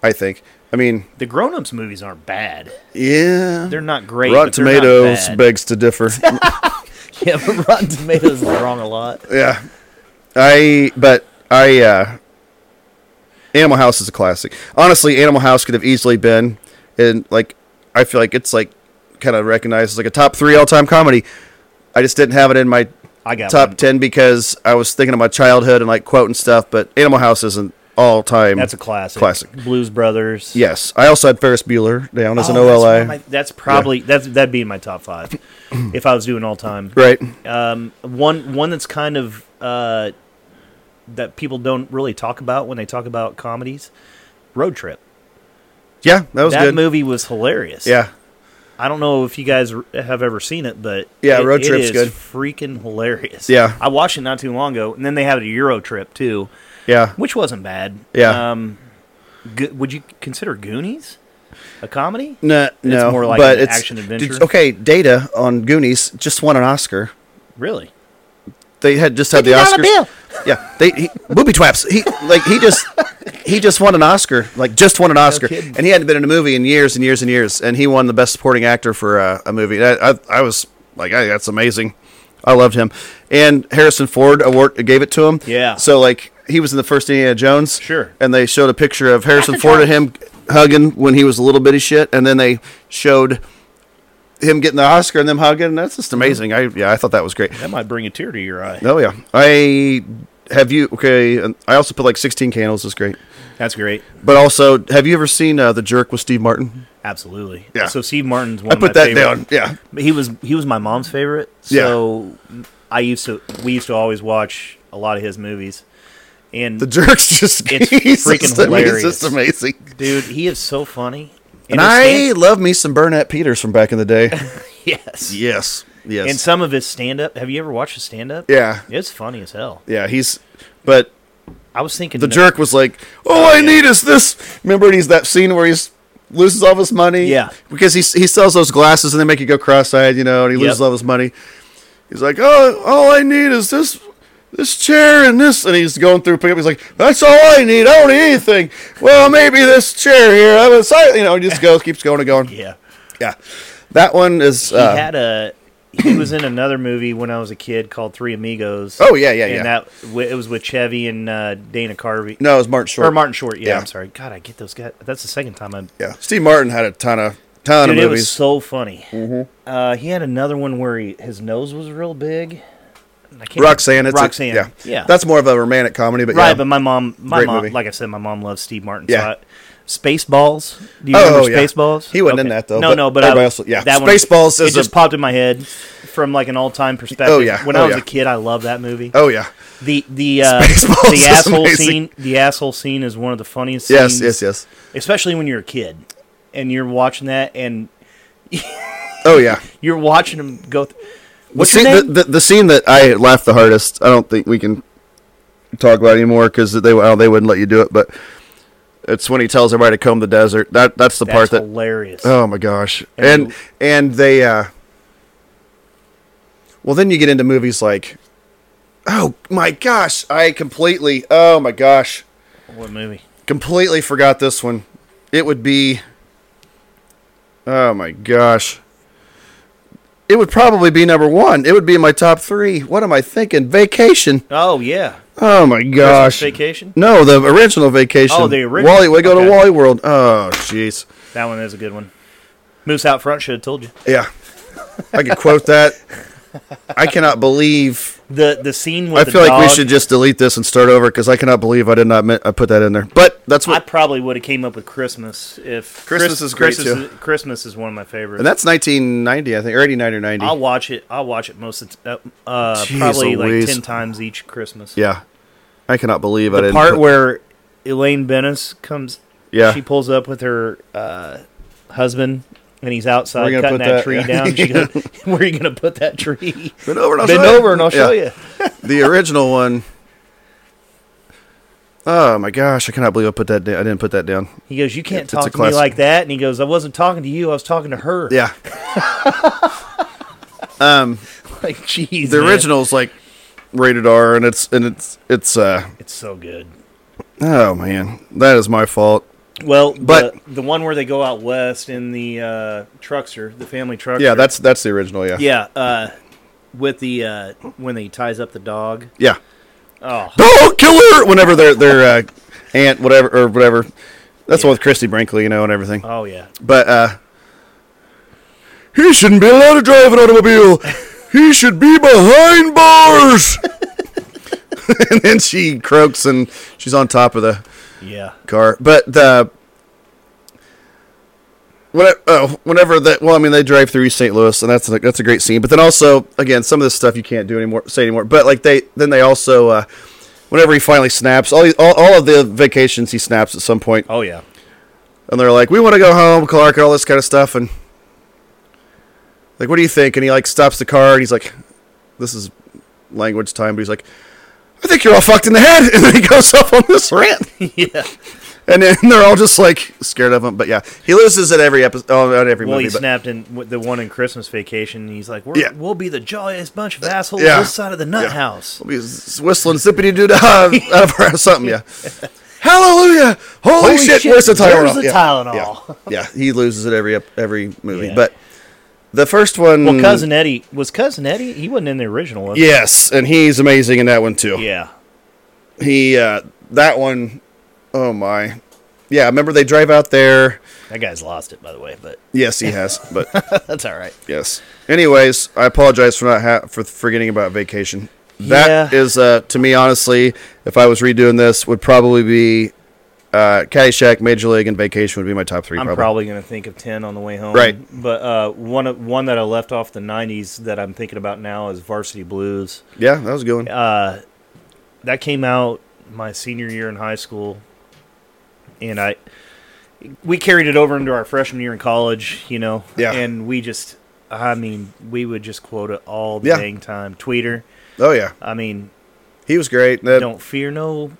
A: I think. I mean,
B: the grown ups movies aren't bad.
A: yeah.
B: They're not great.
A: Rotten
B: but they're not
A: Tomatoes
B: bad.
A: begs to differ.
B: yeah, but Rotten Tomatoes is wrong a lot.
A: Yeah. I but I uh Animal House is a classic. Honestly, Animal House could have easily been in like I feel like it's like kind of recognized as like a top 3 all-time comedy. I just didn't have it in my
B: I got
A: top
B: one.
A: ten because I was thinking of my childhood and like quoting stuff, but Animal House is an all time.
B: That's a classic.
A: Classic.
B: Blues Brothers.
A: Yes, I also had Ferris Bueller down as an
B: Oh, that's one
A: OLI.
B: of my- That's, probably that's that'd be in my top five if I was doing all time.
A: right.
B: Um, one one that's kind of uh, that people don't really talk about when they talk about comedies. Road Trip.
A: Yeah, that was
B: that
A: good.
B: movie was hilarious.
A: Yeah,
B: I don't know if you guys r- have ever seen it, but
A: Yeah,
B: it-
A: Road
B: it
A: Trip's
B: is
A: good.
B: Freaking hilarious.
A: Yeah.
B: I watched it not too long ago, and then they had a Euro Trip too,
A: yeah.
B: which wasn't bad.
A: Yeah.
B: Um, go- would you consider Goonies a comedy?
A: No, no.
B: more like
A: but
B: an
A: it's-
B: action-adventure.
A: did- okay, Data on Goonies just won an Oscar.
B: Really?
A: They had just had the Oscars. Yeah, they he, booby traps. He like he just he just won an Oscar, like just won an Oscar,
B: kidding.
A: and he hadn't been in a movie in years and years and years, and he won the best supporting actor for uh, a movie. I, I I was like, I, that's amazing. I loved him, and Harrison Ford award gave it to him.
B: Yeah.
A: So like he was in the first Indiana Jones.
B: Sure.
A: And they showed a picture of Harrison Ford and him hugging when he was a little bitty shit, and then they showed. Him getting the Oscar and them hugging, and that's just amazing. I yeah, I thought that was great.
B: That might bring a tear to your eye.
A: Oh yeah, I have you. Okay, and I also put like sixteen candles. is great,
B: That's great.
A: but also have you ever seen uh, the Jerk with Steve Martin?
B: Absolutely.
A: Yeah.
B: So Steve Martin's one
A: I
B: of
A: put
B: my
A: that down.
B: favorite-
A: Yeah,
B: He was he was my mom's favorite. So I used to we used to always watch a lot of his movies. And
A: the Jerk's just
B: It's
A: he's
B: freaking
A: just- I mean,
B: hilarious.
A: It's just amazing.
B: dude, he is so funny.
A: And
B: his
A: I
B: stand-
A: love me some Burnett Peters from back in the day.
B: yes.
A: yes, yes,
B: And some of his stand up. Have you ever watched his stand up?
A: yeah,
B: It's funny as hell.
A: yeah. He's but
B: I was thinking
A: the Jerk was like, all I need is this. Remember, he's that scene where he's loses all of his money.
B: Yeah.
A: because he he sells those glasses and they make you go cross-eyed, you know, and he loses
B: Yep.
A: all of his money. He's like, oh, all I need is this. This chair and this, and he's going through pickup. He's like, "That's all I need. I don't need anything." Well, maybe this chair here. I'm excited, you know. He just goes, keeps going and going.
B: Yeah.
A: Yeah, that one is.
B: He
A: Uh,
B: had a he was in another movie when I was a kid called Three Amigos.
A: Oh, yeah, yeah,
B: and
A: yeah.
B: that w- it was with Chevy and uh, Dana Carvey.
A: no, it was Martin Short.
B: Or Martin Short, yeah,
A: Yeah.
B: I'm sorry. God, I get those guys. That's the second time I'm.
A: Yeah, Steve Martin had a ton of ton
B: Dude,
A: of
B: it
A: movies.
B: was so funny. Uh, he had another one where he, his nose was real big. And I can't
A: Roxanne. It's a-
B: Roxanne.
A: yeah,
B: yeah.
A: That's more of a romantic comedy, but
B: right.
A: yeah.
B: But my mom, my
A: Great
B: mom,
A: movie.
B: like I said, my mom loves Steve Martin.
A: Yeah.
B: So I, Spaceballs. Do you
A: Oh,
B: remember
A: yeah.
B: Spaceballs?
A: He wasn't in that, though,
B: No,
A: but
B: no. But
A: everybody
B: I,
A: else- yeah.
B: that one-
A: Spaceballs
B: It
A: is
B: just
A: a-
B: popped in my head from like an all-time perspective.
A: Oh, yeah.
B: When
A: Oh,
B: I was
A: yeah.
B: a kid, I loved that movie.
A: oh yeah,
B: The the uh,
A: Spaceballs
B: the
A: is
B: asshole
A: amazing.
B: scene. The asshole scene is one of the funniest.
A: yes,
B: scenes
A: yes, yes.
B: especially when you're a kid and you're watching that and
A: Oh yeah.
B: you're watching him go. Th- What's
A: the
B: your
A: scene,
B: name?
A: The, the, the scene that I laughed the hardest. I don't think we can talk about it anymore because they well, they wouldn't let you do it. But it's when he tells everybody to comb the desert. That that's the
B: That's
A: part that.
B: hilarious.
A: Oh my gosh!
B: And-
A: And and they. uh Well, then you get into movies like, oh my gosh! I completely. Oh my gosh!
B: What movie?
A: Completely forgot this one. It would be. Oh my gosh. It would probably be number one. It would be in my top three. What am I thinking? Vacation.
B: Oh yeah,
A: Oh my
B: Christmas
A: gosh.
B: Vacation.
A: No, the original vacation.
B: Oh, the original.
A: Wally, we go
B: Okay.
A: to Wally World. Oh, jeez.
B: That one is a good one. Moose out front should have told you
A: Yeah, I could quote that. I cannot believe.
B: the the scene with
A: I
B: the
A: feel like we
B: dog,
A: should just delete this and start over because I cannot believe I did not mi- I put that in there. But that's
B: I
A: what,
B: probably would have came up with Christmas if
A: Christmas is great,
B: Christmas,
A: too.
B: Is, Christmas is one of my favorites.
A: and that's 1990, I think, or 89 or 90.
B: I'll watch it. I'll watch it most of the t- uh, uh,
A: Jeez
B: probably like
A: Louise.
B: ten times each Christmas.
A: yeah, I cannot believe I
B: the
A: didn't.
B: part
A: put-
B: where Elaine Bennis comes.
A: Yeah.
B: she pulls up with her uh, husband, and he's outside
A: We're gonna
B: cutting
A: put
B: that,
A: that-
B: tree
A: yeah.
B: down. She goes, "Where are you going to put that tree?
A: bend over and I'll
B: Bend
A: show you.
B: over, and I'll show
A: Yeah.
B: you."
A: the original one. Oh my gosh! I cannot believe I put that. Da- I didn't put that down.
B: He goes, "You can't
A: It's a
B: talk to me
A: classic.
B: like that." And he goes, "I wasn't talking to you. I was talking to her."
A: Yeah,
B: like jeez,
A: the
B: man.
A: original's like rated R, and it's and it's it's. uh
B: It's so good.
A: Oh man, that is my fault.
B: Well,
A: But-
B: the, the one where they go out west in the uh, truckster, the family truckster.
A: Yeah, that's that's the original. Yeah.
B: yeah. Uh, with the uh, when he ties up the dog.
A: Yeah.
B: Oh,
A: Dog killer. Whenever their their uh, aunt, whatever or whatever. That's the one with Christy Brinkley, you know, and everything.
B: oh yeah.
A: But uh, he shouldn't be allowed to drive an automobile.
H: He should be behind bars.
A: and then she croaks and she's on top of the
B: Yeah.
A: car. But the when oh, whenever that well, I mean they drive through East St. Louis, and that's a, that's a great scene. But then also again, some of this stuff you can't do anymore, say anymore. But like they then they also uh, whenever he finally snaps, all, these- all all of the vacations he snaps at some point,
B: Oh yeah.
A: and they're like, we want to go home, Clark, all this kind of stuff, and like, what do you think? And he like stops the car, and he's like, this is language time, but he's like. I think you're all fucked in the head, and then he goes off on this rant.
B: yeah.
A: And then they're all just like scared of him. But yeah, he loses at every episode, oh, at every
B: Well, he
A: movie. But,
B: snapped in w- the one in Christmas Vacation. And he's like, We're,
A: Yeah. Uh,
B: "We'll be the jolliest bunch of assholes
A: yeah.
B: this side of the nut
A: Yeah.
B: house."
A: he's whistling zippity doo dah out of her something. Yeah. Hallelujah! Holy, shit, Where's the Tylenol?
B: Where's the
A: yeah.
B: Tylenol?
A: Yeah. yeah, he loses at every ep- every movie.
B: Yeah.
A: But the first one,
B: Well, cousin Eddie was cousin Eddie. He wasn't in the original one.
A: yes, and he's amazing in that one too.
B: Yeah.
A: He uh, that one, oh my, yeah. Remember they drive out there.
B: That guy's lost it, by the way, but
A: Yes, he has, but
B: that's all right.
A: Yes. Anyways, I apologize for not ha- for forgetting about vacation. That is
B: Yeah.
A: uh, to me honestly, if I was redoing this, would probably be uh, Caddyshack, Major League, and Vacation would be my top three.
B: I'm
A: probably.
B: probably going to think of ten on the way home.
A: Right.
B: But uh, one of- one that I left off the '90s that I'm thinking about now is Varsity Blues.
A: yeah, that was a good one.
B: Uh, that came out my senior year in high school, and I we carried it over into our freshman year in college. You know.
A: Yeah.
B: And we just, I mean, we would just quote it all the
A: Yeah.
B: dang time. Tweeter.
A: Oh yeah,
B: I mean,
A: he was great. That-
B: don't fear no.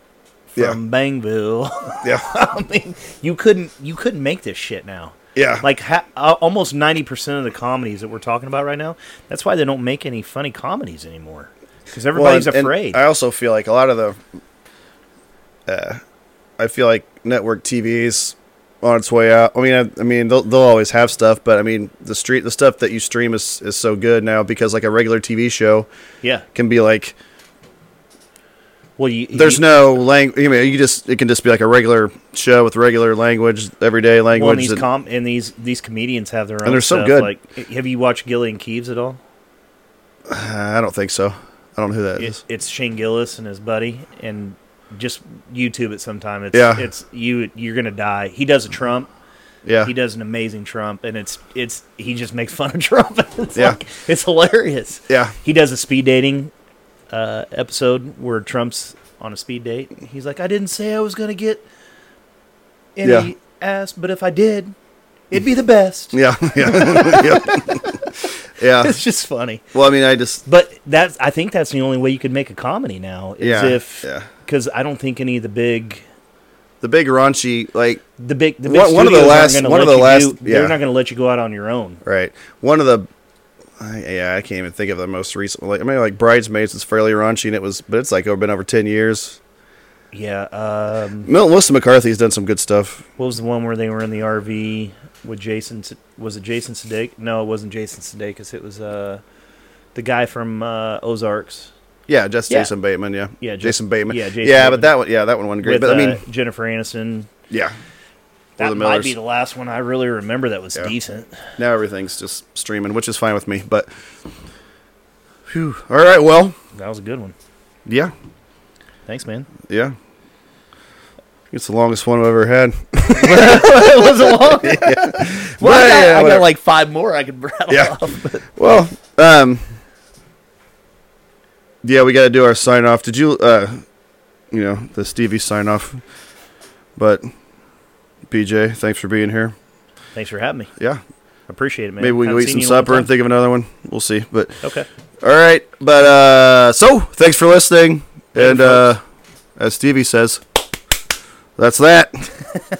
A: Yeah.
B: From Bangville.
A: Yeah,
B: I mean, you couldn't you couldn't make this shit now.
A: yeah,
B: Like ha- al- almost ninety percent of the comedies that we're talking about right now. That's why they don't make any funny comedies anymore because
A: Well,
B: everybody's
A: and- and
B: afraid.
A: I also feel like a lot of the, uh, I feel like network TV's on its way out. I mean, I, I mean, they'll, they'll always have stuff, but I mean, the street, the stuff that you stream is is so good now because like a regular TV show
B: yeah.
A: can be like
B: Well, you,
A: there's
B: you-
A: no language. I mean, you just it can just be like a regular show with regular language, everyday
B: well, and
A: language.
B: these
A: that-
B: com and these these comedians have their own.
A: they're so
B: stuff.
A: good.
B: Like, have you watched Gillian Keeves at all?
A: I don't think so. I don't know who that
B: It-
A: is.
B: it's Shane Gillis and his buddy, and just YouTube it sometime. It's,
A: Yeah.
B: It's you. You're gonna die. He does a Trump.
A: Yeah,
B: He does an amazing Trump, and it's it's he just makes fun of Trump. it's
A: Yeah.
B: like, it's hilarious.
A: yeah,
B: he does a speed dating uh, episode where Trump's on a speed date. He's like, I didn't say I was gonna get any
A: Yeah.
B: ass, but if I did, it'd be the best.
A: yeah, yeah, yeah. yeah.
B: It's just funny.
A: Well, I mean, I just
B: But that's I think that's the only way you could make a comedy now. Is
A: Yeah,
B: if
A: yeah.
B: because I don't think any of the big
A: the big raunchy like
B: the big the big
A: One- one of the
B: studios aren't
A: last-
B: gonna
A: one of
B: let
A: the
B: you
A: last-
B: do-
A: yeah.
B: they're not going to let you go out on your own.
A: right one of the. I, yeah, I can't even think of the most recent. Like, I mean, like Bridesmaids is fairly raunchy, and it was, but it's like over been over ten years.
B: Yeah. Um,
A: Mel- Melissa McCarthy's done some good stuff.
B: what was the one where they were in the RV with Jason? Se- Was it Jason Sudeikis? No, it wasn't Jason Sudeikis. It was uh, the guy from uh, Ozarks.
A: Yeah, just
B: Yeah.
A: Jason Bateman. Yeah,
B: Yeah, just-
A: Jason Bateman.
B: yeah, Jason
A: yeah,
B: Bateman.
A: but that one, yeah, that one wasn't great.
B: With,
A: but I mean,
B: uh, Jennifer Aniston.
A: yeah,
B: That
A: the
B: might
A: Millers.
B: be the last one I really remember that was
A: Yeah.
B: decent.
A: now everything's just streaming, which is fine with me. But, Phew. all right, well,
B: That was a good one.
A: yeah,
B: Thanks, man.
A: yeah. It's the longest one I've ever had.
B: it wasn't long. well, I,
A: Yeah, yeah,
B: got, I got
A: whatever.
B: like five more I could rattle
A: Yeah.
B: off. but-
A: Well, um, yeah, we got to do our sign off. Did you, uh, you know, the Stevie sign off? But, BJ, thanks for being here.
B: Thanks for having me.
A: Yeah,
B: Appreciate it, man.
A: maybe we can
B: Haven't
A: eat some
B: seen you in a long
A: supper and
B: time.
A: think of another one. We'll see. But
B: Okay.
A: All right, but uh, so thanks for listening, and uh, as Stevie says, that's that.